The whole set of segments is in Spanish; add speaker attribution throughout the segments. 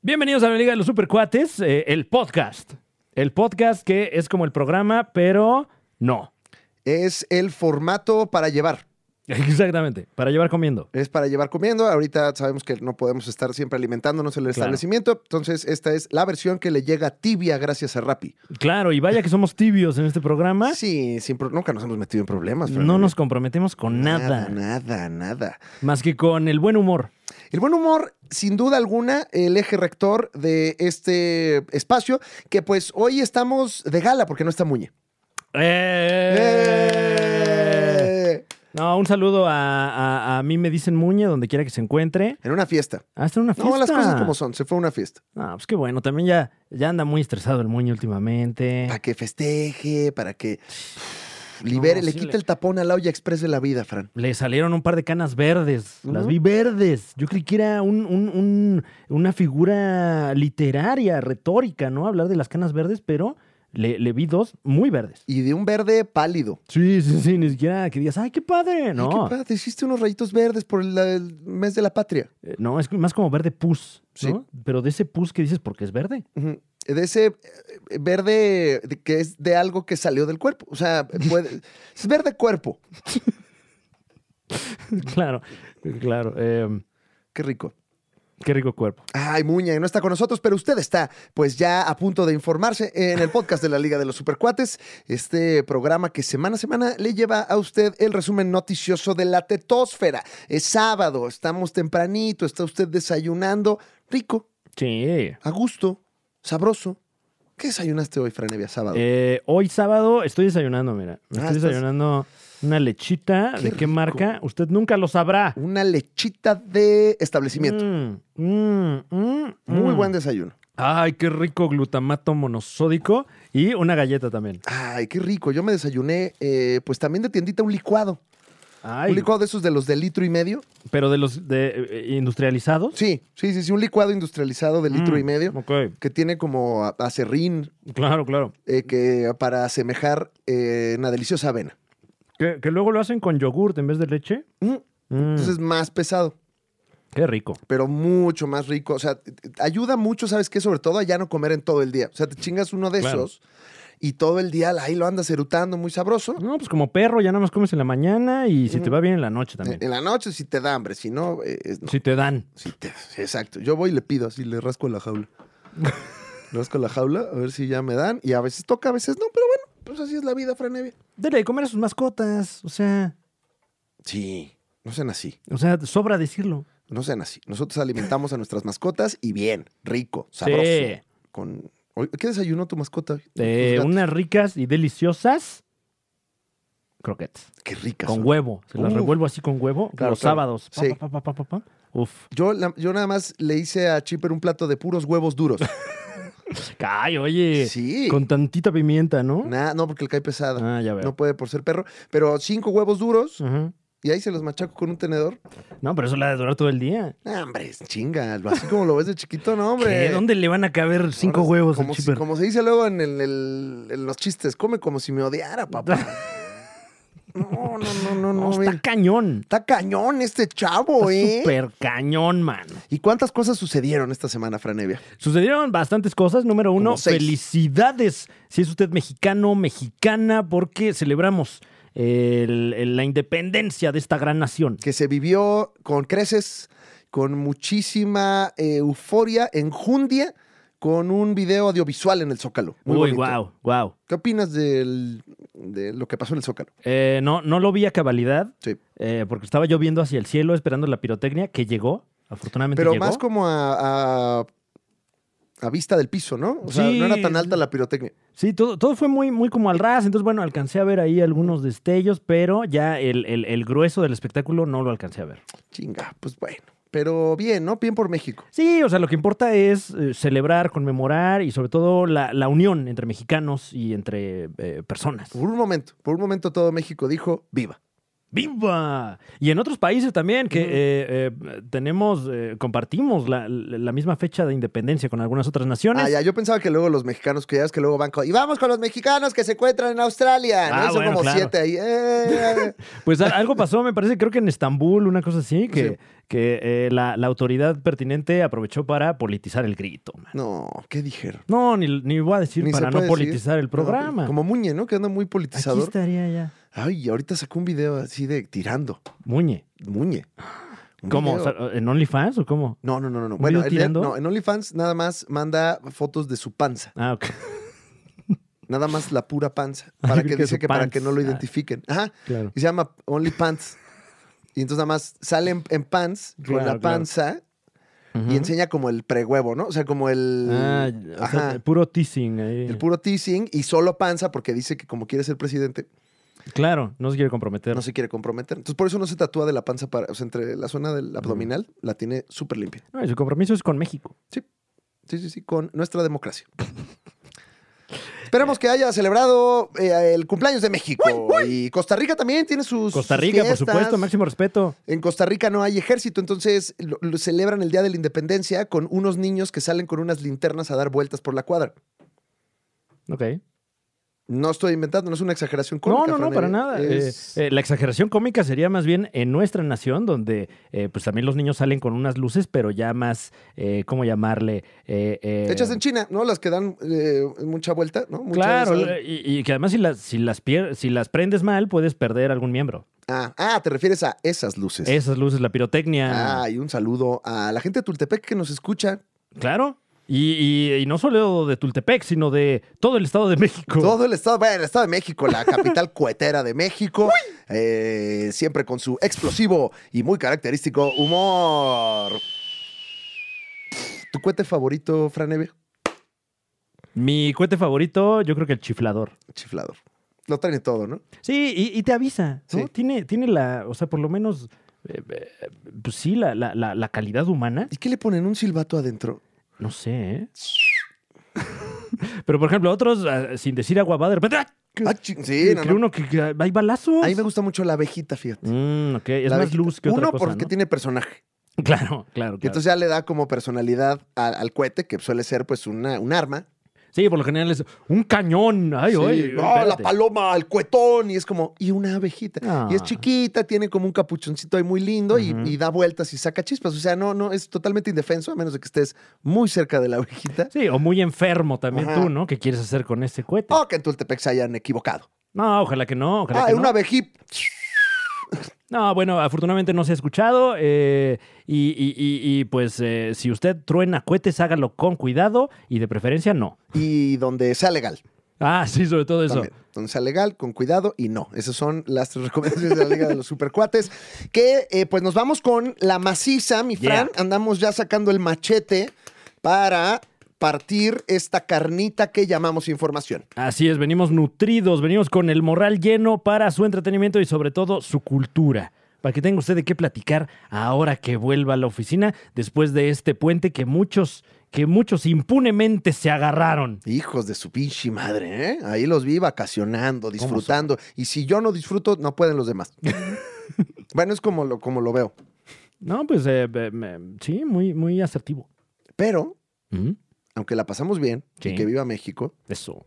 Speaker 1: Bienvenidos a la Liga de los Supercuates, eh, el podcast. El podcast que es como el programa, pero no.
Speaker 2: Es el formato para llevar.
Speaker 1: Exactamente, para llevar comiendo.
Speaker 2: Es para llevar comiendo. Ahorita sabemos que no podemos estar siempre alimentándonos en el
Speaker 1: Claro.
Speaker 2: establecimiento. Entonces, esta es la versión que le llega tibia gracias a Rappi.
Speaker 1: Claro, y vaya que somos tibios en este programa.
Speaker 2: Sí, sin pro- nunca nos hemos metido en problemas. Fran.
Speaker 1: No nos comprometemos con
Speaker 2: Nada,
Speaker 1: nada,
Speaker 2: nada, nada.
Speaker 1: más que con el buen humor.
Speaker 2: El buen humor, sin duda alguna, el eje rector de este espacio, que pues hoy estamos de gala porque no está Muñe.
Speaker 1: ¡Eh!
Speaker 2: ¡Eh!
Speaker 1: No, un saludo a, a- a mí me dicen Muñe, donde quiera que se encuentre.
Speaker 2: En una fiesta.
Speaker 1: Hasta una
Speaker 2: No,
Speaker 1: fiesta.
Speaker 2: las cosas como son. Se fue a una fiesta.
Speaker 1: Ah, pues qué bueno. También ya, ya anda muy estresado el Muñe últimamente.
Speaker 2: Para que festeje, para que libere,
Speaker 1: No,
Speaker 2: le
Speaker 1: sí
Speaker 2: quita
Speaker 1: le-
Speaker 2: el tapón a la olla express de la vida, Fran.
Speaker 1: Le salieron un par de canas verdes. Las
Speaker 2: Ujú.
Speaker 1: vi verdes. Yo creí que era un- un- un- una figura literaria, retórica, ¿no? Hablar de las canas verdes, pero le, le vi dos muy verdes.
Speaker 2: Y de un verde pálido.
Speaker 1: Sí, sí, sí. Ni siquiera que digas, ¡ay, qué padre!
Speaker 2: Ay,
Speaker 1: No,
Speaker 2: qué padre, hiciste unos rayitos verdes por el, el mes de la patria.
Speaker 1: Eh, no, es más como verde pus, ¿no?
Speaker 2: Sí.
Speaker 1: Pero de ese pus que dices porque es verde.
Speaker 2: Ujú. De ese eh, verde de- que es de algo que salió del cuerpo. O sea, puede- es verde cuerpo.
Speaker 1: claro, claro. Eh,
Speaker 2: Qué rico.
Speaker 1: qué rico cuerpo.
Speaker 2: Ay, Muña, no está con nosotros, pero usted está, pues ya a punto de informarse en el podcast de la Liga de los Supercuates, este programa que semana a semana le lleva a usted el resumen noticioso de la tetósfera. Es sábado, estamos tempranito, está usted desayunando, rico,
Speaker 1: Sí.
Speaker 2: a gusto, sabroso. ¿Qué desayunaste hoy, Franevia, sábado?
Speaker 1: Eh, hoy sábado estoy desayunando, mira. Me
Speaker 2: Ah,
Speaker 1: estoy
Speaker 2: estás-
Speaker 1: desayunando una lechita.
Speaker 2: Qué
Speaker 1: ¿De qué
Speaker 2: rico.
Speaker 1: marca? Usted nunca lo sabrá.
Speaker 2: Una lechita de establecimiento.
Speaker 1: Mm, mm, mm,
Speaker 2: Muy
Speaker 1: mm.
Speaker 2: buen desayuno.
Speaker 1: Ay, qué rico glutamato monosódico y una galleta también.
Speaker 2: Ay, qué rico. Yo me desayuné, eh, pues también de tiendita, un licuado.
Speaker 1: Ay,
Speaker 2: Un licuado de esos de los de litro y medio.
Speaker 1: pero de los de, eh, industrializados.
Speaker 2: Sí, sí, sí, sí, un licuado industrializado de litro
Speaker 1: Mm,
Speaker 2: y medio
Speaker 1: Ok,
Speaker 2: que tiene como a- acerrín
Speaker 1: claro, claro.
Speaker 2: eh, que para asemejar eh, una deliciosa avena.
Speaker 1: Que, que luego lo hacen con yogurt en vez de leche.
Speaker 2: Mm,
Speaker 1: Mm,
Speaker 2: Entonces más pesado,
Speaker 1: qué rico.
Speaker 2: pero mucho más rico. O sea, t- t- ayuda mucho, ¿sabes qué? Sobre todo a ya no comer en todo el día. O sea, te chingas uno de
Speaker 1: Claro.
Speaker 2: esos y todo el día ahí lo andas erutando muy sabroso.
Speaker 1: No, pues como perro, ya nada más comes en la mañana y si
Speaker 2: Mm.
Speaker 1: te va bien en la noche también.
Speaker 2: En la noche si te da hambre, si no, eh, es- no.
Speaker 1: Si te dan.
Speaker 2: Sí, te- sí, exacto. Yo voy y le pido así, le rasco la jaula. Le rasco la jaula, a ver si ya me dan. Y a veces toca, a veces no, pero bueno, pues así es la vida, Franevia.
Speaker 1: Dele de comer a sus mascotas. O sea,
Speaker 2: Sí. No sean así,
Speaker 1: o sea, sobra decirlo.
Speaker 2: no sean así. Nosotros alimentamos a nuestras mascotas y bien, rico, sabroso.
Speaker 1: Sí.
Speaker 2: Con... Oye, ¿Qué desayunó tu mascota? hoy?
Speaker 1: Eh,
Speaker 2: Tus gatos.
Speaker 1: unas ricas y deliciosas croquetas.
Speaker 2: Qué rica.
Speaker 1: Con
Speaker 2: son.
Speaker 1: huevo. Se las
Speaker 2: Uf.
Speaker 1: revuelvo así con huevo
Speaker 2: Claro,
Speaker 1: los
Speaker 2: claro.
Speaker 1: sábados. Pa,
Speaker 2: Sí.
Speaker 1: pa, pa, pa, pa, pa. Uf.
Speaker 2: Yo, la- yo nada más le hice a Chipper un plato de puros huevos duros.
Speaker 1: Ay, oye.
Speaker 2: sí.
Speaker 1: Con tantita pimienta, ¿no?
Speaker 2: Nah, no, porque le cae pesada.
Speaker 1: Ah, ya veo.
Speaker 2: No puede por ser perro. Pero cinco huevos duros
Speaker 1: Ujú. No.
Speaker 2: y ahí se los machaco con un tenedor.
Speaker 1: pero eso la ha de durar todo el día.
Speaker 2: Nah, hombre, es chinga, lo- así como lo ves de chiquito, no, hombre.
Speaker 1: ¿Qué? ¿Dónde le van a caber cinco
Speaker 2: Ahora,
Speaker 1: huevos al
Speaker 2: como, si-
Speaker 1: chipper?
Speaker 2: como se dice luego en, el- el- en los chistes, come como si me odiara, papá. No, no, no, no,
Speaker 1: No,
Speaker 2: no.
Speaker 1: está
Speaker 2: ve.
Speaker 1: cañón.
Speaker 2: Está cañón este chavo,
Speaker 1: Está
Speaker 2: ¿eh?
Speaker 1: súper cañón, mano.
Speaker 2: ¿Y cuántas cosas sucedieron esta semana, Franevia?
Speaker 1: Sucedieron bastantes cosas. Número uno,
Speaker 2: Como seis.
Speaker 1: felicidades si es usted mexicano, mexicana, porque celebramos el- el- la independencia de esta gran nación.
Speaker 2: Que se vivió con creces, con muchísima eh, euforia, enjundia, con un video audiovisual en el Zócalo. Muy
Speaker 1: Uy,
Speaker 2: bonito.
Speaker 1: wow, wow.
Speaker 2: ¿Qué opinas del- de lo que pasó en el Zócalo?
Speaker 1: Eh, no, no lo vi a cabalidad,
Speaker 2: Sí.
Speaker 1: eh, porque estaba yo viendo hacia el cielo esperando la pirotecnia, que llegó, afortunadamente
Speaker 2: Pero
Speaker 1: llegó.
Speaker 2: más como a, a, a vista del piso, ¿no? O sea,
Speaker 1: Sí.
Speaker 2: no era tan alta la pirotecnia.
Speaker 1: Sí, todo, todo fue muy, muy como al ras, entonces bueno, alcancé a ver ahí algunos destellos, pero ya el, el- el grueso del espectáculo no lo alcancé a ver.
Speaker 2: Chinga, pues bueno. Pero bien, ¿no? Bien por México.
Speaker 1: Sí, o sea, lo que importa es eh, celebrar, conmemorar y sobre todo la, la unión entre mexicanos y entre eh, personas.
Speaker 2: Por un momento, por un momento todo México dijo, viva.
Speaker 1: ¡Viva! Y en otros países también, que eh, eh, tenemos, eh, compartimos la, la misma fecha de independencia con algunas otras naciones.
Speaker 2: Ah, ya, yo pensaba que luego los mexicanos, que ya es que luego van con... Y vamos con los mexicanos que se encuentran en Australia. ¿no?
Speaker 1: Ah,
Speaker 2: Son
Speaker 1: bueno,
Speaker 2: como
Speaker 1: claro.
Speaker 2: siete ahí. ¡eh!
Speaker 1: Pues a- algo pasó, me parece, creo que en Estambul, una cosa así, que,
Speaker 2: Sí.
Speaker 1: que eh, la, la autoridad pertinente aprovechó para politizar el grito. man.
Speaker 2: no, ¿qué dijeron?
Speaker 1: No, ni, ni voy a decir
Speaker 2: Ni se
Speaker 1: para no
Speaker 2: puede decir.
Speaker 1: politizar el
Speaker 2: No,
Speaker 1: programa.
Speaker 2: como Muñe, ¿no? Que anda muy
Speaker 1: Aquí
Speaker 2: politizador.
Speaker 1: estaría ya.
Speaker 2: Ay, ahorita sacó un video así de tirando.
Speaker 1: Muñe.
Speaker 2: Muñe. Un
Speaker 1: ¿Cómo?
Speaker 2: video.
Speaker 1: O sea, ¿En OnlyFans o cómo?
Speaker 2: No, no, no, no, no.
Speaker 1: ¿Un
Speaker 2: Bueno,
Speaker 1: video
Speaker 2: en,
Speaker 1: tirando?
Speaker 2: no, en OnlyFans nada más manda fotos de su panza.
Speaker 1: Ah, ok.
Speaker 2: Nada más la pura panza.
Speaker 1: Ah,
Speaker 2: Para
Speaker 1: yo
Speaker 2: que
Speaker 1: creo que
Speaker 2: dice
Speaker 1: su
Speaker 2: que para
Speaker 1: pants.
Speaker 2: que no lo
Speaker 1: Ah.
Speaker 2: identifiquen. Ajá.
Speaker 1: Claro.
Speaker 2: Y se llama OnlyPants. Y entonces nada más sale en, en pants, con
Speaker 1: Claro,
Speaker 2: la
Speaker 1: claro.
Speaker 2: panza,
Speaker 1: Ujú.
Speaker 2: y enseña como el prehuevo, ¿no? O sea, como el.
Speaker 1: Ah, o sea,
Speaker 2: ajá,
Speaker 1: puro teasing ahí.
Speaker 2: el puro teasing y solo panza porque dice que como quiere ser presidente,
Speaker 1: Claro, no se quiere comprometer.
Speaker 2: no se quiere comprometer. Entonces, por eso no se tatúa de la panza para. O sea, entre la zona del abdominal la tiene súper limpia.
Speaker 1: No, y su compromiso es con México.
Speaker 2: Sí, sí, sí, con nuestra democracia. Esperemos que haya celebrado eh, el cumpleaños de México. Y Costa Rica también tiene sus.
Speaker 1: Costa
Speaker 2: sus
Speaker 1: Rica, por
Speaker 2: fiestas.
Speaker 1: supuesto, máximo respeto.
Speaker 2: En Costa Rica no hay ejército, entonces lo- lo celebran el Día de la Independencia con unos niños que salen con unas linternas a dar vueltas por la cuadra.
Speaker 1: Ok.
Speaker 2: No estoy inventando, no es una exageración
Speaker 1: No,
Speaker 2: cómica.
Speaker 1: no, no,
Speaker 2: Fran,
Speaker 1: para
Speaker 2: eh,
Speaker 1: nada.
Speaker 2: es-
Speaker 1: Eh, eh, la exageración cómica sería más bien en nuestra nación, donde eh, pues también los niños salen con unas luces, pero ya más, eh, ¿cómo llamarle? Eh, eh,
Speaker 2: Hechas en China, ¿no? Las que dan eh, mucha vuelta, ¿no? Mucha
Speaker 1: Claro, eh.
Speaker 2: esa-
Speaker 1: y, y que además si las, si, las pier- si las prendes mal, puedes perder algún miembro.
Speaker 2: Ah, ah, te refieres a esas luces.
Speaker 1: Esas luces, la pirotecnia.
Speaker 2: Ah, y un saludo a la gente de Tultepec que nos escucha.
Speaker 1: Claro. Y, y- y no solo de Tultepec, sino de todo el Estado de México.
Speaker 2: Todo el estado, bueno, el estado de México, la capital cohetera de México, eh, siempre con su explosivo y muy característico humor. ¿Tu cohete favorito, Franeve?
Speaker 1: Mi cohete favorito, yo creo que el chiflador.
Speaker 2: Chiflador. Lo traen todo, ¿no?
Speaker 1: Sí, y, y te avisa, ¿no?
Speaker 2: Sí.
Speaker 1: Tiene, tiene la, o sea, por lo menos, eh, eh, pues sí, la, la- la- la calidad humana.
Speaker 2: ¿Y qué le ponen un silbato adentro?
Speaker 1: No sé, ¿eh? Pero, por ejemplo, otros, ah, sin decir aguabada, de repente, ¡ah!
Speaker 2: Ah, ching- sí, no,
Speaker 1: que
Speaker 2: no.
Speaker 1: uno que, que hay balazos.
Speaker 2: A mí me gusta mucho la abejita, fíjate.
Speaker 1: Mm, ok, es
Speaker 2: La
Speaker 1: más
Speaker 2: abejita.
Speaker 1: luz que
Speaker 2: Uno,
Speaker 1: otra cosa,
Speaker 2: porque
Speaker 1: ¿no?
Speaker 2: tiene personaje.
Speaker 1: Claro, claro, claro.
Speaker 2: Y entonces ya le da como personalidad a- al cohete, que suele ser pues una, un arma.
Speaker 1: Sí, por lo general es un cañón. Ay,
Speaker 2: Sí.
Speaker 1: ay,
Speaker 2: No,
Speaker 1: espérate.
Speaker 2: la paloma, el cuetón, y es como, y una abejita.
Speaker 1: Ah.
Speaker 2: Y es chiquita, tiene como un capuchoncito ahí muy lindo y-
Speaker 1: Ujú.
Speaker 2: y, da vueltas y saca chispas. O sea, no, no, es totalmente indefenso, a menos de que estés muy cerca de la abejita.
Speaker 1: Sí, o muy enfermo también
Speaker 2: Ajá.
Speaker 1: tú, ¿no? ¿Qué quieres hacer con ese cohete?
Speaker 2: O que en Tultepec se hayan equivocado.
Speaker 1: No, ojalá que no, ojalá
Speaker 2: Ah,
Speaker 1: que no.
Speaker 2: una abejita.
Speaker 1: No, bueno, afortunadamente no se ha escuchado. eh, y, y- y- y, pues, eh, si usted truena cohetes, hágalo con cuidado y de preferencia no.
Speaker 2: Y donde sea legal.
Speaker 1: Ah, sí, sobre todo eso.
Speaker 2: También. Donde sea legal, con cuidado y no. Esas son las tres recomendaciones de la Liga de los Supercuates. Que eh, pues nos vamos con la maciza, mi Fran.
Speaker 1: Yeah.
Speaker 2: Andamos ya sacando el machete para partir esta carnita que llamamos información.
Speaker 1: Así es, venimos nutridos, venimos con el moral lleno para su entretenimiento y sobre todo su cultura. Para que tenga usted de qué platicar ahora que vuelva a la oficina después de este puente que muchos, que muchos impunemente se agarraron.
Speaker 2: Hijos de su pinche madre, ¿eh? Ahí los vi vacacionando, disfrutando. Y si yo no disfruto, no pueden los demás. bueno, es como lo, como lo veo.
Speaker 1: No, pues eh, eh, me- sí, muy, muy asertivo.
Speaker 2: Pero,
Speaker 1: Ujú,
Speaker 2: aunque la pasamos bien y
Speaker 1: Sí.
Speaker 2: que viva México,
Speaker 1: Eso.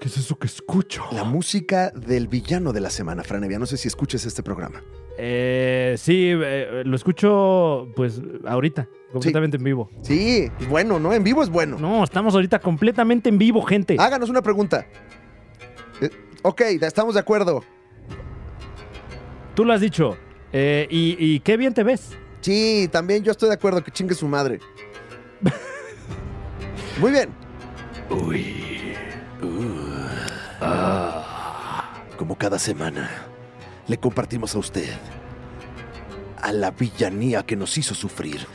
Speaker 1: ¿Qué es eso que escucho?
Speaker 2: la música del villano de la semana, Franevia. No sé si escuches este programa.
Speaker 1: Eh, sí, eh, lo escucho pues ahorita, completamente en vivo.
Speaker 2: Sí, es bueno, ¿no? En vivo es bueno.
Speaker 1: No, estamos ahorita completamente en vivo, gente.
Speaker 2: Háganos una pregunta. Eh, ok, da- estamos de acuerdo.
Speaker 1: Tú lo has dicho. Eh, y, y qué bien te ves.
Speaker 2: Sí, también yo estoy de acuerdo que chingue su madre. Muy bien. Uh. Ah. Como cada semana, le compartimos a usted a la villanía que nos hizo sufrir,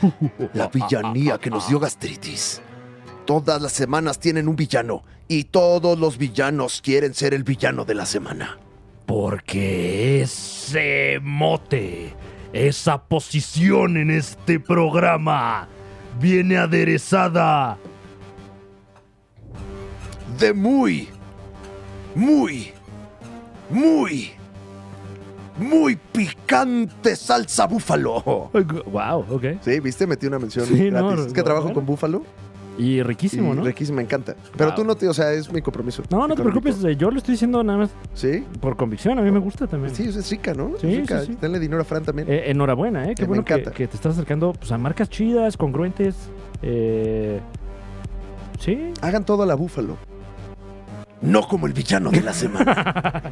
Speaker 2: la villanía que nos dio gastritis. Todas las semanas tienen un villano y todos los villanos quieren ser el villano de la semana.
Speaker 1: Porque ese mote, esa posición en este programa, viene aderezada.
Speaker 2: de muy, muy muy, muy picante salsa búfalo.
Speaker 1: Wow, ok.
Speaker 2: Sí, viste, metí una mención
Speaker 1: Sí, no,
Speaker 2: gratis. es que
Speaker 1: no,
Speaker 2: trabajo
Speaker 1: bueno.
Speaker 2: con búfalo.
Speaker 1: Y
Speaker 2: y
Speaker 1: riquísimo, ¿no?
Speaker 2: riquísimo, me encanta. Pero
Speaker 1: Wow.
Speaker 2: tú no te, o sea, es mi compromiso.
Speaker 1: No, no te
Speaker 2: económico.
Speaker 1: preocupes, eh, yo lo estoy diciendo nada más
Speaker 2: Sí,
Speaker 1: por convicción, a mí me gusta también.
Speaker 2: sí, es rica, ¿no? Es
Speaker 1: Sí, sí,
Speaker 2: rica.
Speaker 1: sí.
Speaker 2: Denle dinero a Fran también.
Speaker 1: Eh, enhorabuena, ¿eh? Qué
Speaker 2: Eh, me
Speaker 1: bueno que,
Speaker 2: encanta.
Speaker 1: que te estás acercando pues, a marcas chidas, congruentes. eh, sí.
Speaker 2: Hagan todo a la búfalo. No como el villano de la semana.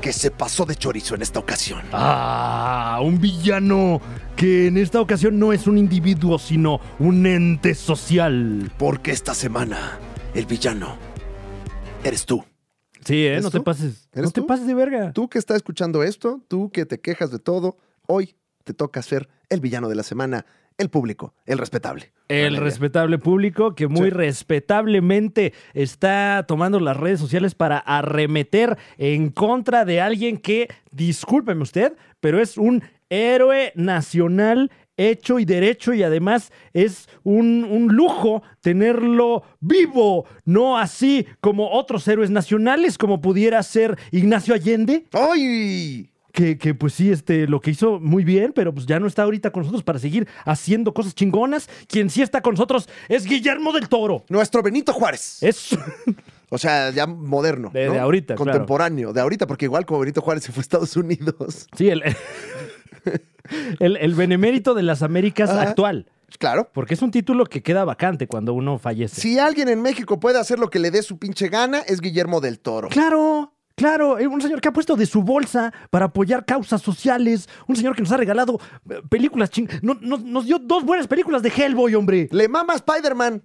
Speaker 2: que se pasó de chorizo en esta ocasión.
Speaker 1: Ah, un villano que en esta ocasión no es un individuo, sino un ente social.
Speaker 2: Porque esta semana el villano eres tú.
Speaker 1: Sí, ¿eh?
Speaker 2: ¿Eres
Speaker 1: No te
Speaker 2: tú?
Speaker 1: pases.
Speaker 2: ¿Eres
Speaker 1: No te
Speaker 2: tú?
Speaker 1: pases de verga.
Speaker 2: Tú que estás escuchando esto, tú que te quejas de todo, hoy te toca ser el villano de la semana, el público, el respetable.
Speaker 1: El
Speaker 2: Valeria.
Speaker 1: respetable público que muy
Speaker 2: Sí.
Speaker 1: respetablemente está tomando las redes sociales para arremeter en contra de alguien que, discúlpeme usted, pero es un héroe nacional hecho y derecho y además es un, un lujo tenerlo vivo, no así como otros héroes nacionales como pudiera ser Ignacio Allende,
Speaker 2: ¡Ay!
Speaker 1: que, que, pues sí, este, lo que hizo muy bien, pero pues ya no está ahorita con nosotros para seguir haciendo cosas chingonas. Quien sí está con nosotros es Guillermo del Toro.
Speaker 2: Nuestro Benito Juárez.
Speaker 1: Es
Speaker 2: O sea, ya moderno.
Speaker 1: Eh. De-
Speaker 2: ¿no?
Speaker 1: de ahorita, claro.
Speaker 2: Contemporáneo, de ahorita, porque igual como Benito Juárez se fue a Estados Unidos.
Speaker 1: sí, el, el, el benemérito de las Américas
Speaker 2: Ajá.
Speaker 1: actual.
Speaker 2: Claro.
Speaker 1: Porque es un título que queda vacante cuando uno fallece.
Speaker 2: Si alguien en México puede hacer lo que le dé su pinche gana, es Guillermo del Toro.
Speaker 1: Claro, claro. eh, Un señor que ha puesto de su bolsa para apoyar causas sociales. Un señor que nos ha regalado eh, películas ching... no- no- nos dio dos buenas películas de Hellboy, hombre.
Speaker 2: Le mama a Spider-Man.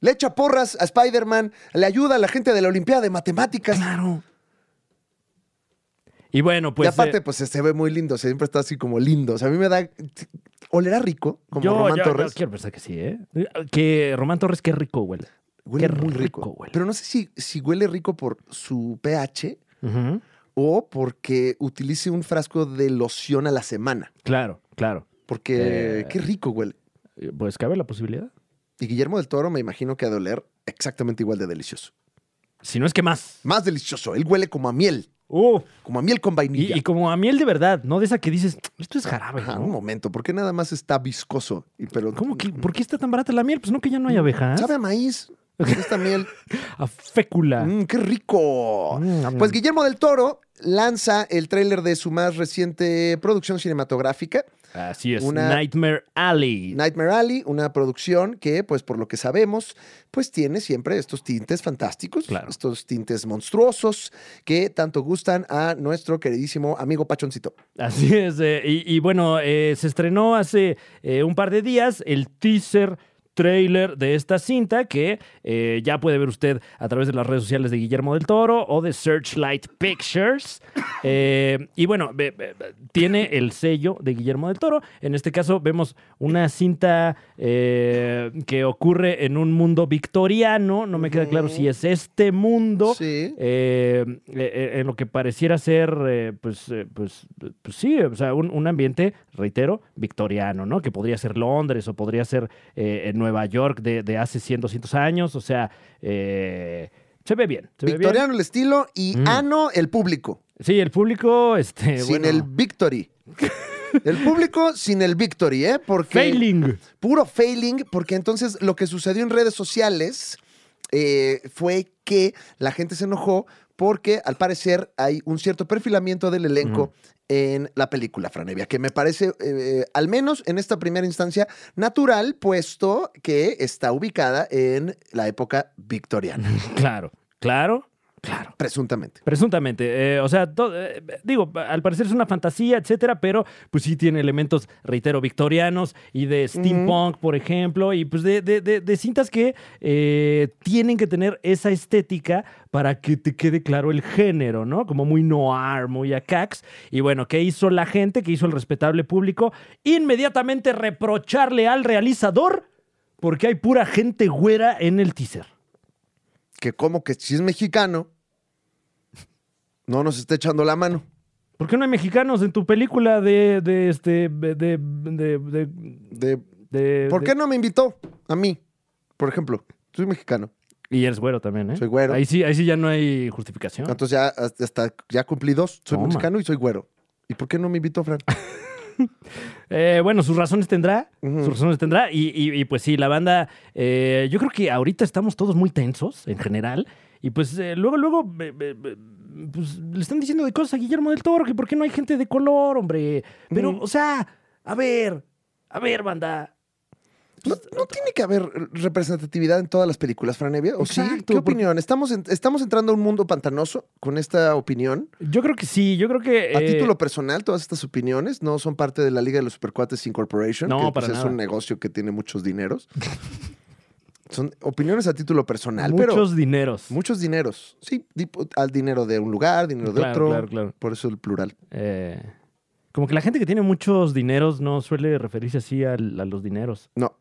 Speaker 2: Le echa porras a Spider-Man. Le ayuda a la gente de la Olimpiada de Matemáticas.
Speaker 1: Claro. Y bueno, pues...
Speaker 2: y aparte,
Speaker 1: eh,
Speaker 2: pues se ve muy lindo, siempre está así como lindo. O sea, a mí me da. Olerá rico, como Román Torres.
Speaker 1: quiero pensar que sí, ¿eh? Que Román Torres, qué rico huele.
Speaker 2: huele
Speaker 1: qué
Speaker 2: muy
Speaker 1: rico
Speaker 2: rico.
Speaker 1: huele.
Speaker 2: Pero no sé si, si huele rico por su pH o porque utilice un frasco de loción a la semana.
Speaker 1: Claro, claro.
Speaker 2: Porque
Speaker 1: Eh.
Speaker 2: qué rico huele.
Speaker 1: Eh, Pues cabe la posibilidad.
Speaker 2: Y Guillermo del Toro me imagino que ha de oler exactamente igual de delicioso.
Speaker 1: Si no es que más.
Speaker 2: Más delicioso. Él huele como a miel,
Speaker 1: Uh,
Speaker 2: como a miel con
Speaker 1: y,
Speaker 2: vainilla.
Speaker 1: y como a miel de verdad, ¿no? De esa que dices, esto es jarabe,
Speaker 2: Ajá,
Speaker 1: ¿no?
Speaker 2: un momento, ¿por qué nada más está viscoso? Y, pero,
Speaker 1: ¿Cómo que, ¿Por qué está tan barata la miel? Pues no que ya no hay abejas.
Speaker 2: Mm, Sabe a maíz. Esta miel.
Speaker 1: A fécula.
Speaker 2: Mm, ¡Qué rico!
Speaker 1: Ah. Mm,
Speaker 2: Pues Guillermo del Toro lanza el tráiler de su más reciente producción cinematográfica,
Speaker 1: Así es.
Speaker 2: una-
Speaker 1: Nightmare Alley.
Speaker 2: Nightmare Alley, una producción que, pues por lo que sabemos, pues tiene siempre estos tintes fantásticos,
Speaker 1: Claro.
Speaker 2: estos tintes monstruosos que tanto gustan a nuestro queridísimo amigo Pachoncito.
Speaker 1: Así es. eh, y, y bueno, eh, se estrenó hace eh, un par de días el teaser trailer de esta cinta que eh, ya puede ver usted a través de las redes sociales de Guillermo del Toro o de Searchlight Pictures. Eh, y bueno, ve- ve- ve- tiene el sello de Guillermo del Toro. En este caso vemos una cinta eh, que ocurre en un mundo victoriano. No me queda claro si es este mundo
Speaker 2: Sí.
Speaker 1: eh, eh, eh, en lo que pareciera ser, eh, pues, eh, pues, eh, pues sí, o sea, un, un ambiente, reitero, victoriano, ¿no? Que podría ser Londres o podría ser eh, en Nueva York de, de hace 100, 200 años, o sea, eh, se ve bien, se ve bien.
Speaker 2: Victoriano el estilo y
Speaker 1: Mm.
Speaker 2: Ano el público,
Speaker 1: Sí, el público, este,
Speaker 2: sin
Speaker 1: bueno,
Speaker 2: el Victory. El público sin el Victory, ¿eh? Porque...
Speaker 1: failing.
Speaker 2: puro failing, porque entonces lo que sucedió en redes sociales eh, fue que la gente se enojó porque al parecer hay un cierto perfilamiento del elenco
Speaker 1: Ujú.
Speaker 2: en la película, Franevia, que me parece, eh, al menos en esta primera instancia, natural, puesto que está ubicada en la época victoriana,
Speaker 1: Claro, claro, claro.
Speaker 2: presuntamente.
Speaker 1: Presuntamente. eh, o sea, to- eh, digo, al parecer es una fantasía, etcétera, pero pues sí tiene elementos, reitero, victorianos y de steampunk, por ejemplo, y pues de, de- de- de cintas que eh, tienen que tener esa estética para que te quede claro el género, ¿no? Como muy noir, muy acax. Y bueno, ¿qué hizo la gente? ¿Qué hizo el respetable público? Inmediatamente reprocharle al realizador porque hay pura gente güera en el teaser.
Speaker 2: Que como que si es mexicano, no nos está echando la mano.
Speaker 1: ¿Por qué no hay mexicanos en tu película de, de este, de, de, de-
Speaker 2: De,
Speaker 1: de-
Speaker 2: ¿Por
Speaker 1: de-
Speaker 2: qué no me invitó a mí? Por ejemplo, soy mexicano.
Speaker 1: Y eres güero también, ¿eh?
Speaker 2: Soy güero.
Speaker 1: Ahí sí, ahí sí ya no hay justificación.
Speaker 2: Entonces ya hasta hasta- ya cumplí dos. Soy
Speaker 1: Ah. Toma. Pues,
Speaker 2: mexicano y soy güero. ¿Y por qué no me invitó, Fran?
Speaker 1: Eh, bueno, sus razones tendrá.
Speaker 2: Ujú.
Speaker 1: Sus razones tendrá. Y, y- y, pues sí, la banda. eh, yo creo que ahorita estamos todos muy tensos en general. Y pues eh, luego, luego. be- be- be- pues, le están diciendo de cosas a Guillermo del Toro, que por qué no hay gente de color, hombre. Pero,
Speaker 2: Ujú.
Speaker 1: o sea, a ver, a ver, banda.
Speaker 2: No, no tiene que haber representatividad en todas las películas, Fran Evia. ¿O sí?
Speaker 1: Exacto,
Speaker 2: ¿Qué
Speaker 1: por-
Speaker 2: opinión? Estamos, en- estamos entrando a un mundo pantanoso con esta opinión.
Speaker 1: Yo creo que sí, yo creo que.
Speaker 2: A
Speaker 1: eh,
Speaker 2: título personal, todas estas opiniones no son parte de la Liga de los Supercuates Incorporation,
Speaker 1: No,
Speaker 2: que pues,
Speaker 1: para
Speaker 2: es
Speaker 1: nada.
Speaker 2: un negocio que tiene muchos dineros. son opiniones a título personal, pero
Speaker 1: Muchos dineros.
Speaker 2: muchos dineros. Sí, di- al dinero de un lugar, dinero de
Speaker 1: Claro,
Speaker 2: otro.
Speaker 1: claro, claro.
Speaker 2: Por eso el plural.
Speaker 1: Eh, como que la gente que tiene muchos dineros no suele referirse así al- a, los dineros.
Speaker 2: No,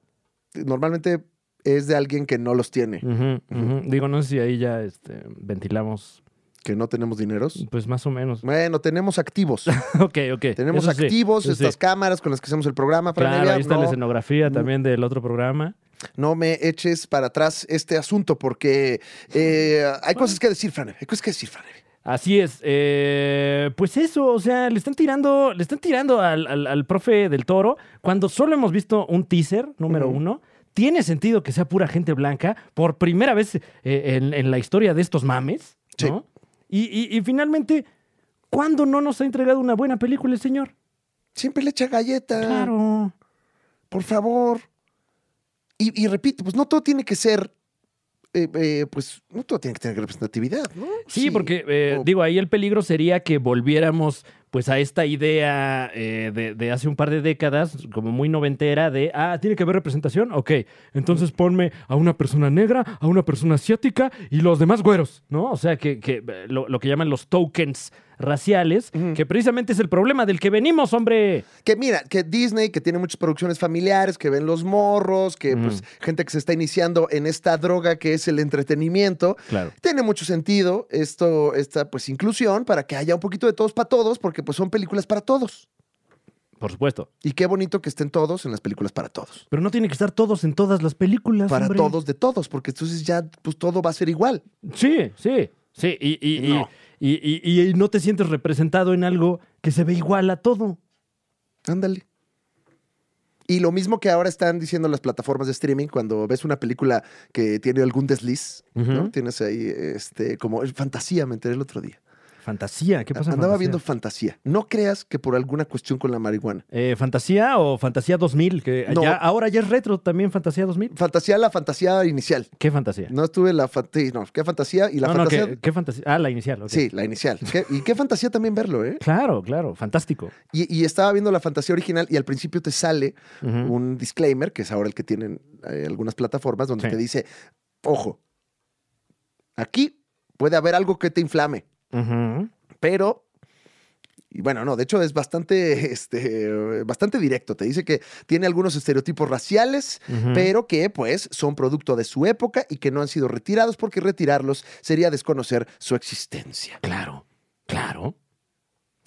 Speaker 2: normalmente es de alguien que no los tiene,
Speaker 1: Ujú, ujú. Digo, no sé si ahí ya este, ventilamos.
Speaker 2: que no tenemos dineros.
Speaker 1: Pues más o menos.
Speaker 2: Bueno, tenemos activos.
Speaker 1: ok, ok.
Speaker 2: Tenemos
Speaker 1: Eso sí,
Speaker 2: activos
Speaker 1: eso sí.
Speaker 2: estas cámaras con las que hacemos el programa. Fran
Speaker 1: Claro,
Speaker 2: Evia,
Speaker 1: ahí está la
Speaker 2: no,
Speaker 1: escenografía también del otro programa.
Speaker 2: no me eches para atrás este asunto porque eh, hay cosas que decir, Fran. Evia, Hay cosas que decir, Fran. Evia.
Speaker 1: Así es. eh, pues eso, o sea, le están tirando, le están tirando al, al- al profe del toro cuando solo hemos visto un teaser, número
Speaker 2: Ujú.
Speaker 1: uno. Tiene sentido que sea pura gente blanca por primera vez eh, en, en la historia de estos mames.
Speaker 2: Sí.
Speaker 1: ¿no? Y, y- y finalmente, ¿cuándo no nos ha entregado una buena película el señor?
Speaker 2: Siempre le echa galleta.
Speaker 1: Claro.
Speaker 2: Por favor. Y, y repito, pues no todo tiene que ser. eh, eh, pues no todo tiene que tener representatividad, ¿no?
Speaker 1: Sí, porque eh,
Speaker 2: o-
Speaker 1: digo, ahí el peligro sería que volviéramos pues a esta idea eh, de, de hace un par de décadas, como muy noventera, de, ah, tiene que haber representación, ok, entonces ponme a una persona negra, a una persona asiática y los demás güeros, ¿no? O sea, que, que, eh, lo, lo que llaman los tokens raciales,
Speaker 2: Ujú.
Speaker 1: que precisamente es el problema del que venimos, hombre.
Speaker 2: Que mira, que Disney, que tiene muchas producciones familiares, que ven los morros, que pues,
Speaker 1: Mm.
Speaker 2: gente que se está iniciando en esta droga que es el entretenimiento.
Speaker 1: Claro.
Speaker 2: Tiene mucho sentido esto, esta pues inclusión para que haya un poquito de todos para todos, porque pues son películas para todos.
Speaker 1: Por supuesto.
Speaker 2: Y qué bonito que estén todos en las películas para todos.
Speaker 1: Pero no tiene que estar todos en todas las películas.
Speaker 2: Para
Speaker 1: hombre.
Speaker 2: todos de todos, porque entonces ya pues todo va a ser igual.
Speaker 1: Sí, sí, sí. Y, y- y-
Speaker 2: No.
Speaker 1: y- y- y- y no te sientes representado en algo que se ve igual a todo.
Speaker 2: Ándale. Y lo mismo que ahora están diciendo las plataformas de streaming cuando ves una película que tiene algún desliz, ¿no?
Speaker 1: Ujú.
Speaker 2: Tienes ahí este como eh, fantasía, me enteré el otro día.
Speaker 1: Fantasía, ¿qué pasa? en
Speaker 2: Andaba
Speaker 1: fantasía?
Speaker 2: viendo fantasía. No creas que por alguna cuestión con la marihuana.
Speaker 1: Eh, fantasía o Fantasía 2000, que
Speaker 2: No.
Speaker 1: ya- ahora ya es retro también Fantasía 2000.
Speaker 2: Fantasía, la fantasía inicial.
Speaker 1: ¿Qué fantasía?
Speaker 2: No estuve la fantasía, no, qué fantasía y la
Speaker 1: No, no,
Speaker 2: fantasía.
Speaker 1: ¿qué, qué fantasía? Ah, la inicial. ok.
Speaker 2: Sí, la inicial. Qué- y qué fantasía también verlo, ¿eh?
Speaker 1: Claro, claro, fantástico.
Speaker 2: Y, y estaba viendo la fantasía original y al principio te sale
Speaker 1: Ujú.
Speaker 2: un disclaimer, que es ahora el que tienen eh, algunas plataformas, donde
Speaker 1: Sí.
Speaker 2: te dice, ojo, aquí puede haber algo que te inflame,
Speaker 1: Ujú.
Speaker 2: pero... Y bueno, no, de hecho es bastante, este, bastante directo. Te dice que tiene algunos estereotipos raciales,
Speaker 1: Ujú.
Speaker 2: pero que pues son producto de su época y que no han sido retirados porque retirarlos sería desconocer su existencia.
Speaker 1: Claro, claro.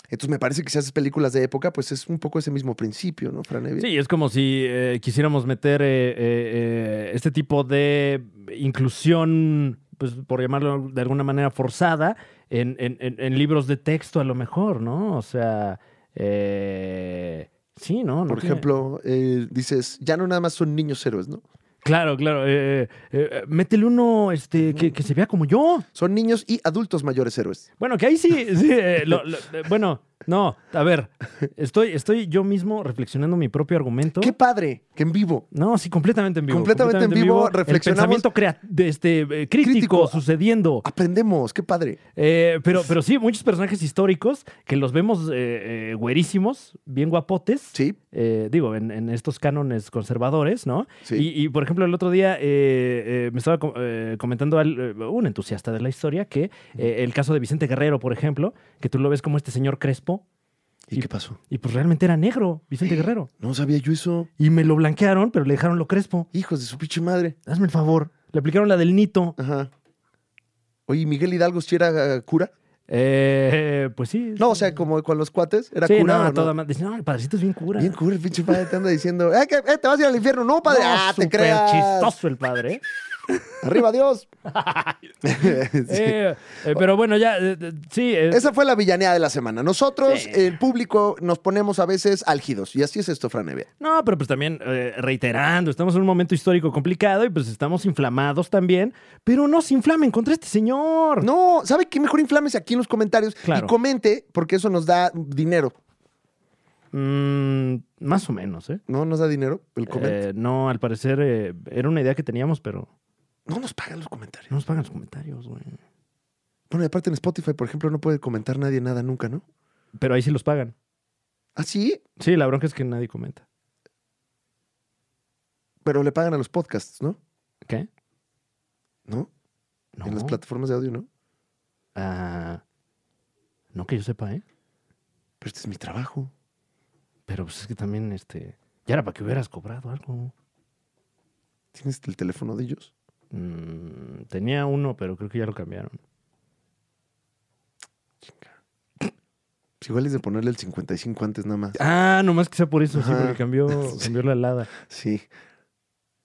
Speaker 2: Entonces me parece que si haces películas de época, pues es un poco ese mismo principio, ¿no, Fran Evia?
Speaker 1: Sí, es como si eh, quisiéramos meter eh, eh, eh, este tipo de inclusión, pues por llamarlo de alguna manera forzada, en, en- en- en libros de texto a lo mejor, ¿no? O sea, eh, sí, ¿no? No
Speaker 2: Por
Speaker 1: tiene-
Speaker 2: ejemplo, eh, dices, ya no nada más son niños héroes, ¿no?
Speaker 1: Claro, claro. eh, eh, eh, métele uno este, que, que se vea como yo.
Speaker 2: Son niños y adultos mayores héroes.
Speaker 1: Bueno, que ahí sí, sí, eh, lo- lo- eh, bueno, no, a ver, estoy, estoy yo mismo reflexionando mi propio argumento.
Speaker 2: ¡Qué padre! Que en vivo.
Speaker 1: No, sí, completamente en vivo.
Speaker 2: Completamente en vivo, reflexionamos.
Speaker 1: El pensamiento crea- de este, eh, crítico,
Speaker 2: Crítico. Ah.
Speaker 1: sucediendo.
Speaker 2: Aprendemos, qué padre.
Speaker 1: Eh, pero, pero sí, muchos personajes históricos que los vemos eh, eh, güerísimos, bien guapotes.
Speaker 2: Sí,
Speaker 1: eh, digo, en, en estos cánones conservadores, ¿no?
Speaker 2: Sí.
Speaker 1: Y, y, por ejemplo, el otro día eh, eh, me estaba co- eh, comentando al- eh, un entusiasta de la historia que eh, el caso de Vicente Guerrero, por ejemplo, que tú lo ves como este señor Crespo,
Speaker 2: ¿Y
Speaker 1: Y-
Speaker 2: qué pasó?
Speaker 1: y pues realmente era negro, Vicente Guerrero.
Speaker 2: No sabía yo eso.
Speaker 1: Y me lo blanquearon, pero le dejaron lo Crespo.
Speaker 2: Hijos de su pinche madre.
Speaker 1: Hazme el favor. Le aplicaron la del Nito.
Speaker 2: Ajá. Oye, ¿y ¿Miguel Hidalgo si era eh, cura?
Speaker 1: Eh, pues sí.
Speaker 2: No, o sea, como con los cuates, era
Speaker 1: sí,
Speaker 2: cura.
Speaker 1: no,
Speaker 2: ¿o no?
Speaker 1: toda madre. Dice, no, el padrecito es bien cura.
Speaker 2: Bien cura, el pinche padre te anda diciendo, "Eh, que- eh, te vas a ir al infierno. No, padre,
Speaker 1: No,
Speaker 2: ah, te
Speaker 1: súper
Speaker 2: creas.
Speaker 1: chistoso el padre. ¿eh?
Speaker 2: Arriba Dios.
Speaker 1: Eh, eh, pero bueno, ya, eh, eh, sí. eh,
Speaker 2: Esa fue la villanía de la semana. Nosotros,
Speaker 1: Sí.
Speaker 2: el público, nos ponemos a veces álgidos. Y así es esto, Fran Evia.
Speaker 1: No, pero pues también eh, reiterando, estamos en un momento histórico complicado y pues estamos inflamados también, pero no se inflamen contra este señor.
Speaker 2: No, ¿sabe qué? Mejor inflámese aquí en los comentarios
Speaker 1: Claro.
Speaker 2: y comente, porque eso nos da dinero.
Speaker 1: Mm, más o menos, ¿eh?
Speaker 2: ¿No nos da dinero el comentario?
Speaker 1: Eh, no, al parecer eh, era una idea que teníamos, pero
Speaker 2: No nos pagan los comentarios.
Speaker 1: no nos pagan los comentarios, güey.
Speaker 2: Bueno, y aparte en Spotify, por ejemplo, no puede comentar nadie nada nunca, ¿no?
Speaker 1: Pero ahí sí los pagan.
Speaker 2: Ah, sí,
Speaker 1: Sí, la bronca es que nadie comenta.
Speaker 2: pero le pagan a los podcasts, ¿no?
Speaker 1: ¿Qué?
Speaker 2: ¿No?
Speaker 1: No.
Speaker 2: En las plataformas de audio, ¿no?
Speaker 1: Ah, no que yo sepa, ¿eh?
Speaker 2: Pero este es mi trabajo.
Speaker 1: Pero pues es que también, este, ya era para que hubieras cobrado algo.
Speaker 2: ¿Tienes el teléfono de ellos?
Speaker 1: Mm, tenía uno, pero creo que ya lo cambiaron.
Speaker 2: Chinga. Pues igual es de ponerle el 55 antes nada más.
Speaker 1: Ah, nomás que sea por eso, sí,
Speaker 2: Ajá.
Speaker 1: porque cambió, cambió la alada.
Speaker 2: Sí.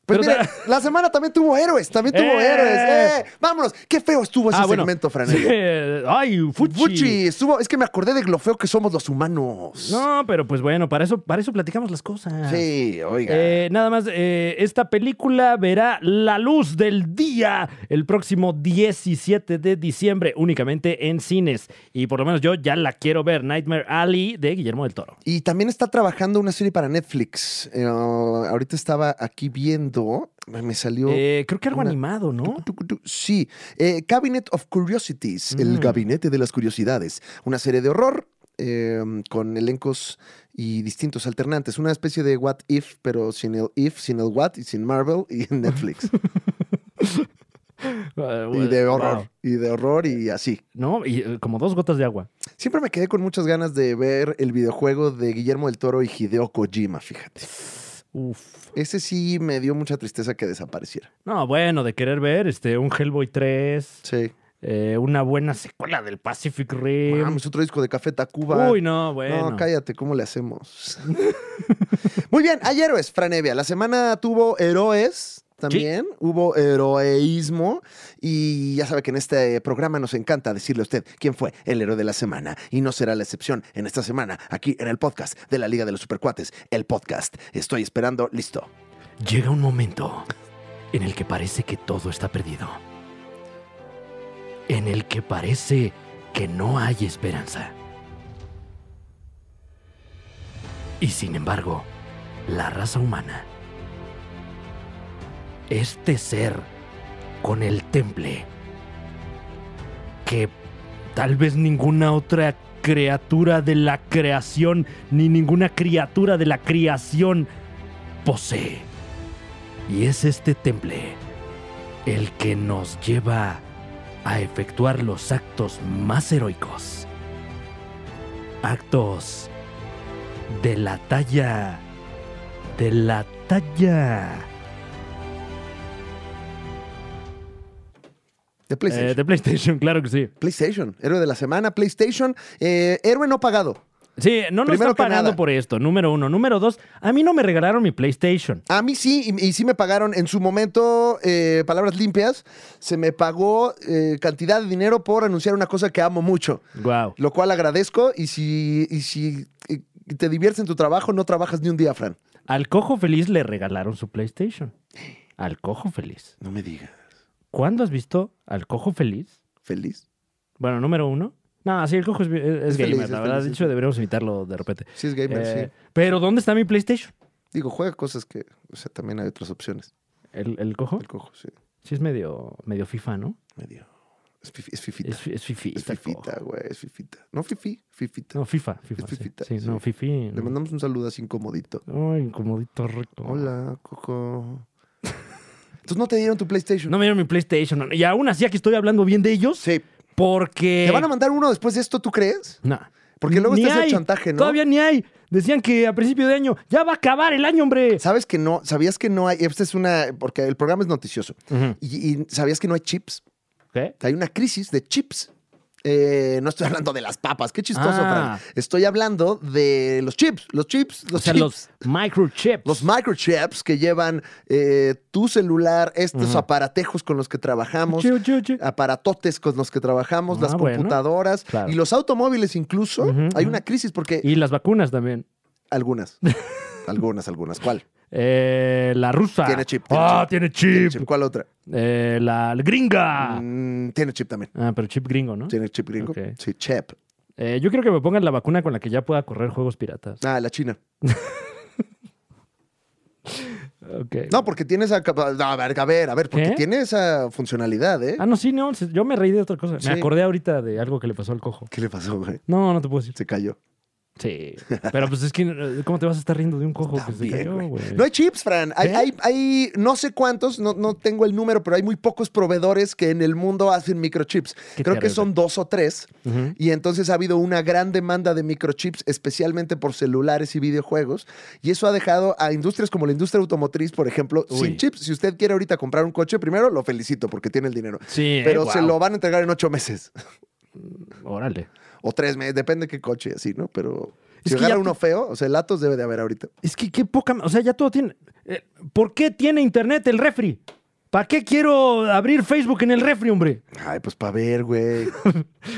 Speaker 2: Pues
Speaker 1: Pero
Speaker 2: mira, la semana también tuvo héroes, también tuvo
Speaker 1: ¡Eh!
Speaker 2: héroes. ¡Eh! Vámonos. Qué feo estuvo ese
Speaker 1: Ah, bueno.
Speaker 2: segmento, Fran.
Speaker 1: Sí, eh, Ay, Fuchi.
Speaker 2: Fuchi, estuvo, es que me acordé de lo feo que somos los humanos.
Speaker 1: No, pero pues bueno, para eso, para eso platicamos las cosas.
Speaker 2: Sí, oiga.
Speaker 1: Eh, nada más, eh, esta película verá la luz del día el próximo 17 de diciembre, únicamente en cines. Y por lo menos yo ya la quiero ver, Nightmare Alley de Guillermo del Toro.
Speaker 2: Y también está trabajando una serie para Netflix. Eh, ahorita estaba aquí viendo, me salió...
Speaker 1: Eh, creo que algo
Speaker 2: Una-
Speaker 1: animado, ¿no?
Speaker 2: Tucu, tucu, Sí, Eh, Cabinet of Curiosities, el
Speaker 1: Mm.
Speaker 2: gabinete de las curiosidades, una serie de horror eh, con elencos y distintos alternantes, una especie de What If, pero sin el If, sin el What y sin Marvel y en Netflix. y de horror,
Speaker 1: Wow.
Speaker 2: y de horror y así.
Speaker 1: No, y eh, como dos gotas de agua.
Speaker 2: Siempre me quedé con muchas ganas de ver el videojuego de Guillermo del Toro y Hideo Kojima, fíjate.
Speaker 1: Uf.
Speaker 2: Ese sí me dio mucha tristeza que desapareciera.
Speaker 1: No, bueno, de querer ver este, un Hellboy 3,
Speaker 2: Sí.
Speaker 1: eh, una buena secuela del Pacific Rim.
Speaker 2: Vamos, otro disco de Café Tacuba.
Speaker 1: Em, Uy, no, bueno.
Speaker 2: No, cállate, ¿cómo le hacemos? Muy bien, hay héroes, Franevia. La semana tuvo héroes también, hubo heroísmo y ya sabe que en este programa nos encanta decirle a usted quién fue el héroe de la semana y no será la excepción en esta semana aquí en el podcast de la Liga de los Supercuates, el podcast. Estoy esperando, listo.
Speaker 1: Llega un momento en el que parece que todo está perdido. En el que parece que no hay esperanza. Y sin embargo, la raza humana, este ser con el temple, que tal vez ninguna otra criatura de la creación, ni ninguna criatura de la creación posee. Y es este temple el que nos lleva a efectuar los actos más heroicos. Actos de la talla. De la talla.
Speaker 2: De PlayStation.
Speaker 1: Eh, de PlayStation, claro que sí.
Speaker 2: PlayStation, héroe de la semana, PlayStation, eh, héroe no pagado.
Speaker 1: Sí, no nos
Speaker 2: Primero
Speaker 1: están
Speaker 2: que
Speaker 1: pagando
Speaker 2: nada.
Speaker 1: por esto, número uno. Número dos, a mí no me regalaron mi PlayStation.
Speaker 2: A mí sí, y, y sí me pagaron en su momento, eh, palabras limpias, se me pagó eh, cantidad de dinero por anunciar una cosa que amo mucho,
Speaker 1: Wow.
Speaker 2: lo cual agradezco y si, y si eh, te diviertes en tu trabajo, no trabajas ni un día, Fran.
Speaker 1: Al cojo feliz le regalaron su PlayStation. Al cojo feliz.
Speaker 2: No me digas.
Speaker 1: ¿Cuándo has visto al cojo feliz?
Speaker 2: ¿Feliz?
Speaker 1: Bueno, número uno. No, sí, el cojo es, es- es
Speaker 2: Es
Speaker 1: gamer,
Speaker 2: feliz, es
Speaker 1: la verdad.
Speaker 2: feliz,
Speaker 1: De
Speaker 2: es
Speaker 1: hecho,
Speaker 2: feliz.
Speaker 1: deberíamos invitarlo de repente.
Speaker 2: Sí, es gamer,
Speaker 1: Eh,
Speaker 2: sí.
Speaker 1: Pero, ¿dónde está mi PlayStation?
Speaker 2: Digo, juega cosas que, o sea, también hay otras opciones.
Speaker 1: ¿El, el cojo?
Speaker 2: El cojo, sí,
Speaker 1: Sí, es medio, medio FIFA, ¿no?
Speaker 2: medio. Es, fif- es fifita.
Speaker 1: Es,
Speaker 2: Es,
Speaker 1: fi- es fifita. el cojo.
Speaker 2: fifita, güey, es fifita. No fifi, fifita.
Speaker 1: No, FIFA. FIFA sí.
Speaker 2: fifita,
Speaker 1: sí, no,
Speaker 2: sí.
Speaker 1: fifi.
Speaker 2: Le
Speaker 1: no.
Speaker 2: mandamos un saludo así incomodito.
Speaker 1: Ay, incomodito rico.
Speaker 2: Hola, cojo. Entonces no te dieron tu PlayStation.
Speaker 1: No me dieron mi PlayStation. Y aún así, aquí estoy hablando bien de ellos.
Speaker 2: Sí.
Speaker 1: Porque.
Speaker 2: ¿Te van a mandar uno después de esto, tú crees?
Speaker 1: No.
Speaker 2: Porque luego
Speaker 1: Eh. Ni
Speaker 2: está ese
Speaker 1: hay.
Speaker 2: chantaje, ¿no?
Speaker 1: Todavía ni hay. Decían que a principio de año ya va a acabar el año, hombre.
Speaker 2: ¿Sabes que no? ¿Sabías que no hay? Esta es una. Porque el programa es noticioso.
Speaker 1: Ujú.
Speaker 2: Y, y ¿sabías que no hay chips?
Speaker 1: ¿Qué?
Speaker 2: Hay una crisis de chips. Eh, no estoy hablando de las papas, qué chistoso,
Speaker 1: Ah.
Speaker 2: Fran. Estoy hablando de los chips, los chips, los
Speaker 1: o sea,
Speaker 2: chips.
Speaker 1: los microchips.
Speaker 2: Los microchips que llevan eh, tu celular, estos
Speaker 1: Ujú.
Speaker 2: aparatejos con los que trabajamos,
Speaker 1: Chiu, chiu, chiu.
Speaker 2: aparatotes con los que trabajamos,
Speaker 1: Ah,
Speaker 2: las
Speaker 1: bueno.
Speaker 2: computadoras
Speaker 1: Claro.
Speaker 2: y los automóviles incluso.
Speaker 1: Ujú,
Speaker 2: Hay
Speaker 1: ujú.
Speaker 2: una crisis porque...
Speaker 1: Y las vacunas también.
Speaker 2: Algunas. algunas, algunas. ¿Cuál?
Speaker 1: Eh, la rusa.
Speaker 2: Tiene chip, tiene
Speaker 1: Ah,
Speaker 2: chip.
Speaker 1: tiene chip.
Speaker 2: Tiene chip. ¿Cuál otra?
Speaker 1: Eh, la gringa.
Speaker 2: Mm, tiene chip también.
Speaker 1: Ah, pero chip gringo, ¿no?
Speaker 2: Tiene chip gringo.
Speaker 1: Ok.
Speaker 2: Sí, chip.
Speaker 1: Eh, yo creo que me pongan la vacuna con la que ya pueda correr juegos piratas.
Speaker 2: Ah, la China.
Speaker 1: Ok.
Speaker 2: No, porque tiene esa... capa- A ver, a ver, a ver, porque
Speaker 1: ¿Qué?
Speaker 2: tiene esa funcionalidad, ¿eh?
Speaker 1: Ah, no, sí, no. se- Yo me reí de otra cosa.
Speaker 2: Sí.
Speaker 1: Me acordé ahorita de algo que le pasó al cojo.
Speaker 2: ¿Qué le pasó, güey?
Speaker 1: No, no te puedo decir.
Speaker 2: Se cayó.
Speaker 1: Sí. Pero pues es que, eh, ¿cómo te vas a estar riendo de un cojo que pues se
Speaker 2: También,
Speaker 1: cayó,
Speaker 2: güey.
Speaker 1: güey?
Speaker 2: No hay chips, Fran. Hay,
Speaker 1: ¿Eh?
Speaker 2: hay- hay no sé cuántos, no, no tengo el número, pero hay muy pocos proveedores que en el mundo hacen microchips.
Speaker 1: Qué
Speaker 2: Creo que
Speaker 1: terrible.
Speaker 2: son dos o tres.
Speaker 1: Ujú.
Speaker 2: Y entonces ha habido una gran demanda de microchips, especialmente por celulares y videojuegos. Y eso ha dejado a industrias como la industria automotriz, por ejemplo,
Speaker 1: Uy.
Speaker 2: sin chips. Si usted quiere ahorita comprar un coche, primero lo felicito porque tiene el dinero.
Speaker 1: Sí, eh,
Speaker 2: Pero se
Speaker 1: guau.
Speaker 2: lo van a entregar en ocho meses
Speaker 1: Órale.
Speaker 2: o tres meses, depende qué coche, y así, ¿no? Pero
Speaker 1: Es
Speaker 2: si
Speaker 1: que ya
Speaker 2: agarra
Speaker 1: te-
Speaker 2: uno feo, o sea, el Atos debe de haber ahorita.
Speaker 1: Es que qué poca. O sea, ya todo tiene. eh, ¿Por qué tiene internet el refri? ¿Para qué quiero abrir Facebook en el refri, hombre?
Speaker 2: Ay, pues para ver, güey.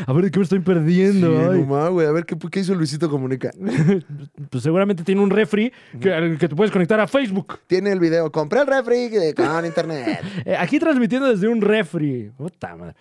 Speaker 1: A ver, ¿de qué me estoy perdiendo?
Speaker 2: Sí,
Speaker 1: Ay.
Speaker 2: no más, güey. A ver, ¿qué, qué hizo Luisito Comunica?
Speaker 1: Pues seguramente tiene un refri que, al que te puedes conectar a Facebook.
Speaker 2: Tiene el video. Compré el refri de- con internet.
Speaker 1: Eh, aquí transmitiendo desde un refri. Puta madre.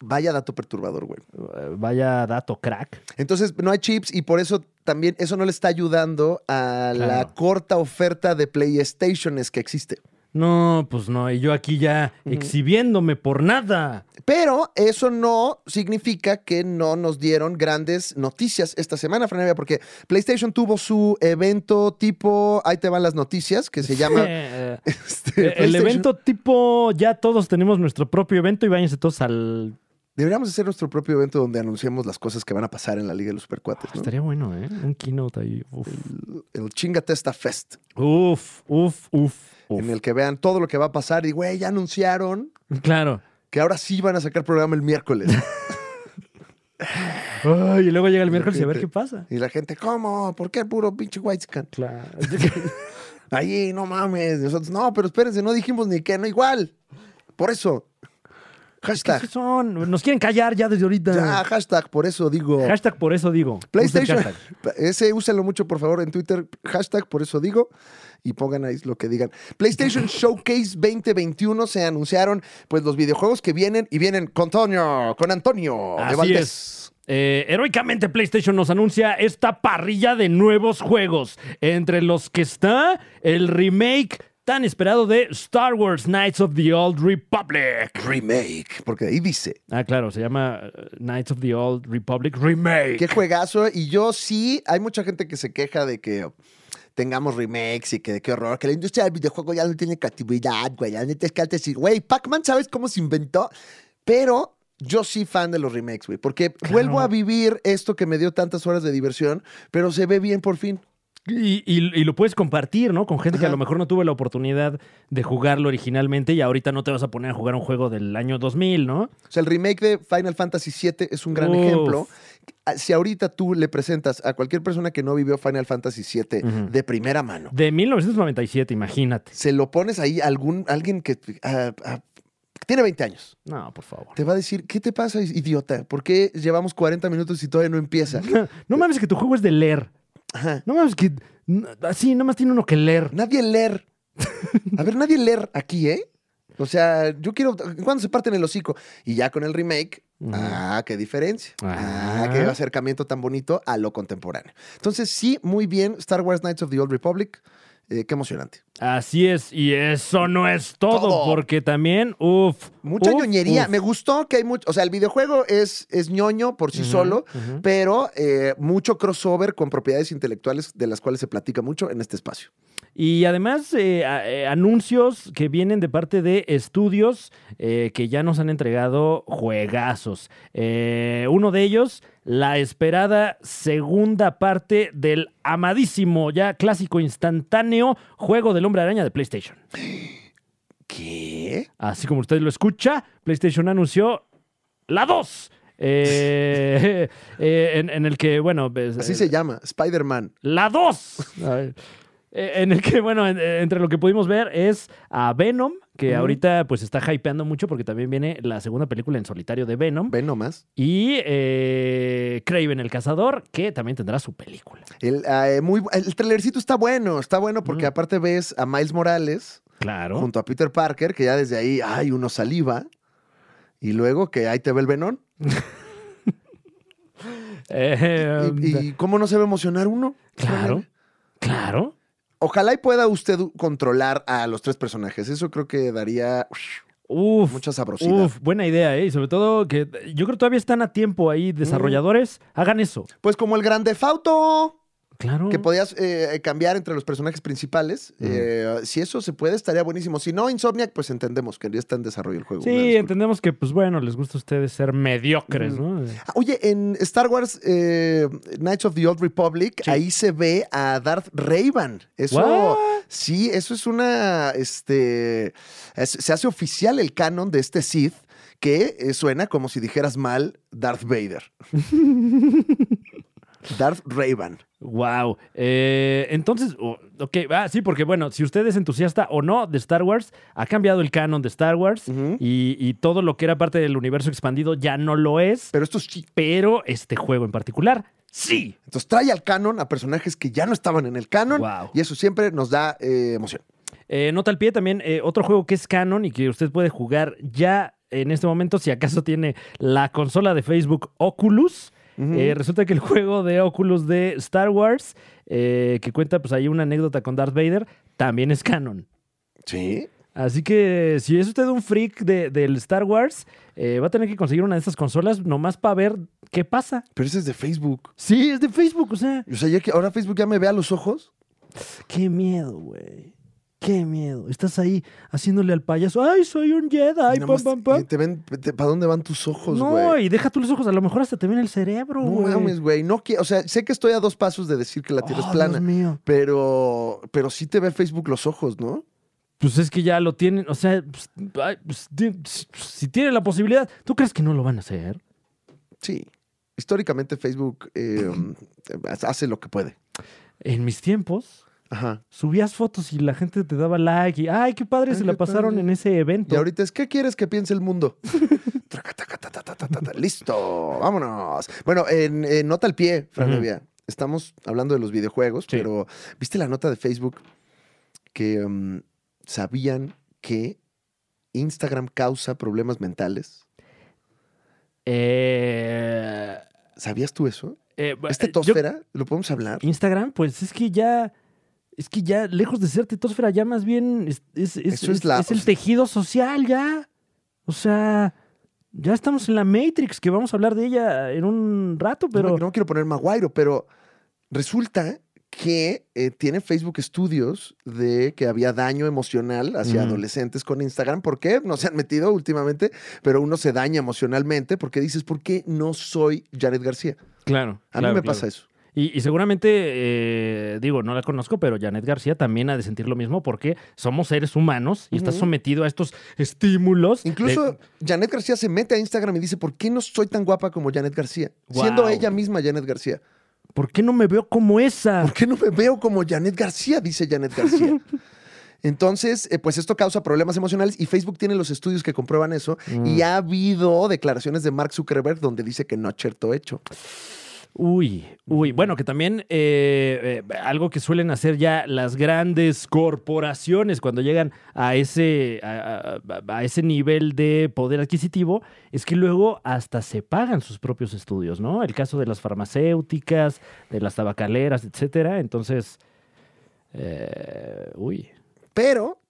Speaker 2: Vaya dato perturbador, güey.
Speaker 1: Eh, Vaya dato crack.
Speaker 2: Entonces, no hay chips y por eso también eso no le está ayudando a la
Speaker 1: Claro.
Speaker 2: corta oferta de PlayStations que existe.
Speaker 1: No, pues no. Y yo aquí ya exhibiéndome por nada.
Speaker 2: Pero eso no significa que no nos dieron grandes noticias esta semana, Franevia, porque PlayStation tuvo su evento tipo, ahí te van las noticias, que se llama...
Speaker 1: Eh,
Speaker 2: este,
Speaker 1: eh, el
Speaker 2: PlayStation.
Speaker 1: evento tipo, ya todos tenemos nuestro propio evento y váyanse todos al...
Speaker 2: Deberíamos hacer nuestro propio evento donde anunciemos las cosas que van a pasar en la Liga de los Supercuates, ¿no?
Speaker 1: Estaría bueno, ¿eh? Un keynote ahí. Uf.
Speaker 2: el Chingatesta Fest,
Speaker 1: Uf, uf, uf.
Speaker 2: en el que vean todo lo que va a pasar y, güey, ya anunciaron
Speaker 1: Claro.
Speaker 2: que ahora sí van a sacar programa el miércoles.
Speaker 1: Ay, y luego llega
Speaker 2: Pues
Speaker 1: el miércoles y a ver qué pasa.
Speaker 2: y la gente, ¿cómo? ¿Por qué puro pinche Whitescan?
Speaker 1: Claro.
Speaker 2: Ah. Ahí, no mames. Nosotros, no, pero espérense, no dijimos ni qué, no, igual. Por eso. Hashtag.
Speaker 1: ¿Qué son? Nos quieren callar ya desde ahorita.
Speaker 2: Ya, hashtag, por eso digo.
Speaker 1: Hashtag por eso digo.
Speaker 2: PlayStation.
Speaker 1: Usen hashtag.
Speaker 2: Ese úsenlo mucho, por favor, en Twitter. Hashtag, por eso digo. Y pongan ahí lo que digan. PlayStation Showcase 2021 se anunciaron pues los videojuegos que vienen y vienen con Antonio, con Antonio de
Speaker 1: Así
Speaker 2: Valdés.
Speaker 1: es. Eh, heroicamente PlayStation nos anuncia esta parrilla de nuevos juegos, entre los que está el remake tan esperado de Star Wars Knights of the Old Republic.
Speaker 2: Remake, porque ahí dice.
Speaker 1: Ah, claro, se llama eh, Knights of the Old Republic Remake.
Speaker 2: Qué juegazo. Y yo sí, hay mucha gente que se queja de que tengamos remakes y que qué horror, que la industria del videojuego ya no tiene creatividad, güey. La neta es que antes sí, güey, Pac-Man, ¿sabes cómo se inventó? Pero yo sí fan de los remakes, güey, porque vuelvo a vivir esto que me dio tantas horas de diversión, pero se ve bien por fin.
Speaker 1: Y, y- y lo puedes compartir, ¿no? Con gente que a
Speaker 2: Ajá.
Speaker 1: lo mejor no tuvo la oportunidad de jugarlo originalmente y ahorita no te vas a poner a jugar un juego del año 2000, ¿no?
Speaker 2: O sea, el remake de Final Fantasy VII es un gran
Speaker 1: Uf.
Speaker 2: ejemplo. Si ahorita tú le presentas a cualquier persona que no vivió Final Fantasy VII
Speaker 1: Ujú.
Speaker 2: de primera mano,
Speaker 1: De 1997, imagínate.
Speaker 2: se lo pones ahí a algún, alguien que ah, ah, tiene 20 años.
Speaker 1: No, por favor.
Speaker 2: Te va a decir, ¿qué te pasa, idiota? ¿Por qué llevamos 40 minutos y todavía no empieza?
Speaker 1: No mames que tu juego es de leer.
Speaker 2: Ajá.
Speaker 1: No mames que... n- Así, nada más tiene uno que leer.
Speaker 2: Nadie leer. A ver, nadie leer aquí, ¿eh? O sea, yo quiero. ¿Cuándo se parten el hocico? Y ya con el remake.
Speaker 1: Ujú.
Speaker 2: Ah, qué diferencia. Ah,
Speaker 1: Ah.
Speaker 2: qué acercamiento tan bonito a lo contemporáneo. Entonces, sí, muy bien. Star Wars Knights of the Old Republic. Eh, qué emocionante.
Speaker 1: Así es, y eso no es todo,
Speaker 2: Todo.
Speaker 1: porque también, uff.
Speaker 2: Mucha ñoñería. Me gustó que hay mucho. O sea, el videojuego es, es ñoño por sí solo, pero eh, mucho crossover con propiedades intelectuales de las cuales se platica mucho en este espacio.
Speaker 1: Y además, eh, a- eh, anuncios que vienen de parte de estudios eh, que ya nos han entregado juegazos. Eh, uno de ellos, la esperada segunda parte del amadísimo, ya clásico instantáneo juego del hombre araña de PlayStation.
Speaker 2: ¿Qué?
Speaker 1: Así como usted lo escucha, PlayStation anunció la 2. eh, eh, en, en el que, bueno... pues,
Speaker 2: Así
Speaker 1: eh,
Speaker 2: se llama, Spider-Man.
Speaker 1: ¡La 2! en el que, bueno, en- eh, entre lo que pudimos ver es a Venom, que
Speaker 2: Ujú.
Speaker 1: ahorita pues está hypeando mucho porque también viene la segunda película en solitario de Venom.
Speaker 2: Ven nomás.
Speaker 1: Y eh, Craven el Cazador, que también tendrá su película.
Speaker 2: El, ah, eh, muy, bu- el trailercito está bueno, está bueno porque
Speaker 1: Mm.
Speaker 2: aparte ves a Miles Morales
Speaker 1: Claro.
Speaker 2: junto a Peter Parker, que ya desde ahí hay uno saliva. Y luego que ahí te ve el venón.
Speaker 1: Eh,
Speaker 2: ¿Y, y cómo no se va a emocionar uno?
Speaker 1: claro, claro.
Speaker 2: Ojalá y pueda usted controlar a los tres personajes. Eso creo que daría ush,
Speaker 1: Uf,
Speaker 2: mucha sabrosidad.
Speaker 1: uf, buena idea, ¿eh? Y sobre todo que yo creo que todavía están a tiempo ahí, desarrolladores, hagan eso.
Speaker 2: Pues como el Grande Fauto,
Speaker 1: Claro.
Speaker 2: que podías eh, cambiar entre los personajes principales.
Speaker 1: Mm.
Speaker 2: Eh, si eso se puede, estaría buenísimo. Si no, Insomniac, pues entendemos que ya está en desarrollo el juego. Una
Speaker 1: Sí,
Speaker 2: disculpa.
Speaker 1: entendemos que, pues bueno, les gusta a ustedes ser mediocres, ¿no?
Speaker 2: Ah, Oye, en Star Wars eh, Knights of the Old Republic,
Speaker 1: Sí.
Speaker 2: ahí se ve a Darth Raven. Eso.
Speaker 1: What?
Speaker 2: Sí, eso es una. Este. es- se hace oficial el canon de este Sith que eh, suena como si dijeras mal Darth Vader. Darth Raven.
Speaker 1: Wow. Eh, entonces, o- ok, ah, sí, porque bueno, si usted es entusiasta o no de Star Wars, ha cambiado el canon de Star Wars
Speaker 2: Ujú.
Speaker 1: y, y todo lo que era parte del universo expandido ya no lo es,
Speaker 2: Pero esto es chi-
Speaker 1: pero este juego en particular, sí.
Speaker 2: Entonces trae al canon a personajes que ya no estaban en el canon.
Speaker 1: Wow.
Speaker 2: Y eso siempre nos da eh, emoción.
Speaker 1: Eh, nota al pie también, eh, otro juego que es canon y que usted puede jugar ya en este momento, si acaso tiene la consola de Facebook Oculus.
Speaker 2: Ujú.
Speaker 1: Eh, resulta que el juego de Oculus de Star Wars, eh, que cuenta pues ahí una anécdota con Darth Vader, también es canon.
Speaker 2: Sí.
Speaker 1: Así que si es usted un freak de- del Star Wars, eh, va a tener que conseguir una de estas consolas nomás para ver qué pasa.
Speaker 2: Pero ese es de Facebook.
Speaker 1: Sí, es de Facebook, o sea.
Speaker 2: O sea, ya que ahora Facebook ya me ve a los ojos.
Speaker 1: Qué miedo, güey. Qué miedo. Estás ahí haciéndole al payaso. ¡Ay, soy un Jedi! pam,
Speaker 2: Y nomás
Speaker 1: pam, pam".
Speaker 2: te- te ven, ¿para dónde van tus ojos,
Speaker 1: no,
Speaker 2: güey?
Speaker 1: y deja tú los ojos. A lo mejor hasta te viene el cerebro,
Speaker 2: No
Speaker 1: güey.
Speaker 2: mames, güey. No qui- o sea, sé que estoy a dos pasos de decir que la Tierra
Speaker 1: Oh,
Speaker 2: es plana,
Speaker 1: Dios mío.
Speaker 2: pero, pero sí te ve Facebook los ojos, ¿no?
Speaker 1: Pues es que ya lo tienen. O sea, pues, ay, pues, ti- si tienen la posibilidad, ¿tú crees que no lo van a hacer?
Speaker 2: Sí. Históricamente Facebook eh, hace lo que puede.
Speaker 1: En mis tiempos,
Speaker 2: Ajá.
Speaker 1: subías fotos y la gente te daba like. Y, ¡ay, qué padre!
Speaker 2: Ay,
Speaker 1: se la
Speaker 2: qué
Speaker 1: pasaron
Speaker 2: padre.
Speaker 1: en ese
Speaker 2: Y
Speaker 1: evento.
Speaker 2: ahorita es, ¿qué quieres que piense el mundo? Traca, taca, ta, ta, ta, ta, ta, ta. Listo, vámonos. Bueno, en, en nota al pie, Fran
Speaker 1: Ujú.
Speaker 2: Evia, Estamos hablando de los videojuegos,
Speaker 1: Sí.
Speaker 2: pero ¿viste la nota de Facebook que mm, sabían que Instagram causa problemas mentales?
Speaker 1: Eh,
Speaker 2: ¿Sabías tú eso?
Speaker 1: eh, bu-
Speaker 2: ¿Este
Speaker 1: yo-
Speaker 2: tosfera? ¿Lo podemos hablar?
Speaker 1: Instagram, pues es que ya. Es que ya, lejos de ser tetósfera, ya más bien es, es- es-
Speaker 2: Eso es
Speaker 1: es-
Speaker 2: la-
Speaker 1: es el tejido social, ya. O sea, ya estamos en la Matrix, que vamos a hablar de ella en un rato,
Speaker 2: No me-
Speaker 1: pero.
Speaker 2: no, quiero poner maguairo, pero resulta que eh, tiene Facebook estudios de que había daño emocional hacia
Speaker 1: Ujú.
Speaker 2: adolescentes con Instagram. ¿Por qué? No se han metido últimamente, pero uno se daña emocionalmente porque dices, ¿por qué no soy Jared García?
Speaker 1: Claro.
Speaker 2: A mí me pasa eso.
Speaker 1: Y, y seguramente, eh, digo, no la conozco, pero Janet García también ha de sentir lo mismo porque somos seres humanos y está
Speaker 2: Ujú.
Speaker 1: sometido a estos estímulos. de-
Speaker 2: Incluso Janet García se mete a Instagram y dice, ¿por qué no soy tan guapa como Janet García?
Speaker 1: Guau.
Speaker 2: Siendo ella misma Janet García.
Speaker 1: ¿Por qué no me veo como esa?
Speaker 2: ¿Por qué no me veo como Janet García? Dice Janet García. Entonces, eh, pues esto causa problemas emocionales y Facebook tiene los estudios que comprueban eso
Speaker 1: Mm.
Speaker 2: y ha habido declaraciones de Mark Zuckerberg donde dice que no acertó hecho.
Speaker 1: Uy, uy. Bueno, que también eh, eh, algo que suelen hacer ya las grandes corporaciones cuando llegan a ese, a, a- a ese nivel de poder adquisitivo es que luego hasta se pagan sus propios estudios, ¿no? El caso de las farmacéuticas, de las tabacaleras, etcétera. Entonces, eh, uy.
Speaker 2: Pero,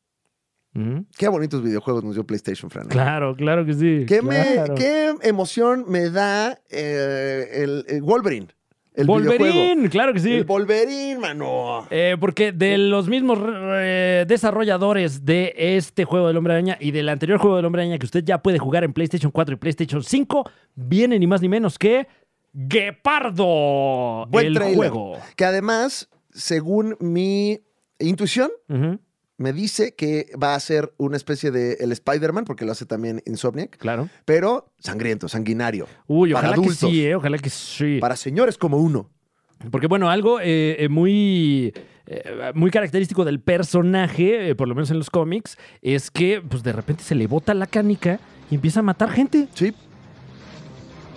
Speaker 1: Mm.
Speaker 2: qué bonitos videojuegos nos dio PlayStation, Fran.
Speaker 1: Claro, claro que sí.
Speaker 2: ¿Qué, me-
Speaker 1: claro.
Speaker 2: qué emoción me da eh, el, el Wolverine? El videojuego.
Speaker 1: Wolverine, claro que sí.
Speaker 2: El Wolverine, mano.
Speaker 1: Eh, porque de los mismos eh, desarrolladores de este juego del Hombre Araña y del anterior juego del Hombre Araña que usted ya puede jugar en PlayStation 4 y PlayStation 5, viene ni más ni menos que Guepardo,
Speaker 2: Buen
Speaker 1: el
Speaker 2: tráiler.
Speaker 1: juego.
Speaker 2: Que además, según mi intuición,
Speaker 1: Ujú.
Speaker 2: me dice que va a ser una especie de el Spider-Man, porque lo hace también Insomniac,
Speaker 1: Claro.
Speaker 2: pero sangriento, sanguinario.
Speaker 1: Uy,
Speaker 2: Para
Speaker 1: ojalá
Speaker 2: adultos.
Speaker 1: que sí, ¿eh? ojalá que sí.
Speaker 2: Para señores como uno.
Speaker 1: Porque bueno, algo eh, eh, muy, eh, muy característico del personaje, eh, por lo menos en los cómics, es que pues de repente se le bota la canica y empieza a matar gente.
Speaker 2: Sí,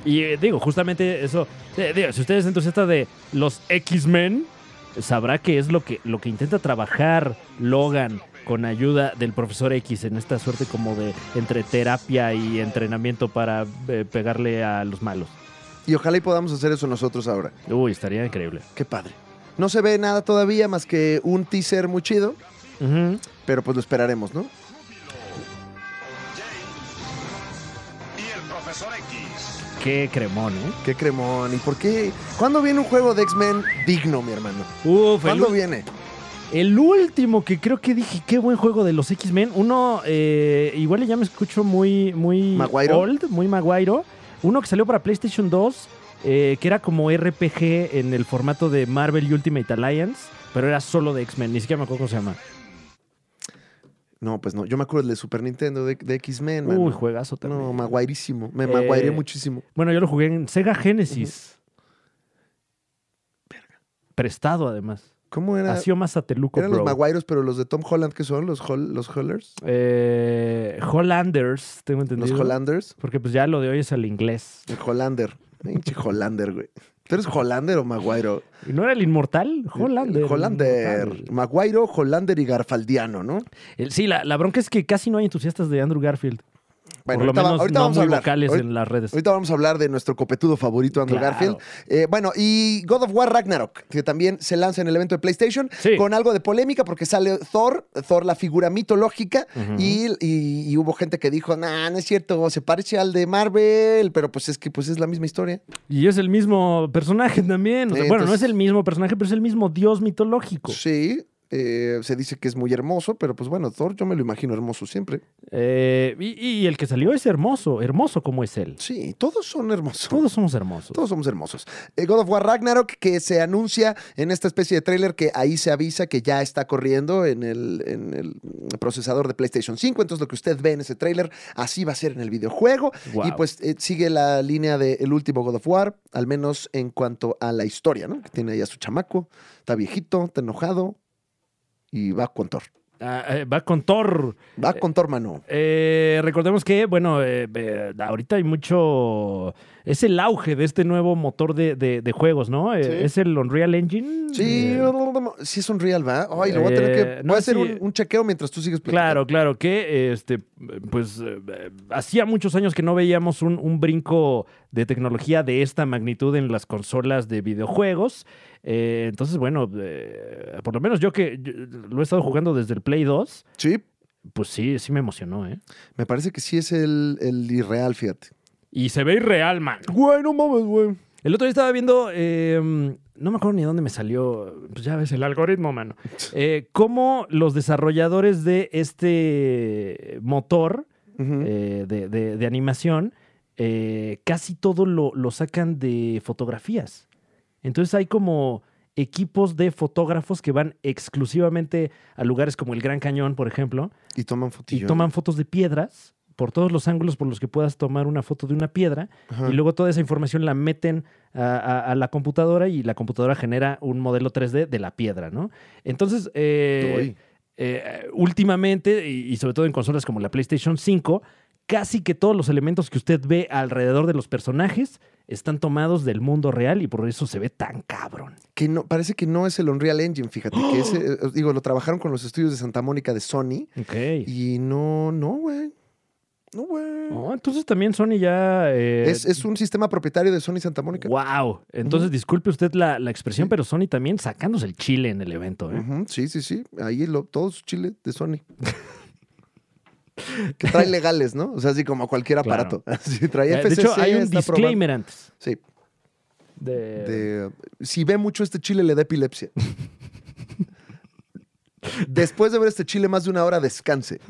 Speaker 1: Y eh, digo, justamente eso, eh, digo, si usted es entusiasta de los X-Men, sabrá que es lo que, lo que intenta trabajar Logan con ayuda del profesor X en esta suerte como de entre terapia y entrenamiento para eh, pegarle a los malos.
Speaker 2: y ojalá y podamos hacer eso nosotros ahora.
Speaker 1: Uy, estaría increíble.
Speaker 2: Qué padre. No se ve nada todavía más que un teaser muy chido,
Speaker 1: Ujú.
Speaker 2: pero pues lo esperaremos, ¿no?
Speaker 3: Jay y el profesor X.
Speaker 1: Qué cremón, ¿eh?
Speaker 2: Qué cremón. ¿Y por qué? ¿Cuándo viene un juego de X-Men digno, mi hermano?
Speaker 1: Uf, el,
Speaker 2: ¿Cuándo viene?
Speaker 1: el último que creo que dije, qué buen juego de los X-Men. Uno, eh, igual ya me escucho muy, muy
Speaker 2: Maguairo.
Speaker 1: old, muy maguairo. Uno que salió para PlayStation 2, eh, que era como RPG en el formato de Marvel y Ultimate Alliance, pero era solo de X-Men, ni siquiera me acuerdo cómo se llama.
Speaker 2: No, pues no. Yo me acuerdo del de Super Nintendo de, de X-Men, mano.
Speaker 1: Uy, juegazo también.
Speaker 2: No, maguairísimo. Me
Speaker 1: Eh,
Speaker 2: maguairé muchísimo.
Speaker 1: Bueno, yo lo jugué en Sega Genesis. Prestado, además.
Speaker 2: ¿Cómo era?
Speaker 1: Así o más sateluco,
Speaker 2: Eran los
Speaker 1: bro.
Speaker 2: maguairos, pero los de Tom Holland, ¿qué son? ¿Los, Hol- los Hollers?
Speaker 1: Eh, Hollanders, tengo entendido.
Speaker 2: ¿Los Hollanders?
Speaker 1: Porque pues ya lo de hoy es el inglés.
Speaker 2: El Hollander. Pinche Hollander, güey. ¿Tú eres Hollander o Maguairo?
Speaker 1: ¿Y ¿No era el inmortal? Hollander. el
Speaker 2: Hollander.
Speaker 1: inmortal.
Speaker 2: Maguairo, Hollander y Garfaldiano, ¿no?
Speaker 1: El- sí, la, la bronca es que casi no hay entusiastas de Andrew Garfield.
Speaker 2: Bueno,
Speaker 1: Por lo
Speaker 2: ahorita, va-
Speaker 1: menos
Speaker 2: ahorita
Speaker 1: no
Speaker 2: vamos a
Speaker 1: muy
Speaker 2: hablar.
Speaker 1: vocales
Speaker 2: Ahorita-
Speaker 1: en las redes.
Speaker 2: Ahorita vamos a hablar de nuestro copetudo favorito, Andrew
Speaker 1: Claro.
Speaker 2: Garfield. Eh, bueno, y God of War Ragnarok, que también se lanza en el evento de PlayStation,
Speaker 1: Sí.
Speaker 2: con algo de polémica porque sale Thor, Thor la figura mitológica,
Speaker 1: Ujú.
Speaker 2: y, y- y hubo gente que dijo, nah, no es cierto, se parece al de Marvel, pero pues es que pues es la misma historia.
Speaker 1: Y es el mismo personaje también. O sea,
Speaker 2: Eh,
Speaker 1: bueno, no es
Speaker 2: entonces-
Speaker 1: el mismo personaje, pero es el mismo dios mitológico.
Speaker 2: Sí, eh, se dice que es muy hermoso, pero pues bueno, Thor yo me lo imagino hermoso siempre.
Speaker 1: Eh, y, y el que salió es hermoso, hermoso como es él.
Speaker 2: Sí, todos son hermosos.
Speaker 1: Todos somos hermosos.
Speaker 2: Todos somos hermosos. Eh, God of War Ragnarok, que se anuncia en esta especie de tráiler que ahí se avisa que ya está corriendo en el, en el procesador de PlayStation 5. Entonces, lo que usted ve en ese tráiler, así va a ser en el videojuego.
Speaker 1: Wow.
Speaker 2: Y pues eh, sigue la línea del último God of War, al menos en cuanto a la historia, ¿no? Que tiene ahí a su chamaco, está viejito, está enojado y va con Thor.
Speaker 1: Ah, eh, va con Thor.
Speaker 2: Va con Thor, mano.
Speaker 1: Eh, recordemos que, bueno, eh, eh, ahorita hay mucho. Es el auge de este nuevo motor de, de- de juegos, ¿no? Eh,
Speaker 2: Sí.
Speaker 1: Es el Unreal Engine.
Speaker 2: Sí,
Speaker 1: Eh,
Speaker 2: sí es un real, ¿va? Ay, lo voy a tener que.
Speaker 1: Eh,
Speaker 2: Voy
Speaker 1: no,
Speaker 2: a hacer
Speaker 1: sí.
Speaker 2: un, un chequeo mientras tú sigues
Speaker 1: Claro,
Speaker 2: platicando.
Speaker 1: claro, que este, pues eh, eh, hacía muchos años que no veíamos un, un brinco de tecnología de esta magnitud en las consolas de videojuegos. Eh, entonces, bueno, eh, por lo menos yo que yo lo he estado jugando desde el Play 2,
Speaker 2: Sí,
Speaker 1: pues sí, sí me emocionó, ¿eh?
Speaker 2: Me parece que sí es el, el irreal, fíjate.
Speaker 1: Y se ve irreal, man.
Speaker 2: Güey, no mames, güey.
Speaker 1: El otro día estaba viendo, eh, no me acuerdo ni dónde me salió, pues ya ves, el algoritmo, mano. Eh, cómo los desarrolladores de este motor eh, de, de- de animación, eh, casi todo lo, lo sacan de fotografías. Entonces hay como equipos de fotógrafos que van exclusivamente a lugares como el Gran Cañón, por ejemplo,
Speaker 2: y toman fotillo.
Speaker 1: y toman fotos de piedras por todos los ángulos por los que puedas tomar una foto de una piedra,
Speaker 2: Ajá.
Speaker 1: y luego toda esa información la meten a, a- a la computadora y la computadora genera un modelo 3D de la piedra, ¿no? Entonces, eh,
Speaker 2: Uy.
Speaker 1: eh, últimamente, y, y sobre todo en consolas como la PlayStation 5, casi que todos los elementos que usted ve alrededor de los personajes están tomados del mundo real y por eso se ve tan cabrón.
Speaker 2: Que no, parece que no es el Unreal Engine, fíjate. Que ese, eh, digo, lo trabajaron con los estudios de Santa Mónica de Sony.
Speaker 1: Ok.
Speaker 2: Y no, no, güey. No, güey.
Speaker 1: entonces también Sony ya... eh,
Speaker 2: es, es un sistema propietario de Sony Santa Mónica.
Speaker 1: Wow. Entonces, disculpe usted la, la expresión,
Speaker 2: Sí.
Speaker 1: pero Sony también sacándose el chile en el evento. ¿eh?
Speaker 2: Ujú, Sí, sí, sí. Ahí lo, todos chiles de Sony. que trae legales, ¿no? O sea, así como cualquier
Speaker 1: Claro.
Speaker 2: aparato. Así trae
Speaker 1: Eh, de hecho,
Speaker 2: FCC,
Speaker 1: hay un
Speaker 2: está aprobado.
Speaker 1: disclaimer Eh. antes.
Speaker 2: Sí.
Speaker 1: De,
Speaker 2: de, si ve mucho este chile, le da epilepsia. Después de ver este chile más de una hora, descanse.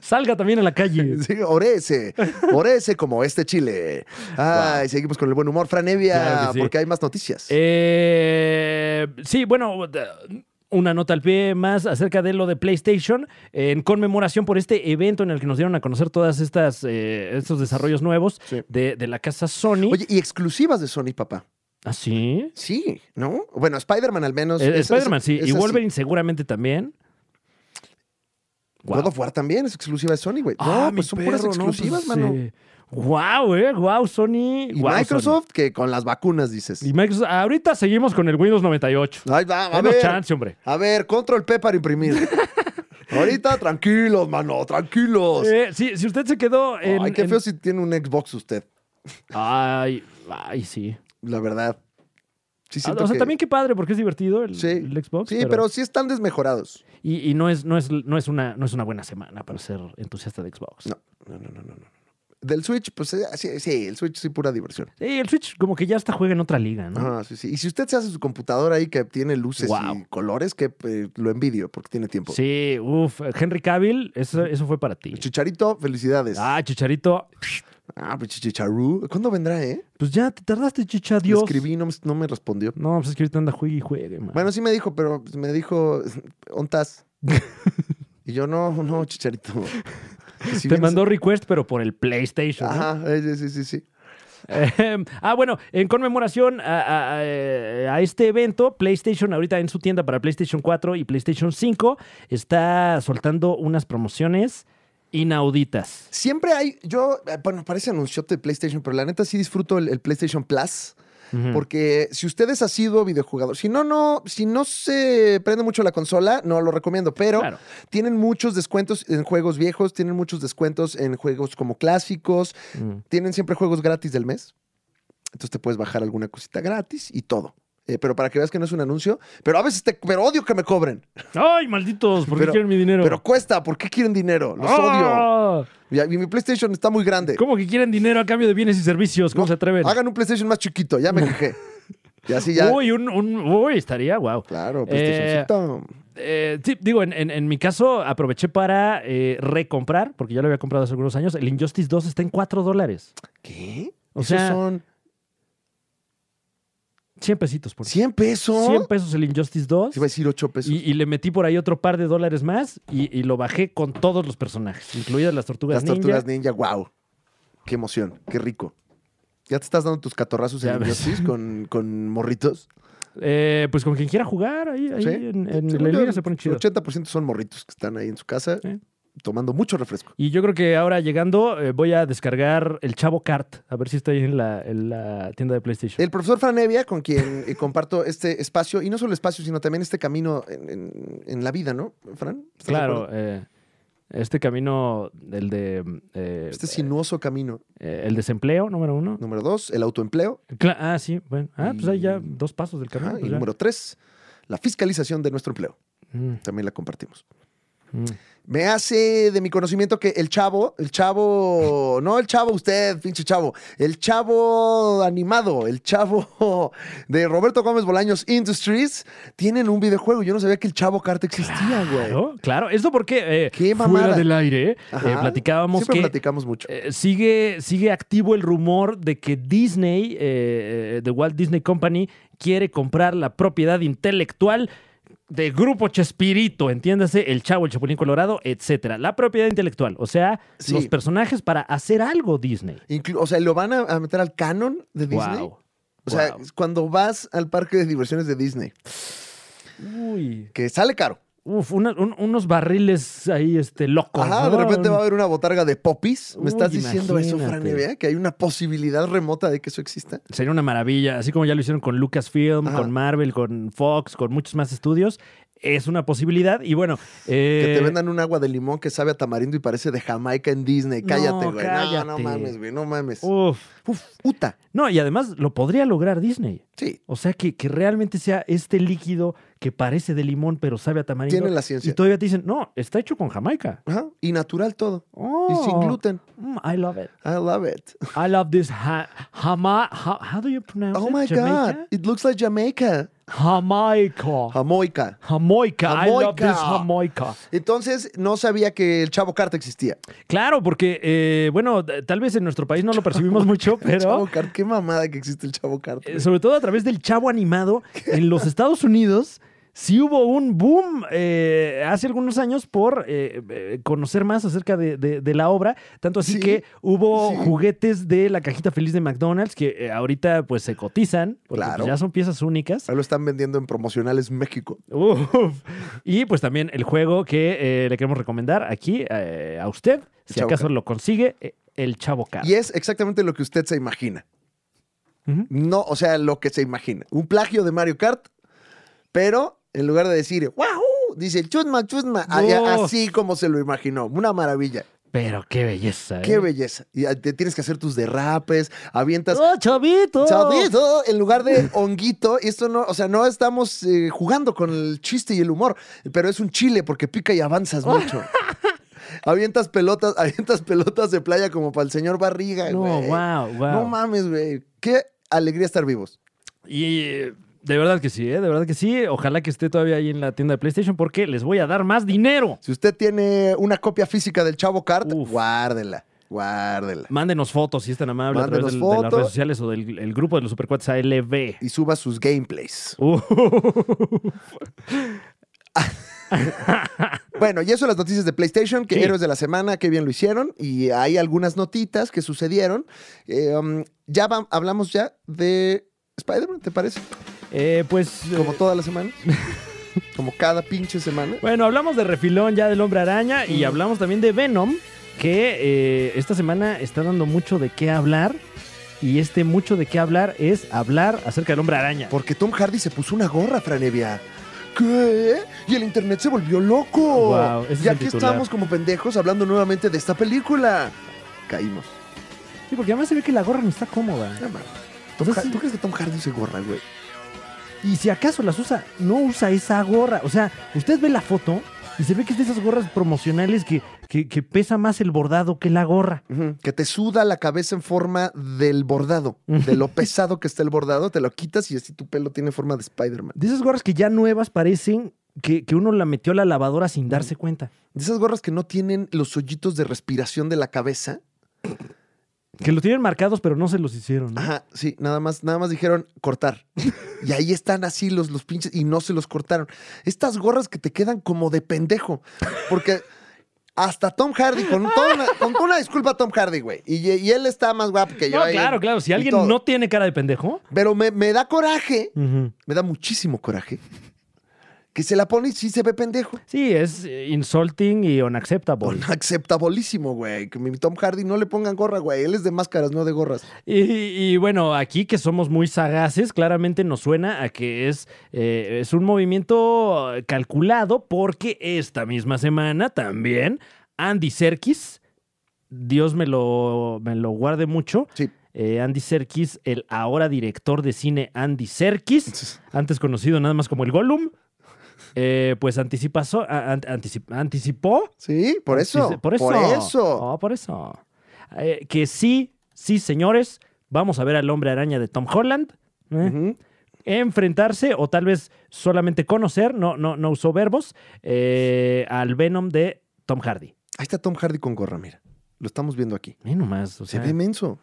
Speaker 1: Salga también a la calle.
Speaker 2: Sí, orece, orece como este chile. Ay, seguimos con el buen humor, Franevia,
Speaker 1: Claro que sí.
Speaker 2: porque hay más noticias.
Speaker 1: Eh, sí, bueno, de- una nota al pie más acerca de lo de PlayStation en conmemoración por este evento en el que nos dieron a conocer todas estas eh, estos desarrollos nuevos
Speaker 2: Sí.
Speaker 1: de, de la casa Sony.
Speaker 2: Oye, y exclusivas de Sony, papá.
Speaker 1: ¿Ah, sí?
Speaker 2: Sí, ¿no? Bueno, Spider-Man al menos.
Speaker 1: Eh,
Speaker 2: es- es-
Speaker 1: Spider-Man, sí.
Speaker 2: es
Speaker 1: y
Speaker 2: así.
Speaker 1: Wolverine seguramente también. Guau.
Speaker 2: God of War también es exclusiva de Sony, güey.
Speaker 1: Ah,
Speaker 2: no, pues
Speaker 1: mi
Speaker 2: son puras
Speaker 1: perro, no,
Speaker 2: exclusivas,
Speaker 1: pues,
Speaker 2: mano.
Speaker 1: eh, Guau, eh, guau, Sony.
Speaker 2: Y
Speaker 1: guau,
Speaker 2: Microsoft, que con las vacunas dices.
Speaker 1: Sony. Y Microsoft. Ahorita seguimos con el Windows 98.
Speaker 2: Ahí va, a
Speaker 1: Denos
Speaker 2: ver.
Speaker 1: chance, hombre.
Speaker 2: A ver, control P para imprimir. Ahorita, tranquilos, mano, tranquilos.
Speaker 1: Eh, sí, si usted se quedó Eh, en.
Speaker 2: Ay, qué
Speaker 1: en-
Speaker 2: feo si tiene un Xbox usted,
Speaker 1: Ay, ay, sí.
Speaker 2: la verdad. Sí,
Speaker 1: Ah,
Speaker 2: siento
Speaker 1: o sea,
Speaker 2: que-
Speaker 1: también qué padre, porque es divertido el,
Speaker 2: Sí,
Speaker 1: el Xbox.
Speaker 2: sí, pero... sí están desmejorados.
Speaker 1: Y, y no, es, no, es, no, es una, no es una buena semana para ser entusiasta de Xbox.
Speaker 2: No, no, no, no, no. no. Del Switch, pues eh, sí, sí, el Switch sí pura diversión.
Speaker 1: Sí, el Switch como que ya hasta juega en otra liga, ¿no?
Speaker 2: Ajá, sí, sí. Y si usted se hace su computadora ahí que tiene luces y
Speaker 1: Guau.
Speaker 2: colores, que eh, lo envidio porque tiene tiempo.
Speaker 1: Sí, uff. Henry Cavill, eso, eso fue para ti.
Speaker 2: Chicharito, felicidades. Ah,
Speaker 1: Ah, Chicharito.
Speaker 2: pues Chicharú. ¿Cuándo vendrá, eh?
Speaker 1: Pues ya te tardaste, Chicha,
Speaker 2: Le
Speaker 1: Dios.
Speaker 2: escribí, no, me- no me respondió.
Speaker 1: No, pues es que ahorita anda juegue y juegue, man.
Speaker 2: Bueno, sí me dijo, pero pues, me dijo, ontas. y yo, no, no, Chicharito. Que si
Speaker 1: te
Speaker 2: vienes-
Speaker 1: mandó request, pero por el PlayStation. ¿no?
Speaker 2: Ajá, eh, sí, sí, sí, sí.
Speaker 1: Ejem. ah, bueno, en conmemoración a, a- a, eh, a este evento, PlayStation ahorita en su tienda para PlayStation 4 y PlayStation 5 está soltando unas promociones inauditas.
Speaker 2: Siempre hay, yo, eh, bueno, parece anunciote de PlayStation, pero la neta sí disfruto el, el PlayStation Plus.
Speaker 1: Ujú.
Speaker 2: Porque si usted es asiduo videojugador, si no, no, si no se prende mucho la consola, no lo recomiendo, pero
Speaker 1: Claro.
Speaker 2: tienen muchos descuentos en juegos viejos, tienen muchos descuentos en juegos como clásicos,
Speaker 1: Mm.
Speaker 2: tienen siempre juegos gratis del mes. Entonces te puedes bajar alguna cosita gratis y todo. Eh, pero para que veas que no es un anuncio, pero a veces te, pero odio que me cobren.
Speaker 1: Ay, malditos, ¿por qué
Speaker 2: Pero-
Speaker 1: quieren mi dinero?
Speaker 2: Pero cuesta, ¿por qué quieren dinero? Los odio.
Speaker 1: ¡Ah!
Speaker 2: Y, a- y mi PlayStation está muy grande.
Speaker 1: ¿Cómo que quieren dinero a cambio de bienes y servicios? ¿Cómo
Speaker 2: No,
Speaker 1: se atreven?
Speaker 2: Hagan un PlayStation más chiquito, ya me quejé. y así ya.
Speaker 1: Uy, un, un- uy, estaría wow.
Speaker 2: Claro,
Speaker 1: Eh,
Speaker 2: PlayStationcito.
Speaker 1: Eh, sí, digo, en, en- en mi caso aproveché para eh, recomprar, porque ya lo había comprado hace algunos años, el Injustice 2 está en 4 dólares.
Speaker 2: ¿Qué?
Speaker 1: O
Speaker 2: Esos
Speaker 1: sea,
Speaker 2: son
Speaker 1: 100 pesitos por
Speaker 2: 100 pesos.
Speaker 1: 100 pesos el Injustice 2.
Speaker 2: Se iba a decir 8 pesos.
Speaker 1: Y, y le metí por ahí otro par de dólares más y, y lo bajé con todos los personajes, incluidas las tortugas
Speaker 2: Las
Speaker 1: ninja.
Speaker 2: tortugas ninja, wow. Qué emoción, qué rico. ¿Ya te estás dando tus catorrazos
Speaker 1: Ya
Speaker 2: en
Speaker 1: ves.
Speaker 2: Injustice con, con morritos?
Speaker 1: Eh, pues con quien quiera jugar, ahí, ahí
Speaker 2: Sí.
Speaker 1: en, en
Speaker 2: Según
Speaker 1: la
Speaker 2: yo,
Speaker 1: liga se pone chido.
Speaker 2: 80% son morritos que están ahí en su casa
Speaker 1: Sí.
Speaker 2: tomando mucho refresco.
Speaker 1: Y yo creo que ahora llegando eh, voy a descargar el Chavo Kart, a ver si está ahí en la, en la tienda de PlayStation.
Speaker 2: El profesor Franevia, con quien eh, comparto este espacio, y no solo el espacio, sino también este camino en, en- en la vida, ¿no, Fran? ¿Estás de
Speaker 1: claro,
Speaker 2: acuerdo?
Speaker 1: eh, este camino, el de eh,
Speaker 2: Este sinuoso camino.
Speaker 1: eh, el desempleo, número uno.
Speaker 2: Número dos, el autoempleo.
Speaker 1: Cla- ah, sí, bueno. Ah, pues ahí ya
Speaker 2: Y-
Speaker 1: dos pasos del camino.
Speaker 2: Ajá, y
Speaker 1: pues ya.
Speaker 2: número tres, la fiscalización de nuestro empleo.
Speaker 1: Mm,
Speaker 2: También la compartimos.
Speaker 1: mm.
Speaker 2: Me hace de mi conocimiento que el chavo, el chavo, no el chavo usted, pinche chavo, el chavo animado, el chavo de Roberto Gómez Bolaños Industries, tienen un videojuego. Yo no sabía que el chavo carta existía, güey.
Speaker 1: Claro, claro. Esto porque eh,
Speaker 2: Qué mamada.
Speaker 1: fuera del aire eh,
Speaker 2: Ajá.
Speaker 1: platicábamos
Speaker 2: Siempre
Speaker 1: que
Speaker 2: platicamos mucho.
Speaker 1: eh, sigue, sigue activo el rumor de que Disney, eh, eh, The Walt Disney Company, quiere comprar la propiedad intelectual de Grupo Chespirito, entiéndase, El Chavo, El Chapulín Colorado, etcétera. La propiedad intelectual, o sea,
Speaker 2: Sí.
Speaker 1: los personajes para hacer algo Disney.
Speaker 2: Inclu- o sea, ¿lo van a, a meter al canon de Disney?
Speaker 1: Wow.
Speaker 2: O sea,
Speaker 1: Wow.
Speaker 2: es cuando vas al parque de diversiones de Disney,
Speaker 1: Uy.
Speaker 2: que sale caro.
Speaker 1: Uf, una- un- unos barriles ahí, este, locos.
Speaker 2: Ajá,
Speaker 1: ¿no?
Speaker 2: de repente va a haber una botarga de popis. ¿Me
Speaker 1: Uy,
Speaker 2: estás diciendo eso, Fran
Speaker 1: imagínate.
Speaker 2: Evia? ¿Que hay una posibilidad remota de que eso exista?
Speaker 1: Sería una maravilla, así como ya lo hicieron con Lucasfilm,
Speaker 2: Ajá.
Speaker 1: con Marvel, con Fox, con muchos más estudios. Es una posibilidad y bueno... eh,
Speaker 2: Que te vendan un agua de limón que sabe a tamarindo y parece de Jamaica en Disney. Cállate, güey. No, no
Speaker 1: cállate. Oh.
Speaker 2: mames, güey. No mames.
Speaker 1: uf.
Speaker 2: Uf, puta.
Speaker 1: No, y además lo podría lograr Disney.
Speaker 2: Sí,
Speaker 1: O sea, que, que realmente sea este líquido que parece de limón pero sabe a tamarindo.
Speaker 2: tiene la
Speaker 1: y
Speaker 2: ciencia.
Speaker 1: todavía te dicen, no, está hecho con Jamaica.
Speaker 2: Ajá, Y natural todo.
Speaker 1: Oh,
Speaker 2: Y sin gluten.
Speaker 1: Mm, I love it.
Speaker 2: I love it.
Speaker 1: I love this ha- hama... ha- how do you pronounce
Speaker 2: Oh
Speaker 1: it?
Speaker 2: my God.
Speaker 1: Jamaica? Oh.
Speaker 2: It looks like Jamaica.
Speaker 1: Jamaica.
Speaker 2: Jamoica.
Speaker 1: Jamoica. I love this
Speaker 2: Jamoica.
Speaker 1: Jamoica.
Speaker 2: Entonces, no sabía que el Chavo Carta existía.
Speaker 1: Claro, porque, eh, bueno, t- tal vez en nuestro país no lo percibimos mucho,
Speaker 2: Chavo
Speaker 1: pero
Speaker 2: Carta, qué mamada que existe el Chavo Carta.
Speaker 1: eh, sobre todo a través del chavo animado, en los Estados Unidos sí hubo un boom eh, hace algunos años por eh, eh, conocer más acerca de, de- de la obra, tanto así
Speaker 2: Sí,
Speaker 1: que hubo
Speaker 2: sí.
Speaker 1: juguetes de la cajita feliz de McDonald's que eh, ahorita pues se cotizan, porque
Speaker 2: Claro.
Speaker 1: pues, ya son piezas únicas.
Speaker 2: Ahora lo están vendiendo en promocionales México.
Speaker 1: Uf. Y pues también el juego que eh, le queremos recomendar aquí eh, a usted, si
Speaker 2: Chavo
Speaker 1: acaso
Speaker 2: Car.
Speaker 1: lo consigue, eh, el Chavo Car.
Speaker 2: Y es exactamente lo que usted se imagina.
Speaker 1: Ujú.
Speaker 2: No, o sea, lo que se imagina. Un plagio de Mario Kart, pero en lugar de decir ¡Wahoo! Dice chusma, chusma. a-
Speaker 1: No.
Speaker 2: Así como se lo imaginó. Una maravilla.
Speaker 1: Pero qué belleza. ¿eh?
Speaker 2: Qué belleza. Y ah, te tienes que hacer tus derrapes, avientas.
Speaker 1: ¡Oh, chavito!
Speaker 2: Chavito, en lugar de honguito, y esto no, o sea, no estamos eh, jugando con el chiste y el humor, pero es un chile porque pica y avanzas mucho. avientas pelotas, avientas pelotas de playa como para el señor Barriga,
Speaker 1: No,
Speaker 2: güey.
Speaker 1: wow, wow.
Speaker 2: No mames, güey. Qué alegría estar vivos.
Speaker 1: Y eh, de verdad que sí, ¿eh? de verdad que sí. Ojalá que esté todavía ahí en la tienda de PlayStation porque les voy a dar más dinero.
Speaker 2: Si usted tiene una copia física del Chavo Cart,
Speaker 1: Uf.
Speaker 2: guárdela, guárdela.
Speaker 1: Mándenos fotos si es tan amable a través
Speaker 2: Mándenos
Speaker 1: del- de las
Speaker 2: fotos.
Speaker 1: redes sociales o del el grupo de los Supercuates ALB.
Speaker 2: Y suba sus gameplays.
Speaker 1: Uh.
Speaker 2: Bueno, y eso las noticias de PlayStation, que
Speaker 1: Sí.
Speaker 2: héroes de la semana, qué bien lo hicieron. Y hay algunas notitas que sucedieron. Eh, um, ya va- hablamos ya de Spider-Man, ¿te parece?
Speaker 1: Eh, pues.
Speaker 2: Como
Speaker 1: eh,
Speaker 2: toda la semana. Como cada pinche semana.
Speaker 1: Bueno, hablamos de refilón ya del hombre araña y hablamos también de Venom, que eh, esta semana está dando mucho de qué hablar. Y este mucho de qué hablar es hablar acerca del hombre araña.
Speaker 2: Porque Tom Hardy se puso una gorra, Franevia. ¿Qué? Y el internet se volvió loco.
Speaker 1: Guau, ese es
Speaker 2: y
Speaker 1: el
Speaker 2: aquí
Speaker 1: titular.
Speaker 2: estamos como pendejos hablando nuevamente de esta película. Caímos.
Speaker 1: Sí, porque además se ve que la gorra no está cómoda.
Speaker 2: No mames. Tom
Speaker 1: O sea,
Speaker 2: Har-
Speaker 1: sí.
Speaker 2: ¿Tú crees que Tom Hardy se gorra, güey?
Speaker 1: Y si acaso las usa, no usa esa gorra. O sea, usted ve la foto y se ve que es de esas gorras promocionales que, que, que pesa más el bordado que la gorra.
Speaker 2: Ujú, Que te suda la cabeza en forma del bordado, de lo pesado que está el bordado, te lo quitas y así tu pelo tiene forma de Spider-Man.
Speaker 1: De esas gorras que ya nuevas parecen que, que uno la metió a la lavadora sin darse cuenta.
Speaker 2: De esas gorras que no tienen los hoyitos de respiración de la cabeza.
Speaker 1: Que lo tienen marcados, pero no se los hicieron. ¿no?
Speaker 2: Ajá, sí, nada más, nada más dijeron cortar. Y ahí están así los, los pinches y no se los cortaron. Estas gorras que te quedan como de pendejo, porque hasta Tom Hardy, con, toda una, con una disculpa a Tom Hardy, güey, y, y él está más guapo que yo.
Speaker 1: No,
Speaker 2: ahí.
Speaker 1: claro, claro. Si
Speaker 2: y
Speaker 1: alguien
Speaker 2: todo.
Speaker 1: no tiene cara de pendejo.
Speaker 2: Pero me- me da coraje
Speaker 1: ujú.
Speaker 2: me da muchísimo coraje. Que se la pone y sí se ve pendejo.
Speaker 1: Sí, es eh, insulting y unacceptable.
Speaker 2: Aceptabolísimo, güey. Que mi Tom Hardy no le pongan gorra, güey. Él es de máscaras, no de gorras.
Speaker 1: Y, y bueno, aquí que somos muy sagaces, claramente nos suena a que es, eh, es un movimiento eh, calculado porque esta misma semana también Andy Serkis, Dios me lo, me lo guarde mucho,
Speaker 2: Sí.
Speaker 1: eh, Andy Serkis, el ahora director de cine Andy Serkis, antes conocido nada más como el Gollum, eh, pues anticipa, so- a- an- anticip- anticipó
Speaker 2: Sí, por eso.
Speaker 1: Dice, pues, por eso.
Speaker 2: Por eso.
Speaker 1: Oh, por eso. Eh, que sí, sí, señores, vamos a ver al hombre araña de Tom Holland ¿eh?
Speaker 2: Ujú.
Speaker 1: enfrentarse o tal vez solamente conocer, no, no, no usó verbos, eh, al Venom de Tom Hardy.
Speaker 2: Ahí está Tom Hardy con gorra, mira. Lo estamos viendo aquí.
Speaker 1: Ve nomás, o
Speaker 2: Se
Speaker 1: sea,
Speaker 2: ve menso.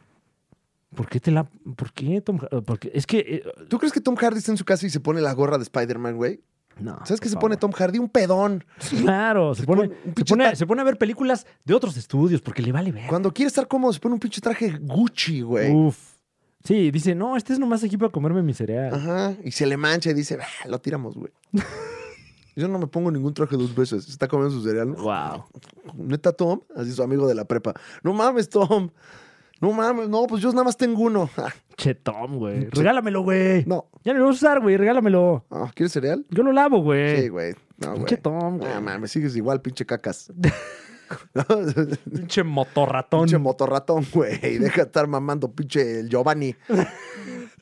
Speaker 1: ¿por qué te la... ¿Por qué Tom Hardy? Porque es que... eh,
Speaker 2: ¿Tú crees que Tom Hardy está en su casa y se pone la gorra de Spider-Man, güey?
Speaker 1: no.
Speaker 2: ¿Sabes
Speaker 1: Ah, por
Speaker 2: qué se pone
Speaker 1: favor.
Speaker 2: Tom Hardy? Un pedón.
Speaker 1: Claro, se,
Speaker 2: Se
Speaker 1: pone,
Speaker 2: pone un
Speaker 1: se,
Speaker 2: pinche
Speaker 1: pone,
Speaker 2: ta-
Speaker 1: se pone a ver películas de otros estudios porque le vale ver.
Speaker 2: Cuando quiere estar cómodo, se pone un pinche traje Gucci, güey.
Speaker 1: Uf. Sí, dice, no, este es nomás aquí para comerme mi cereal.
Speaker 2: Ajá. Y se le mancha y dice, "Bah, lo tiramos, güey. Yo no me pongo ningún traje dos veces. Se está comiendo su cereal. ¿no?
Speaker 1: Wow.
Speaker 2: neta Tom, así su amigo de la prepa. No mames, Tom. No mames, no, pues yo nada más tengo uno. Ah,
Speaker 1: Che, Tom, güey. Regálamelo, güey.
Speaker 2: No,
Speaker 1: Ya no lo vas a usar, güey. Regálamelo.
Speaker 2: Ah, ¿quieres cereal?
Speaker 1: Yo lo lavo,
Speaker 2: Sí,
Speaker 1: güey.
Speaker 2: güey. No, güey.
Speaker 1: Pinche Eh. Tom, güey.
Speaker 2: Ah, mames, sigues igual, pinche cacas.
Speaker 1: Pinche motorratón.
Speaker 2: pinche motorratón, güey. Deja de estar mamando, pinche el Giovanni.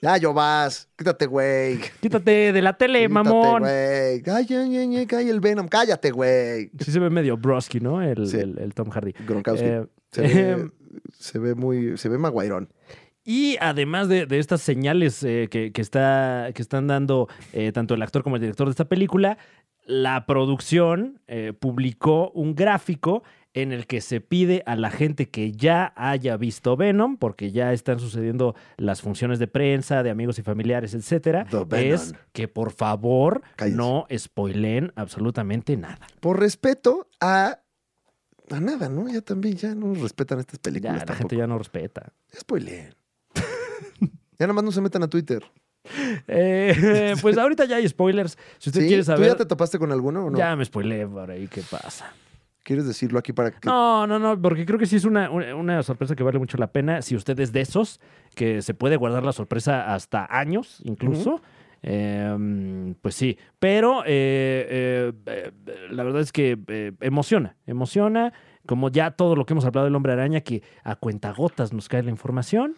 Speaker 2: Ya, Giovás, quítate, güey.
Speaker 1: Quítate de la tele,
Speaker 2: Quítate,
Speaker 1: Eh, mamón.
Speaker 2: güey. Ay, ay, ay, ay, ay, el Venom. Cállate, güey.
Speaker 1: Sí se ve medio broski, ¿no? El,
Speaker 2: Sí.
Speaker 1: el- el Tom Hardy.
Speaker 2: Gronkowski.
Speaker 1: Eh,
Speaker 2: se, ve,
Speaker 1: em,
Speaker 2: se ve muy, se ve maguairón.
Speaker 1: Y además de, de estas señales eh, que, que está, que están dando eh, tanto el actor como el director de esta película, la producción eh, publicó un gráfico en el que se pide a la gente que ya haya visto Venom, porque ya están sucediendo las funciones de prensa, de amigos y familiares, etcétera,
Speaker 2: The Venom.
Speaker 1: es que por favor
Speaker 2: Cállense.
Speaker 1: no spoileen absolutamente nada.
Speaker 2: Por respeto a. A nada, ¿no? Ya también, ya no respetan estas
Speaker 1: Ya,
Speaker 2: películas.
Speaker 1: la
Speaker 2: tampoco.
Speaker 1: gente ya no respeta.
Speaker 2: Ya spoileen. ya nomás no se metan a Twitter.
Speaker 1: Eh, pues ahorita ya hay spoilers. Si usted
Speaker 2: ¿Sí?
Speaker 1: quiere
Speaker 2: ¿Tú
Speaker 1: Pues, saber,
Speaker 2: ya te topaste con alguno o no?
Speaker 1: ya me spoileé por ahí qué pasa.
Speaker 2: ¿Quieres decirlo aquí para que.?
Speaker 1: No, no, no, porque creo que sí es una, una- una sorpresa que vale mucho la pena. Si usted es de esos, que se puede guardar la sorpresa hasta años incluso. eh, pues sí, pero eh, eh, eh, la verdad es que eh, emociona, emociona, como ya todo lo que hemos hablado del hombre araña, que a cuentagotas nos cae la información.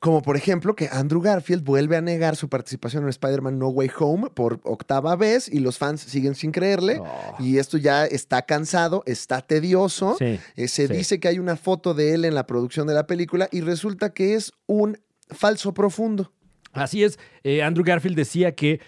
Speaker 2: Como por ejemplo que Andrew Garfield vuelve a negar su participación en Spider-Man No Way Home por octava vez y los fans siguen sin creerle.
Speaker 1: Oh,
Speaker 2: Y esto ya está cansado, está tedioso.
Speaker 1: sí.
Speaker 2: Eh, se
Speaker 1: Sí.
Speaker 2: dice que hay una foto de él en la producción de la película y resulta que es un falso profundo.
Speaker 1: Así es, eh, Andrew Garfield decía que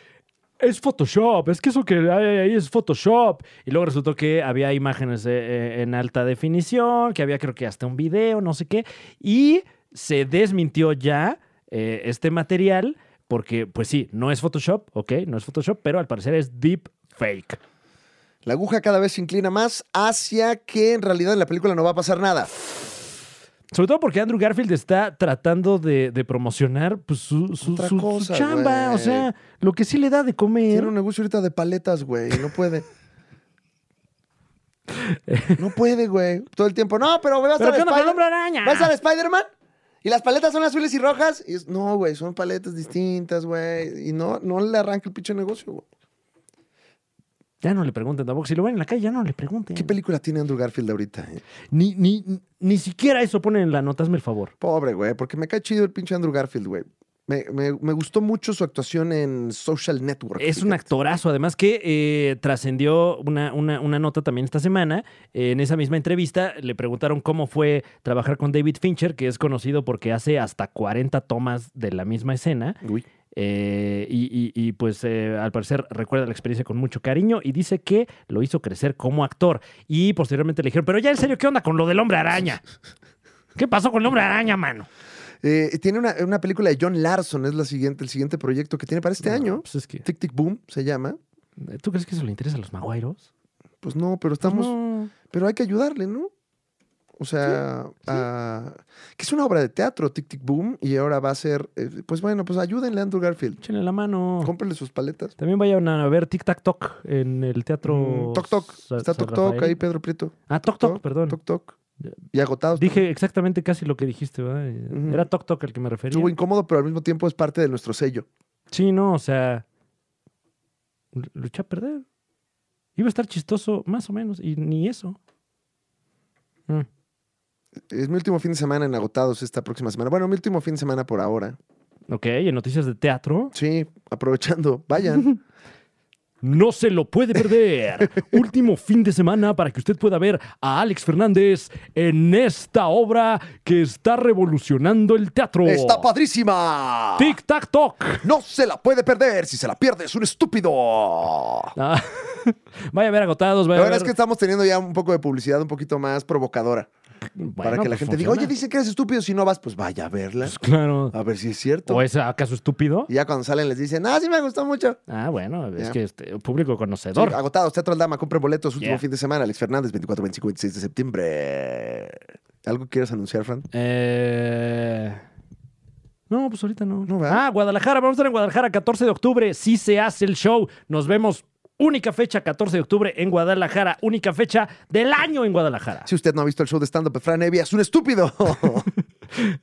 Speaker 1: es Photoshop, es que eso que hay ahí es Photoshop. Y luego resultó que había imágenes eh, eh, en alta definición, que había creo que hasta un video, no sé qué. Y se desmintió ya eh, este material porque, pues sí, no es Photoshop, ok, no es Photoshop, pero al parecer es deep fake.
Speaker 2: La aguja cada vez se inclina más hacia que en realidad en la película no va a pasar nada.
Speaker 1: Sobre todo porque Andrew Garfield está tratando de, de promocionar pues, su, su-
Speaker 2: Otra
Speaker 1: su- su
Speaker 2: cosa,
Speaker 1: chamba, o
Speaker 2: güey.
Speaker 1: sea, lo que sí le da de comer.
Speaker 2: Tiene un negocio ahorita de paletas, güey, y no puede. No puede, güey. Todo el tiempo. No, pero voy a
Speaker 1: Pero
Speaker 2: estar
Speaker 1: ¿qué onda con el
Speaker 2: Spider-
Speaker 1: hombre araña?
Speaker 2: ¿Vas al Spider-Man? ¿Y las paletas son azules y rojas? Y es, no, güey, son paletas distintas, güey. Y no, no le arranca el pinche negocio, güey.
Speaker 1: Ya no le pregunten tampoco. Si lo ven en la calle, ya no le pregunten.
Speaker 2: ¿Qué película tiene Andrew Garfield ahorita? eh?
Speaker 1: Ni, ni, ni siquiera eso ponen en la nota, hazme el favor.
Speaker 2: Pobre, güey, porque me cae chido el pinche Andrew Garfield, güey. Me, me- me gustó mucho su actuación en Social Network.
Speaker 1: Es un
Speaker 2: fíjate.
Speaker 1: actorazo, además que eh, trascendió una, una- una nota también esta semana. En esa misma entrevista le preguntaron cómo fue trabajar con David Fincher, que es conocido porque hace hasta 40 tomas de la misma escena.
Speaker 2: Uy.
Speaker 1: Eh, y, y- y, pues eh, al parecer recuerda la experiencia con mucho cariño y dice que lo hizo crecer como actor. Y posteriormente le dijeron, pero ya en serio, ¿qué onda con lo del hombre araña? ¿Qué pasó con el hombre araña, mano?
Speaker 2: Eh, tiene una, una película de John Larson, es la siguiente, el siguiente proyecto que tiene para este año.
Speaker 1: Pues es que,
Speaker 2: Tic Tic Boom se llama.
Speaker 1: ¿Tú crees que eso le interesa a los maguairos?
Speaker 2: Pues no, pero estamos. Pero hay que ayudarle, ¿no? O sea, a- que es una obra de teatro, Tic Tic Boom, y ahora va a ser. eh, pues bueno, pues ayúdenle a Andrew Garfield.
Speaker 1: Échenle la mano.
Speaker 2: Cómprenle sus paletas.
Speaker 1: También vayan a ver Tic Tac Toc en el teatro.
Speaker 2: Mm, toc Toc.
Speaker 1: Sa-
Speaker 2: Está
Speaker 1: San
Speaker 2: Toc Toc
Speaker 1: Rafael.
Speaker 2: ahí, Pedro Prieto.
Speaker 1: Ah, Toc Toc, perdón.
Speaker 2: Toc Toc. Y agotados.
Speaker 1: Dije exactamente casi lo que dijiste, ¿verdad?
Speaker 2: Ujú.
Speaker 1: Era Toc Toc el que me refería.
Speaker 2: Estuvo incómodo, pero al mismo tiempo es parte de nuestro sello.
Speaker 1: Sí, no, o sea. l- Luché a perder. Iba a estar chistoso, más o menos, y ni eso. Mm.
Speaker 2: Es mi último fin de semana en Agotados esta próxima semana. Bueno, mi último fin de semana por ahora.
Speaker 1: Ok, en noticias de teatro.
Speaker 2: Sí, aprovechando. Vayan.
Speaker 1: No se lo puede perder. Último fin de semana para que usted pueda ver a Alex Fernández en esta obra que está revolucionando el teatro.
Speaker 2: ¡Está padrísima!
Speaker 1: Oh. Tic Tac Toc.
Speaker 2: ¡No se la puede perder! Si se la pierde, es un estúpido.
Speaker 1: Ah, vaya a ver agotados,
Speaker 2: La
Speaker 1: vaya a ver.
Speaker 2: verdad es que estamos teniendo ya un poco de publicidad un poquito más provocadora.
Speaker 1: Bueno,
Speaker 2: para que la
Speaker 1: pues
Speaker 2: gente diga,
Speaker 1: funciona.
Speaker 2: oye, dicen que eres estúpido. Si no vas, pues vaya a verla.
Speaker 1: Pues claro.
Speaker 2: A ver si es cierto.
Speaker 1: ¿O es acaso estúpido?
Speaker 2: Y ya cuando salen les dicen, ah, sí me gustó mucho.
Speaker 1: Ah, bueno, es
Speaker 2: Ya.
Speaker 1: que este, público
Speaker 2: Sí,
Speaker 1: conocedor.
Speaker 2: agotados, Teatro Aldama, compren boletos, último
Speaker 1: Yeah.
Speaker 2: fin de semana. Alex Fernández, 24, 25, 26 de septiembre. ¿Algo quieres anunciar, Fran?
Speaker 1: Eh, No, pues ahorita no.
Speaker 2: No, ¿verdad?
Speaker 1: ah, Guadalajara, vamos a estar en Guadalajara 14 de octubre. Sí se hace el show. Nos vemos. Única fecha, 14 de octubre en Guadalajara. Única fecha del año en Guadalajara.
Speaker 2: Si usted no ha visto el show de stand-up de Fran Evia, es un estúpido.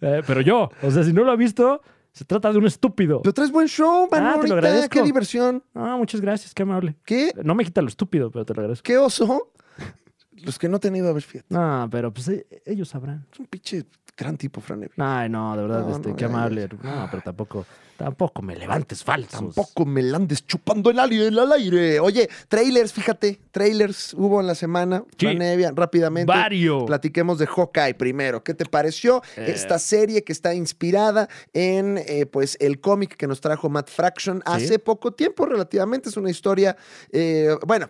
Speaker 1: Eh, pero yo, o sea, si no lo ha visto, se trata de un estúpido.
Speaker 2: Pero traes buen show, man.
Speaker 1: Ah, te lo
Speaker 2: ahorita.
Speaker 1: agradezco.
Speaker 2: Qué diversión.
Speaker 1: Ah, muchas gracias, qué amable.
Speaker 2: Qué,
Speaker 1: No me quita lo estúpido, pero te lo agradezco.
Speaker 2: qué oso. Los que no te han ido a ver, fíjate.
Speaker 1: No, pero pues eh, ellos sabrán.
Speaker 2: Es un pinche gran tipo, Fran Evia.
Speaker 1: Ay, no, de verdad,
Speaker 2: No,
Speaker 1: este,
Speaker 2: no,
Speaker 1: qué
Speaker 2: ya, ya,
Speaker 1: amable. No, pero tampoco, tampoco me levantes falsos.
Speaker 2: Tampoco me la andes chupando el aire, el aire. Oye, trailers, fíjate. Trailers hubo en la semana.
Speaker 1: Sí.
Speaker 2: Fran Evia, rápidamente.
Speaker 1: Vario.
Speaker 2: Platiquemos de Hawkeye primero. ¿Qué te pareció
Speaker 1: Eh.
Speaker 2: esta serie que está inspirada en eh, pues, el cómic que nos trajo Matt Fraction hace poco tiempo, relativamente? Es una historia, eh, bueno,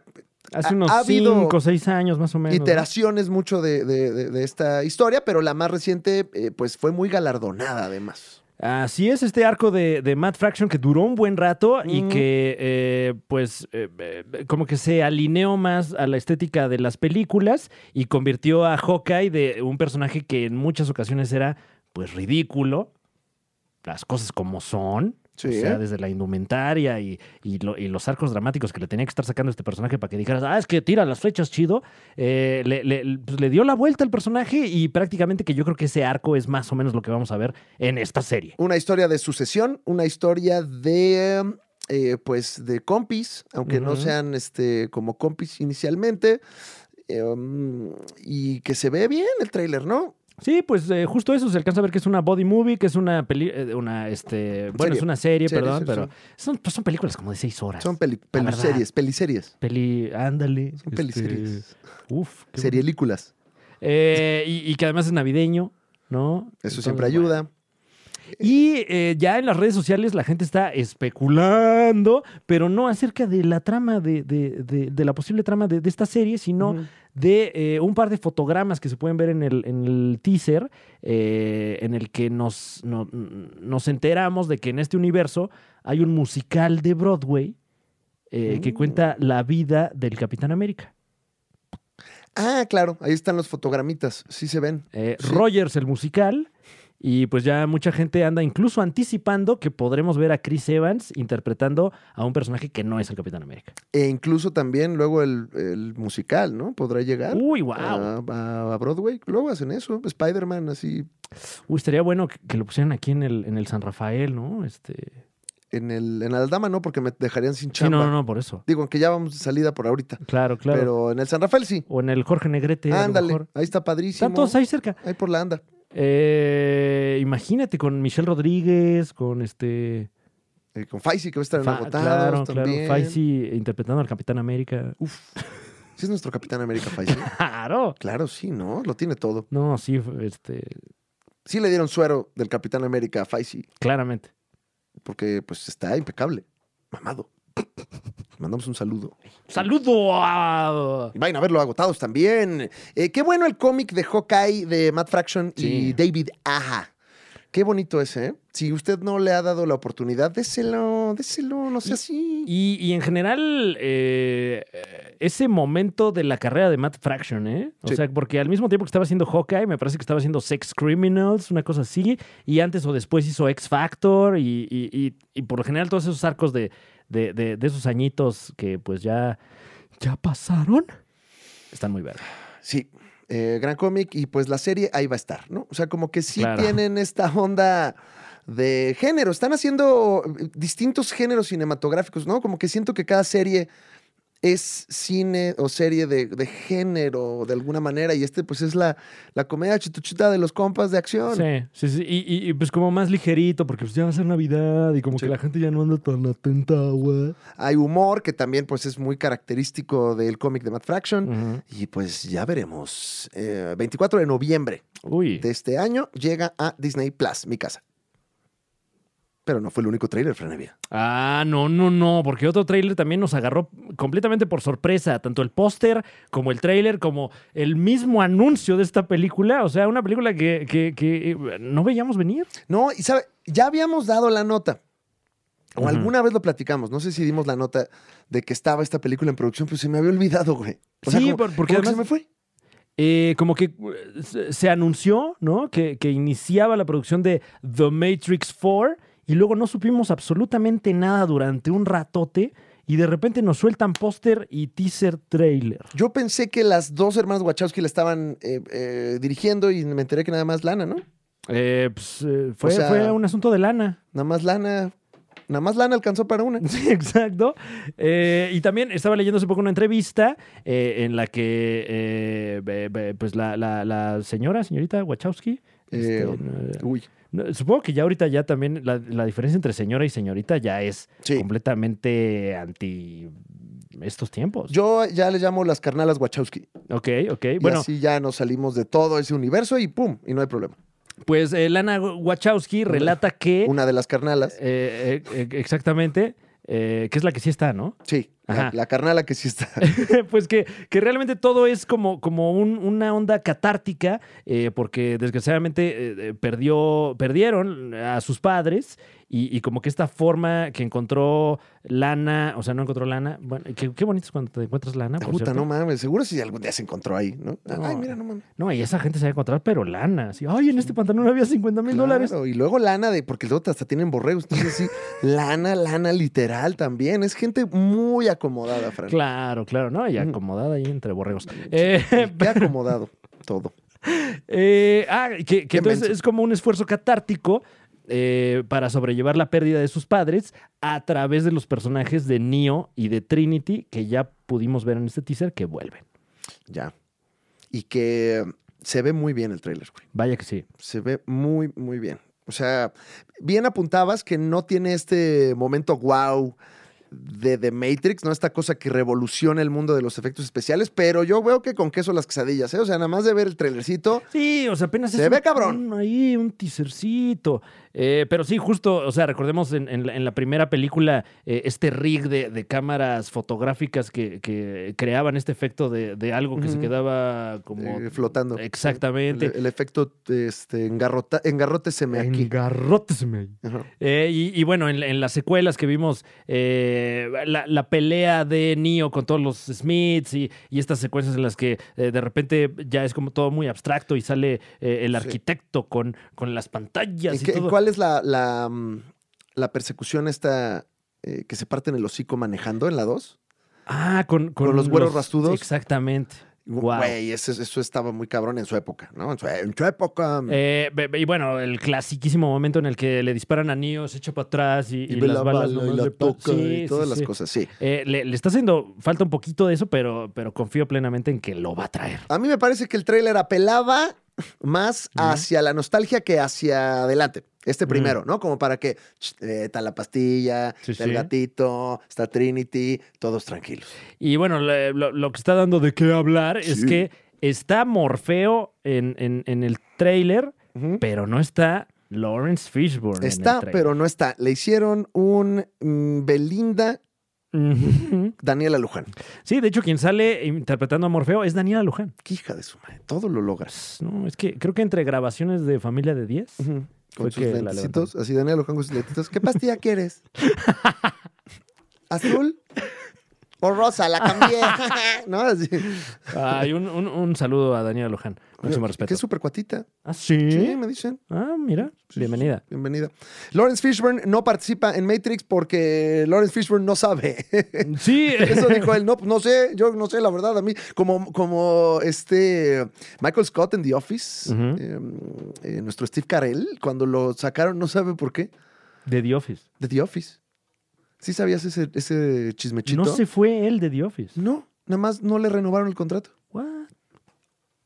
Speaker 1: Hace
Speaker 2: ha-
Speaker 1: unos
Speaker 2: ha habido
Speaker 1: 5 o 6 años más o menos. ¿no?
Speaker 2: iteraciones mucho de, de- de- de esta historia, pero la más reciente eh, pues fue muy galardonada además.
Speaker 1: Así es, este arco de, de Matt Fraction que duró un buen rato y
Speaker 2: Mm.
Speaker 1: que, eh, pues, eh, eh, como que se alineó más a la estética de las películas y convirtió a Hawkeye de un personaje que en muchas ocasiones era, pues, ridículo. Las cosas como son.
Speaker 2: Sí,
Speaker 1: o sea,
Speaker 2: ¿eh?
Speaker 1: desde la indumentaria y, y lo- y los arcos dramáticos que le tenía que estar sacando este personaje para que dijeras, ah, es que tira las flechas chido. Eh, le, le- pues, le dio la vuelta al personaje y prácticamente que yo creo que ese arco es más o menos lo que vamos a ver en esta serie.
Speaker 2: Una historia de sucesión, una historia de eh, pues de compis, aunque no
Speaker 1: Ujú.
Speaker 2: sean este como compis inicialmente. eh, um, y que se ve bien el tráiler, ¿no?
Speaker 1: Sí, pues eh, justo eso, se alcanza a ver que es una body movie, que es una peli eh, una este, bueno,
Speaker 2: Serie.
Speaker 1: es una serie,
Speaker 2: Serie,
Speaker 1: perdón,
Speaker 2: sí,
Speaker 1: pero
Speaker 2: sí.
Speaker 1: son, pues, son películas como de seis horas.
Speaker 2: Son peli-
Speaker 1: La verdad.
Speaker 2: peliseries, peliseries.
Speaker 1: Peli, ándale.
Speaker 2: Son
Speaker 1: este,
Speaker 2: peliseries.
Speaker 1: Uf. qué bueno.
Speaker 2: Serielículas.
Speaker 1: Eh, y, y que además es navideño, ¿no?
Speaker 2: Eso
Speaker 1: Entonces,
Speaker 2: siempre
Speaker 1: bueno.
Speaker 2: ayuda.
Speaker 1: Y eh, ya en las redes sociales la gente está especulando, pero no acerca de la trama de, de- de- de la posible trama de, de esta serie, sino
Speaker 2: Ujú.
Speaker 1: de eh, un par de fotogramas que se pueden ver en el, en el teaser, eh, en el que nos, no- nos enteramos de que en este universo hay un musical de Broadway eh, que
Speaker 2: Mm.
Speaker 1: cuenta la vida del Capitán América.
Speaker 2: Ah, claro, ahí están los fotogramitas, sí se ven.
Speaker 1: Eh,
Speaker 2: Sí.
Speaker 1: Rogers, el musical. Y pues ya mucha gente anda incluso anticipando que podremos ver a Chris Evans interpretando a un personaje que no es el Capitán América.
Speaker 2: E incluso también luego el, el musical, ¿no? Podrá llegar
Speaker 1: Uy, wow.
Speaker 2: a, a- a Broadway. Luego hacen eso, Spider-Man, así,
Speaker 1: Uy, estaría bueno que, que lo pusieran aquí en el, en el San Rafael, ¿no? Este.
Speaker 2: en el en Aldama no, porque me dejarían sin
Speaker 1: Sí, no,
Speaker 2: chamba.
Speaker 1: no, no, por eso.
Speaker 2: Digo, aunque ya vamos de salida por ahorita.
Speaker 1: Claro, claro.
Speaker 2: Pero en el San Rafael sí.
Speaker 1: O en el Jorge Negrete. a lo
Speaker 2: Ándale,
Speaker 1: mejor.
Speaker 2: ahí está padrísimo.
Speaker 1: Están todos ahí cerca.
Speaker 2: Ahí por la anda.
Speaker 1: Eh, imagínate con Michelle Rodríguez, con este.
Speaker 2: Eh, con Faisy, que va a estar en
Speaker 1: Fa-
Speaker 2: agotados también.
Speaker 1: Faisy interpretando al Capitán América.
Speaker 2: Uf. Sí es nuestro Capitán América Faisy.
Speaker 1: ¡Claro!
Speaker 2: claro, sí, ¿no? Lo tiene todo.
Speaker 1: No, sí, este,
Speaker 2: Sí le dieron suero del Capitán América a Faisy.
Speaker 1: claramente.
Speaker 2: porque pues está impecable. Mamado. Mandamos un saludo.
Speaker 1: ¡Saludo a.
Speaker 2: Y vayan a verlo agotados también. Eh, qué bueno el cómic de Hawkeye de Matt Fraction
Speaker 1: Sí.
Speaker 2: y David Aja. Qué bonito ese, ¿eh? Si usted no le ha dado la oportunidad, déselo, déselo, no sea así.
Speaker 1: Y, y en general, eh, eh, ese momento de la carrera de Matt Fraction, ¿eh? O
Speaker 2: Sí.
Speaker 1: sea, porque al mismo tiempo que estaba haciendo Hawkeye, me parece que estaba haciendo Sex Criminals, una cosa así, y antes o después hizo X Factor, y, y- y- y por lo general todos esos arcos de, de- de- de esos añitos que pues ya, ya pasaron, están muy verdes.
Speaker 2: Sí, eh, gran cómic y pues la serie ahí va a estar, ¿no? O sea, como que sí
Speaker 1: Claro.
Speaker 2: tienen esta onda de género. Están haciendo eh, distintos géneros cinematográficos, ¿no? Como que siento que cada serie es cine o serie de, de género de alguna manera y este pues es la, la comedia chituchita de los compas de acción.
Speaker 1: Sí, sí, sí. Y, y- y, pues como más ligerito, porque pues ya va a ser Navidad y como
Speaker 2: Sí.
Speaker 1: que la gente ya no anda tan atenta, güey.
Speaker 2: Hay humor que también pues es muy característico del cómic de Matt Fraction.
Speaker 1: Ujú.
Speaker 2: Y pues ya veremos. Eh, 24 de noviembre
Speaker 1: Uy.
Speaker 2: de este año llega a Disney Plus, mi casa. Pero no fue el único trailer, Franevia.
Speaker 1: Ah, no, no, no, porque otro tráiler también nos agarró completamente por sorpresa, tanto el póster como el tráiler, como el mismo anuncio de esta película, o sea, una película que, que- que, eh, no veíamos venir.
Speaker 2: No, y sabe, ya habíamos dado la nota. O
Speaker 1: Ujú.
Speaker 2: alguna vez lo platicamos, no sé si dimos la nota de que estaba esta película en producción, pero se me había olvidado, güey. O sea,
Speaker 1: Sí,
Speaker 2: como-
Speaker 1: por- porque
Speaker 2: como que
Speaker 1: además-
Speaker 2: se me fue.
Speaker 1: Eh, como que eh, se- se anunció, ¿no? Que, que iniciaba la producción de The Matrix 4 y luego no supimos absolutamente nada durante un ratote y de repente nos sueltan póster y teaser trailer.
Speaker 2: Yo pensé que las dos hermanas Wachowski la estaban eh, eh, dirigiendo y me enteré que nada más Lana, ¿no?
Speaker 1: Eh, pues, eh, fue,
Speaker 2: O sea-
Speaker 1: fue un asunto de lana.
Speaker 2: Nada más Lana, nada más Lana alcanzó para una.
Speaker 1: Sí, exacto. Eh, y también estaba leyendo hace poco una entrevista eh, en la que eh, be- be- pues la, la- la señora, señorita Wachowski, este,
Speaker 2: Eh,
Speaker 1: no,
Speaker 2: Uy,
Speaker 1: no, supongo que ya ahorita ya también la, la diferencia entre señora y señorita ya es
Speaker 2: sí.
Speaker 1: completamente anti estos tiempos.
Speaker 2: Yo ya le llamo las carnalas Wachowski.
Speaker 1: ok, ok.
Speaker 2: Y
Speaker 1: Bueno,
Speaker 2: así ya nos salimos de todo ese universo y pum, y no hay problema.
Speaker 1: pues eh, Lana Wachowski relata que...
Speaker 2: Una de las carnalas.
Speaker 1: eh, eh, eh, exactamente, eh, que es la que sí está, ¿no?
Speaker 2: Sí, La,
Speaker 1: Ajá.
Speaker 2: la carnala que sí está.
Speaker 1: pues que, que realmente todo es como, como un- una onda catártica, eh, porque desgraciadamente eh, eh, perdió, perdieron a sus padres y, y como que esta forma que encontró lana, o sea, no encontró lana, bueno, qué, qué bonito es cuando te encuentras lana. Por
Speaker 2: Puta,
Speaker 1: cierto.
Speaker 2: no mames. Seguro si algún día se encontró ahí, ¿no?
Speaker 1: No.
Speaker 2: Ay, mira, no mames.
Speaker 1: No, y esa gente se va a encontrar, pero lana. así, Ay, en este pantalón había 50 mil dólares.
Speaker 2: Claro, Y luego lana de, porque luego hasta tienen borregos. Entonces sí, lana, lana literal también. Es gente muy acomodada, Fran.
Speaker 1: Claro, claro, ¿no? Y acomodada ahí entre borregos.
Speaker 2: Y
Speaker 1: Eh,
Speaker 2: Qué acomodado todo.
Speaker 1: Eh, ah, que, que
Speaker 2: Qué
Speaker 1: entonces
Speaker 2: menso.
Speaker 1: es como un esfuerzo catártico eh, para sobrellevar la pérdida de sus padres a través de los personajes de Neo y de Trinity que ya pudimos ver en este teaser que vuelven.
Speaker 2: Ya. Y que eh, se ve muy bien el tráiler, güey.
Speaker 1: Vaya que sí.
Speaker 2: Se ve muy, muy bien. O sea, bien apuntabas que no tiene este momento wow de The Matrix, no esta cosa que revoluciona el mundo de los efectos especiales, pero yo veo que con queso las quesadillas, ¿eh? O sea, nada más de ver el trailercito,
Speaker 1: Sí, o sea, apenas
Speaker 2: Se
Speaker 1: es
Speaker 2: ve
Speaker 1: un-
Speaker 2: cabrón.
Speaker 1: un ahí, un teasercito. Eh, pero sí, justo, o sea, recordemos en, en la, en la primera película eh, este rig de, de cámaras fotográficas que, que creaban este efecto de, de algo que se
Speaker 2: Ujú.
Speaker 1: quedaba como...
Speaker 2: eh, flotando. El,
Speaker 1: Exactamente.
Speaker 2: el efecto este, engarrota, engarrote se me aquí.
Speaker 1: Engarrótesme ahí.
Speaker 2: Ajá.
Speaker 1: Eh, y, y bueno, en, en las secuelas que vimos, eh, la, la pelea de Neo con todos los Smiths y, y estas secuencias en las que eh, de repente ya es como todo muy abstracto y sale eh, el
Speaker 2: Sí.
Speaker 1: arquitecto con, con las pantallas
Speaker 2: ¿En
Speaker 1: y
Speaker 2: qué-
Speaker 1: todo.
Speaker 2: ¿Cuál es la, la, mm, la persecución esta eh, que se parte en el hocico manejando en la 2?
Speaker 1: Ah, con,
Speaker 2: con los güeros rastudos?
Speaker 1: Exactamente. Guau.
Speaker 2: Güey, ese- eso estaba muy cabrón en su época, ¿no? En su, en su época.
Speaker 1: Eh, be- be- y bueno, el clasiquísimo momento en el que le disparan a Neo, se echa para atrás y,
Speaker 2: y,
Speaker 1: y
Speaker 2: ve
Speaker 1: las
Speaker 2: la
Speaker 1: balas
Speaker 2: bala y
Speaker 1: nomás
Speaker 2: la
Speaker 1: le pa- Sí,
Speaker 2: toca y
Speaker 1: sí,
Speaker 2: todas las
Speaker 1: sí.
Speaker 2: cosas, sí.
Speaker 1: Eh, le, le está haciendo falta un poquito de eso, pero, pero confío plenamente en que lo va a traer.
Speaker 2: A mí me parece que el tráiler apelaba más
Speaker 1: Ujú.
Speaker 2: hacia la nostalgia que hacia adelante. Este
Speaker 1: Mm.
Speaker 2: primero, ¿no? Como para que ch, eh, está la pastilla,
Speaker 1: Sí,
Speaker 2: está el
Speaker 1: sí.
Speaker 2: gatito, está Trinity, todos tranquilos.
Speaker 1: Y bueno, le- lo, lo que está dando de qué hablar es
Speaker 2: Sí.
Speaker 1: que está Morfeo en, en- en el trailer,
Speaker 2: Ujú.
Speaker 1: pero no está Lawrence Fishburne. en el
Speaker 2: Está,
Speaker 1: tráiler.
Speaker 2: pero no está. Le hicieron un mm, Belinda
Speaker 1: Ujú.
Speaker 2: Daniela Luján.
Speaker 1: Sí, de hecho, quien sale interpretando a Morfeo es Daniela Luján.
Speaker 2: Qué hija de su madre. Todo lo logras.
Speaker 1: No, es que creo que entre grabaciones de Familia de 10. Fue
Speaker 2: Con sus
Speaker 1: que la
Speaker 2: lentecitos. Así Daniela Luján con sus lentecitos. ¿Qué pastilla quieres? ¿Azul? O rosa, la cambié. ¿No? Así.
Speaker 1: Ay, un, un- un saludo a Daniela Luján. Máximo respeto.
Speaker 2: Qué súper cuatita.
Speaker 1: Ah, sí.
Speaker 2: Sí, me dicen.
Speaker 1: Ah, mira.
Speaker 2: Sí,
Speaker 1: Bienvenida.
Speaker 2: Bienvenida. Lawrence Fishburne no participa en Matrix porque Lawrence Fishburne no sabe.
Speaker 1: Sí.
Speaker 2: Eso dijo él. No, no sé, yo no sé, la verdad, a mí. Como, como este Michael Scott en The Office,
Speaker 1: Ujú.
Speaker 2: eh, eh, nuestro Steve Carell, cuando lo sacaron, no sabe por qué,
Speaker 1: De The Office.
Speaker 2: de The Office. ¿Sí sabías ese, ese chismechito?
Speaker 1: No se fue él de The Office.
Speaker 2: No, nada más no le renovaron el contrato.
Speaker 1: What?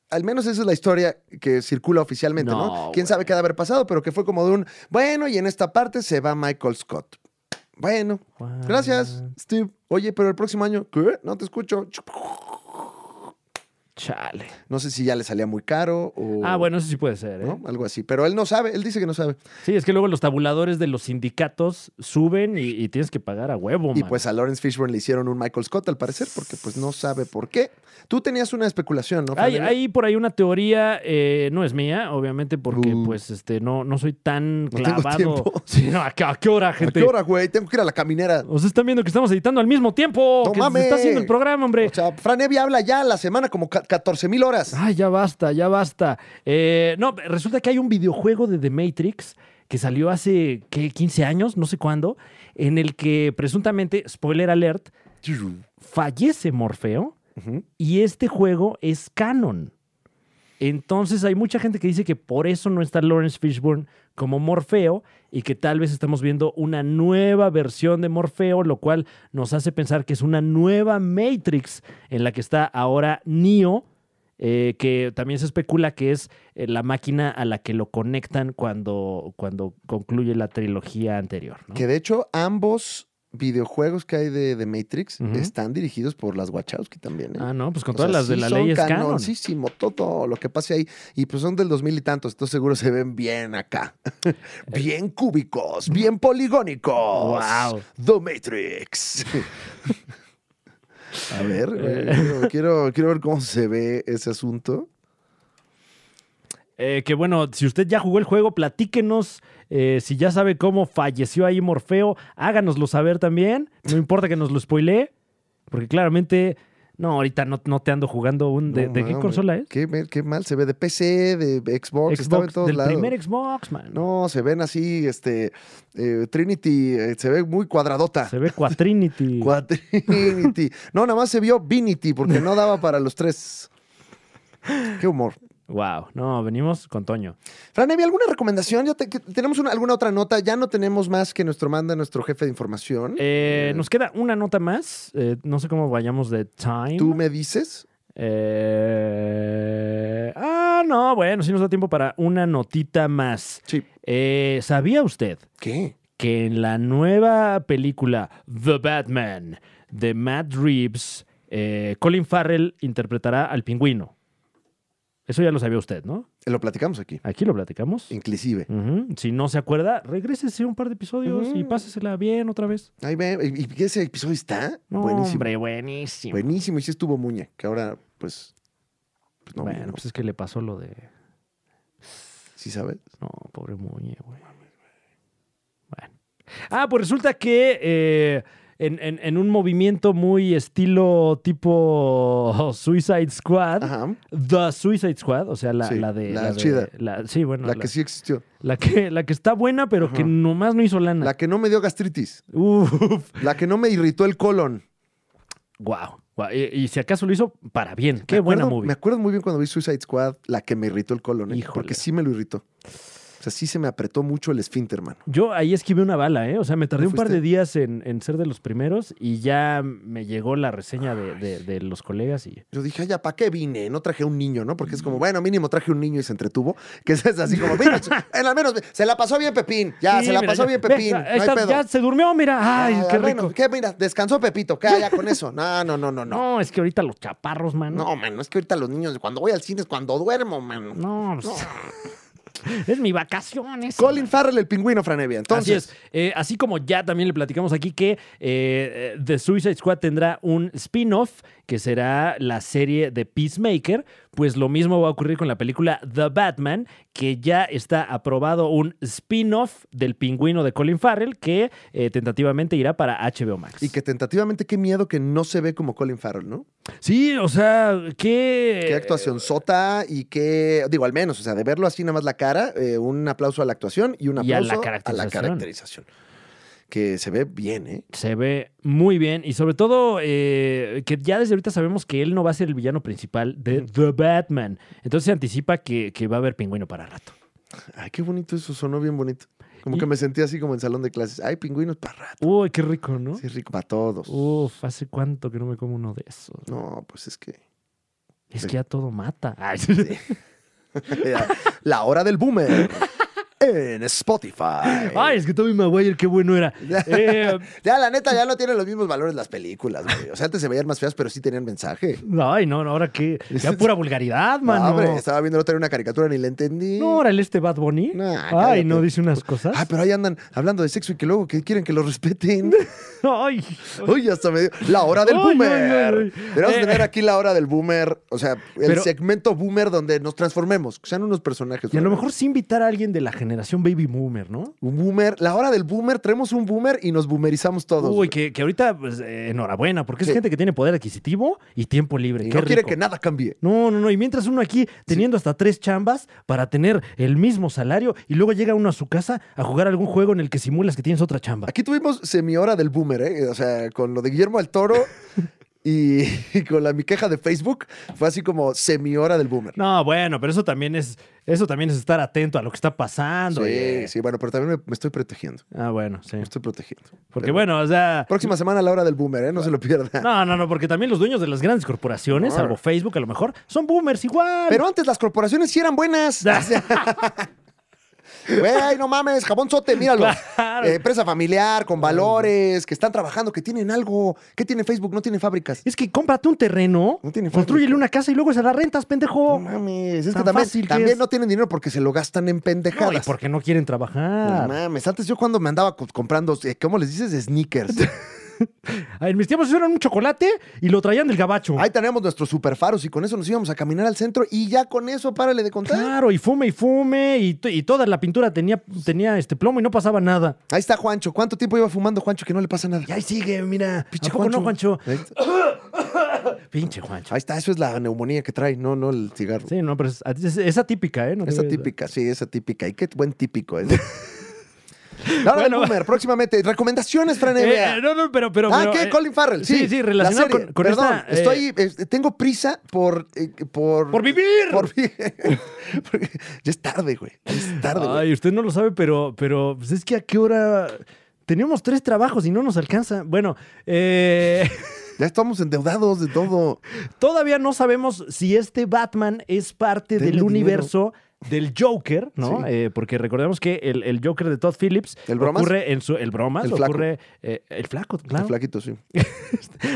Speaker 2: Al menos esa es la historia que circula oficialmente, ¿no?
Speaker 1: No,
Speaker 2: Quién
Speaker 1: güey.
Speaker 2: sabe qué ha de haber pasado, pero que fue como de un, bueno, y en esta parte se va Michael Scott. Bueno,
Speaker 1: What?
Speaker 2: gracias, Steve. Oye, pero el próximo año, ¿qué? No te escucho.
Speaker 1: Chale.
Speaker 2: No sé si ya le salía muy caro o
Speaker 1: Ah, bueno, eso sí puede ser, ¿eh?
Speaker 2: Oh. ¿no? algo así. Pero él no sabe, él dice que no sabe.
Speaker 1: Sí, es que luego los tabuladores de los sindicatos suben y, y tienes que pagar a huevo,
Speaker 2: Y
Speaker 1: man.
Speaker 2: pues a Lawrence Fishburne le hicieron un Michael Scott al parecer, porque pues no sabe por qué. Tú tenías una especulación, ¿no?
Speaker 1: Hay,
Speaker 2: Fabiola?
Speaker 1: hay por ahí una teoría, eh, no es mía, obviamente, porque
Speaker 2: Uh.
Speaker 1: pues este no, no soy tan
Speaker 2: tengo
Speaker 1: clavado.
Speaker 2: tiempo.
Speaker 1: Sí, no, ¿a qué, a qué hora,
Speaker 2: ¿A
Speaker 1: gente?
Speaker 2: qué hora, güey? Tengo que ir a la caminera.
Speaker 1: Os están viendo que estamos editando al mismo tiempo.
Speaker 2: ¡No
Speaker 1: que se está haciendo
Speaker 2: mames! Pues
Speaker 1: el programa, hombre. Ah,
Speaker 2: O sea, Fran Evia habla ya a la semana como 14 mil horas.
Speaker 1: Ay, ya basta, ya basta. Eh, no, resulta que hay un videojuego de The Matrix que salió hace, ¿qué? 15 años, no sé cuándo, en el que presuntamente, spoiler alert, fallece Morfeo
Speaker 2: Ujú.
Speaker 1: y este juego es canon. Entonces hay mucha gente que dice que por eso no está Lawrence Fishburne como Morfeo y que tal vez estamos viendo una nueva versión de Morfeo, lo cual nos hace pensar que es una nueva Matrix en la que está ahora Neo, eh, que también se especula que es eh, la máquina a la que lo conectan cuando, cuando concluye la trilogía anterior. ¿no?
Speaker 2: Que de hecho, ambos videojuegos que hay de, de Matrix
Speaker 1: Ujú.
Speaker 2: están dirigidos por las Wachowski también. ¿eh?
Speaker 1: Ah, no, pues con
Speaker 2: O
Speaker 1: todas
Speaker 2: sea,
Speaker 1: las de
Speaker 2: sí
Speaker 1: la
Speaker 2: son
Speaker 1: ley es canon.
Speaker 2: canoncísimo, todo lo que pase ahí. Y pues son del 2000 y tantos, entonces seguro se ven bien acá.
Speaker 1: Eh.
Speaker 2: bien cúbicos, bien poligónicos.
Speaker 1: Wow.
Speaker 2: The Matrix. A ver, güey, quiero, quiero, quiero ver cómo se ve ese asunto.
Speaker 1: Eh, que bueno, si usted ya jugó el juego, platíquenos. eh, si ya sabe cómo falleció ahí Morfeo, háganoslo saber también. No importa que nos lo spoile, porque claramente, no, ahorita no, no te ando jugando un. ¿De,
Speaker 2: No
Speaker 1: de qué
Speaker 2: mames,
Speaker 1: consola es?
Speaker 2: Qué, me- qué mal se ve de PC, de Xbox, estaba en
Speaker 1: Xbox,
Speaker 2: todos
Speaker 1: del
Speaker 2: lados.
Speaker 1: primer Xbox, man.
Speaker 2: No, se ven así, este, eh, Trinity, eh, se ve muy cuadradota.
Speaker 1: Se ve Quatrinity.
Speaker 2: Cuatrinity. No, nada más se vio Vinity, porque no daba para los tres. Qué humor.
Speaker 1: wow, no, venimos con Toño.
Speaker 2: Fran, ¿había alguna recomendación? Ya te- que- ¿Tenemos una- alguna otra nota? Ya no tenemos más que nuestro manda nuestro jefe de información.
Speaker 1: Eh, nos queda una nota más. eh, no sé cómo vayamos de time.
Speaker 2: ¿Tú me dices?
Speaker 1: Eh, ah, no, bueno, sí nos da tiempo para una notita más.
Speaker 2: Sí.
Speaker 1: Eh, ¿Sabía usted
Speaker 2: ¿Qué?
Speaker 1: que en la nueva película The Batman de Matt Reeves, eh, Colin Farrell interpretará al pingüino? Eso ya lo sabía usted, ¿no?
Speaker 2: Lo platicamos aquí,
Speaker 1: Aquí lo platicamos.
Speaker 2: inclusive.
Speaker 1: Ujú. Si no se acuerda, regrésese un par de episodios y
Speaker 2: Ujú.
Speaker 1: pásesela bien otra vez.
Speaker 2: Ahí ve. ¿Y y ese episodio está?
Speaker 1: No,
Speaker 2: buenísimo.
Speaker 1: Hombre, buenísimo.
Speaker 2: Buenísimo. Y sí estuvo Muña, que ahora, pues, pues no,
Speaker 1: bueno,
Speaker 2: vino.
Speaker 1: pues es que le pasó lo de.
Speaker 2: ¿Sí sabes?
Speaker 1: No, pobre Muñe, güey. Bueno. Ah, pues resulta que eh, en, en- en un movimiento muy estilo tipo Suicide Squad,
Speaker 2: Ajá.
Speaker 1: The Suicide Squad, o sea, la,
Speaker 2: Sí,
Speaker 1: la de.
Speaker 2: la
Speaker 1: de-
Speaker 2: chida.
Speaker 1: la- sí, bueno,
Speaker 2: La que sí existió.
Speaker 1: la que, la que está buena, pero que
Speaker 2: Ajá.
Speaker 1: nomás no hizo lana.
Speaker 2: La que no me dio gastritis.
Speaker 1: Uf,
Speaker 2: La que no me irritó el colon.
Speaker 1: wow. Y, y si acaso lo hizo, para bien. Qué
Speaker 2: Me
Speaker 1: buena
Speaker 2: acuerdo-
Speaker 1: movie.
Speaker 2: Me acuerdo muy bien cuando vi Suicide Squad, la que me irritó el colon, ¿eh?
Speaker 1: Híjole.
Speaker 2: porque sí me lo irritó. O sea, sí se me apretó mucho el esfínter, hermano.
Speaker 1: Yo ahí esquivé una bala, ¿eh? O sea, me tardé
Speaker 2: ¿No
Speaker 1: un par de
Speaker 2: fuiste?
Speaker 1: días en, en ser de los primeros y ya me llegó la reseña de, de- de los colegas y...
Speaker 2: Yo dije, "Ay, ya, ¿para qué vine? No traje un niño, ¿no? Porque es
Speaker 1: Mm.
Speaker 2: como, bueno, mínimo traje un niño y se entretuvo. Que es así como, mira, en al menos se la pasó bien Pepín. Ya,
Speaker 1: Sí,
Speaker 2: se la
Speaker 1: mira,
Speaker 2: pasó
Speaker 1: ya-
Speaker 2: bien
Speaker 1: ve,
Speaker 2: Pepín.
Speaker 1: ahí
Speaker 2: no hay
Speaker 1: está,
Speaker 2: pedo.
Speaker 1: Ya se durmió, mira. Ay,
Speaker 2: Ya,
Speaker 1: qué
Speaker 2: bueno,
Speaker 1: rico.
Speaker 2: ¿qué? mira, descansó Pepito. ¿Qué? Ah, Ya con eso. No, no, no, no, no.
Speaker 1: No, es que ahorita los chaparros, man.
Speaker 2: No, man, es que ahorita los niños, cuando voy al cine es cuando duermo, mano.
Speaker 1: No, pues, es mi vacación. esa,
Speaker 2: Colin
Speaker 1: man.
Speaker 2: Farrell, el pingüino, Franevia. Entonces,
Speaker 1: así es. Eh, así como ya también le platicamos aquí que eh, eh, The Suicide Squad tendrá un spin-off que será la serie de Peacemaker, pues lo mismo va a ocurrir con la película The Batman, que ya está aprobado un spin-off del pingüino de Colin Farrell que eh, tentativamente irá para HBO Max.
Speaker 2: Y que tentativamente, qué miedo que no se ve como Colin Farrell, ¿no?
Speaker 1: Sí, o sea, que...
Speaker 2: Qué actuación sota y qué, digo, al menos, o sea, de verlo así nada más la cara, eh, un aplauso a la actuación y un
Speaker 1: Y a la
Speaker 2: aplauso a la
Speaker 1: caracterización.
Speaker 2: caracterización. Que se ve bien, ¿eh?
Speaker 1: Se ve muy bien y sobre todo eh, que ya desde ahorita sabemos que él no va a ser el villano principal de The Batman. Entonces se anticipa que, que va a haber pingüino para rato.
Speaker 2: Ay, qué bonito eso, sonó bien bonito. Como
Speaker 1: Y-
Speaker 2: que me sentí así como en salón de clases. Ay, pingüinos para rato.
Speaker 1: Uy, qué rico, ¿no? Uh.
Speaker 2: Sí, rico para todos.
Speaker 1: Uf, hace cuánto que no me como uno de esos.
Speaker 2: No, pues es que.
Speaker 1: Es
Speaker 2: Sí.
Speaker 1: que ya todo mata. Ay,
Speaker 2: eh, la hora del boomer en Spotify.
Speaker 1: Ay, es que Tommy Maguire, qué bueno era. Eh,
Speaker 2: Ya, la neta, ya no tienen los mismos valores las películas, güey. O sea, antes se veían más feas, pero sí tenían mensaje.
Speaker 1: ay, no, no, ahora que. Ya pura vulgaridad,
Speaker 2: No,
Speaker 1: mano.
Speaker 2: hombre, estaba viendo el otro día una caricatura, ni la entendí.
Speaker 1: No, órale, este Bad Bunny.
Speaker 2: Nah,
Speaker 1: ay,
Speaker 2: ah, cállate.
Speaker 1: no, dice unas cosas.
Speaker 2: Ah, pero ahí andan hablando de sexo y que luego que quieren que lo respeten.
Speaker 1: Ay,
Speaker 2: Uy, hasta me dio. La hora del
Speaker 1: Ay,
Speaker 2: boomer.
Speaker 1: ay, ay, ay.
Speaker 2: Deberíamos
Speaker 1: Eh,
Speaker 2: tener
Speaker 1: eh.
Speaker 2: aquí la hora del boomer. O sea, el
Speaker 1: Pero-
Speaker 2: segmento boomer donde nos transformemos, que sean unos personajes.
Speaker 1: y a lo mejor sí invitar a alguien de la generación Baby Boomer, ¿no?
Speaker 2: Un boomer, la hora del boomer, traemos un boomer y nos boomerizamos todos.
Speaker 1: Uy,
Speaker 2: güey.
Speaker 1: que, que ahorita, pues, eh, enhorabuena, porque
Speaker 2: Sí.
Speaker 1: es gente que tiene poder adquisitivo y tiempo libre.
Speaker 2: Y
Speaker 1: qué
Speaker 2: no quiere
Speaker 1: rico.
Speaker 2: que nada cambie.
Speaker 1: No, no, no. Y mientras uno aquí teniendo hasta tres chambas para tener el mismo salario y luego llega uno a su casa a jugar algún juego en el que simulas que tienes otra chamba.
Speaker 2: Aquí tuvimos semi-hora del boomer, ¿eh? O sea, con lo de Guillermo del Toro y, y con la mi queja de Facebook, fue así como semi-hora del boomer.
Speaker 1: No, bueno, pero eso también es eso también es estar atento a lo que está pasando.
Speaker 2: sí,
Speaker 1: oye.
Speaker 2: sí, bueno, pero también me, me estoy protegiendo.
Speaker 1: Ah, bueno, sí.
Speaker 2: Me estoy protegiendo.
Speaker 1: Porque
Speaker 2: Pero-
Speaker 1: bueno, o sea,
Speaker 2: Próxima semana la hora del boomer, ¿eh? No se lo pierdan.
Speaker 1: no, no, no, porque también los dueños de las grandes corporaciones, salvo Facebook a lo mejor, son boomers igual.
Speaker 2: Pero antes las corporaciones sí eran buenas. Güey, no mames, jabón sote, míralo.
Speaker 1: Claro.
Speaker 2: Eh, empresa familiar, con valores, que están trabajando, que tienen algo. ¿Qué tiene Facebook? No tiene fábricas.
Speaker 1: es que cómprate un terreno,
Speaker 2: No tiene
Speaker 1: construyele
Speaker 2: fábrica.
Speaker 1: una casa y luego se la rentas,
Speaker 2: No
Speaker 1: pendejo.
Speaker 2: mames, es
Speaker 1: Tan
Speaker 2: que también,
Speaker 1: fácil que
Speaker 2: también
Speaker 1: es.
Speaker 2: no tienen dinero porque se lo gastan en
Speaker 1: No,
Speaker 2: pendejadas.
Speaker 1: y porque no quieren
Speaker 2: No
Speaker 1: trabajar.
Speaker 2: mames, antes yo cuando me andaba co- comprando, eh, ¿cómo les dices? Sneakers.
Speaker 1: en mis tiempos eso era un chocolate y lo traían del gabacho.
Speaker 2: Ahí teníamos nuestros superfaros y con eso nos íbamos a caminar al centro y ya con eso párale de contar.
Speaker 1: Claro, y fume y fume, y, to- y toda la pintura tenía, tenía este plomo y no pasaba nada.
Speaker 2: Ahí está Juancho. ¿Cuánto tiempo iba fumando Juancho que no le pasa nada?
Speaker 1: Y ahí sigue, mira.
Speaker 2: Pinche
Speaker 1: ¿A poco no, Juancho?
Speaker 2: Ahí está.
Speaker 1: Pinche Juancho.
Speaker 2: Ahí está, eso es la neumonía que trae, no, no el cigarro.
Speaker 1: Sí, no, pero es, es- es atípica, ¿eh? No te
Speaker 2: Esa
Speaker 1: voy a-
Speaker 2: típica, sí, esa típica. Y qué buen típico es. Ahora
Speaker 1: Bueno.
Speaker 2: el boomer, próximamente. Recomendaciones, Fran
Speaker 1: Eh,
Speaker 2: Evia.
Speaker 1: eh, no, no, pero. pero
Speaker 2: Ah,
Speaker 1: pero,
Speaker 2: ¿qué?
Speaker 1: eh,
Speaker 2: Colin Farrell. Sí,
Speaker 1: Sí, sí,
Speaker 2: la
Speaker 1: relacionado
Speaker 2: serie.
Speaker 1: con, con
Speaker 2: Perdón,
Speaker 1: esta. eh,
Speaker 2: estoy, eh, tengo prisa por, eh, por...
Speaker 1: ¡Por vivir!
Speaker 2: por vi- porque ya es tarde, güey. Ya es tarde, güey.
Speaker 1: Ay, usted no lo sabe, pero, pero pues es que a qué hora. Tenemos tres trabajos y no nos alcanza. Bueno, eh,
Speaker 2: Ya estamos endeudados de todo.
Speaker 1: todavía no sabemos si este Batman es parte
Speaker 2: Denme
Speaker 1: del
Speaker 2: dinero.
Speaker 1: universo del Joker, ¿no?
Speaker 2: Sí.
Speaker 1: Eh, porque recordemos que el, el Joker de Todd Phillips
Speaker 2: ¿El bromas?
Speaker 1: ocurre en su. El bromas,
Speaker 2: El flaco.
Speaker 1: ocurre. eh, el flaco, claro.
Speaker 2: El flaquito, sí.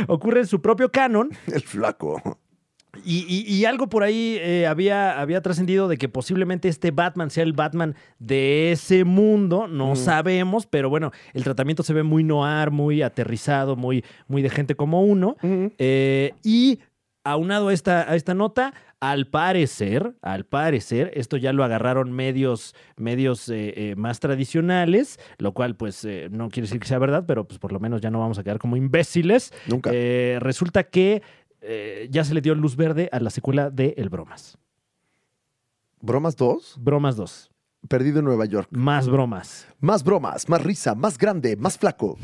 Speaker 1: Ocurre en su propio canon.
Speaker 2: El flaco.
Speaker 1: Y, y- y algo por ahí eh, había, había trascendido de que posiblemente este Batman sea el Batman de ese mundo, no sabemos, pero bueno, el tratamiento se ve muy noir, muy aterrizado, muy, muy de gente como uno. Eh, y aunado a esta, a esta nota, al parecer, al parecer, esto ya lo agarraron medios, medios eh, eh, más tradicionales, lo cual pues eh, no quiere decir que sea verdad, pero pues por lo menos ya no vamos a quedar como imbéciles.
Speaker 2: Nunca.
Speaker 1: Eh, resulta que eh, ya se le dio luz verde a la secuela de El Bromas.
Speaker 2: ¿Bromas 2?
Speaker 1: Bromas 2.
Speaker 2: Perdido en Nueva York.
Speaker 1: Más bromas.
Speaker 2: Más bromas, más risa, más grande, más flaco.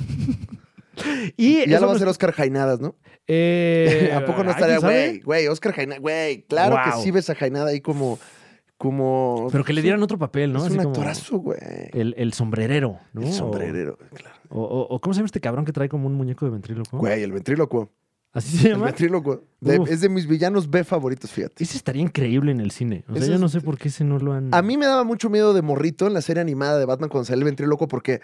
Speaker 1: Y
Speaker 2: Ya
Speaker 1: eso
Speaker 2: lo va a
Speaker 1: no
Speaker 2: hacer
Speaker 1: es-
Speaker 2: Oscar Jainadas, ¿no?
Speaker 1: eh,
Speaker 2: ¿A poco no
Speaker 1: ay,
Speaker 2: estaría,
Speaker 1: ¿quién sabe?
Speaker 2: güey? Güey, Oscar Jainada, güey. Claro
Speaker 1: Wow.
Speaker 2: que sí ves a Jainada ahí como. como
Speaker 1: Pero que le dieran otro papel, ¿no?
Speaker 2: Es
Speaker 1: Así
Speaker 2: un
Speaker 1: como
Speaker 2: actorazo, güey.
Speaker 1: El, el sombrerero, ¿no?
Speaker 2: El sombrerero, claro.
Speaker 1: O, o- o- ¿cómo se llama este cabrón que trae como un muñeco de ventríloco?
Speaker 2: Güey, el ventríloco.
Speaker 1: ¿Así se
Speaker 2: El
Speaker 1: llama?
Speaker 2: ventríloco. De-
Speaker 1: Uf.
Speaker 2: es de mis villanos B favoritos, fíjate.
Speaker 1: Ese estaría increíble en el cine. O sea,
Speaker 2: Ese
Speaker 1: yo
Speaker 2: es-
Speaker 1: no sé por qué ese no lo han...
Speaker 2: A mí me daba mucho miedo de morrito en la serie animada de Batman cuando sale el ventríloco porque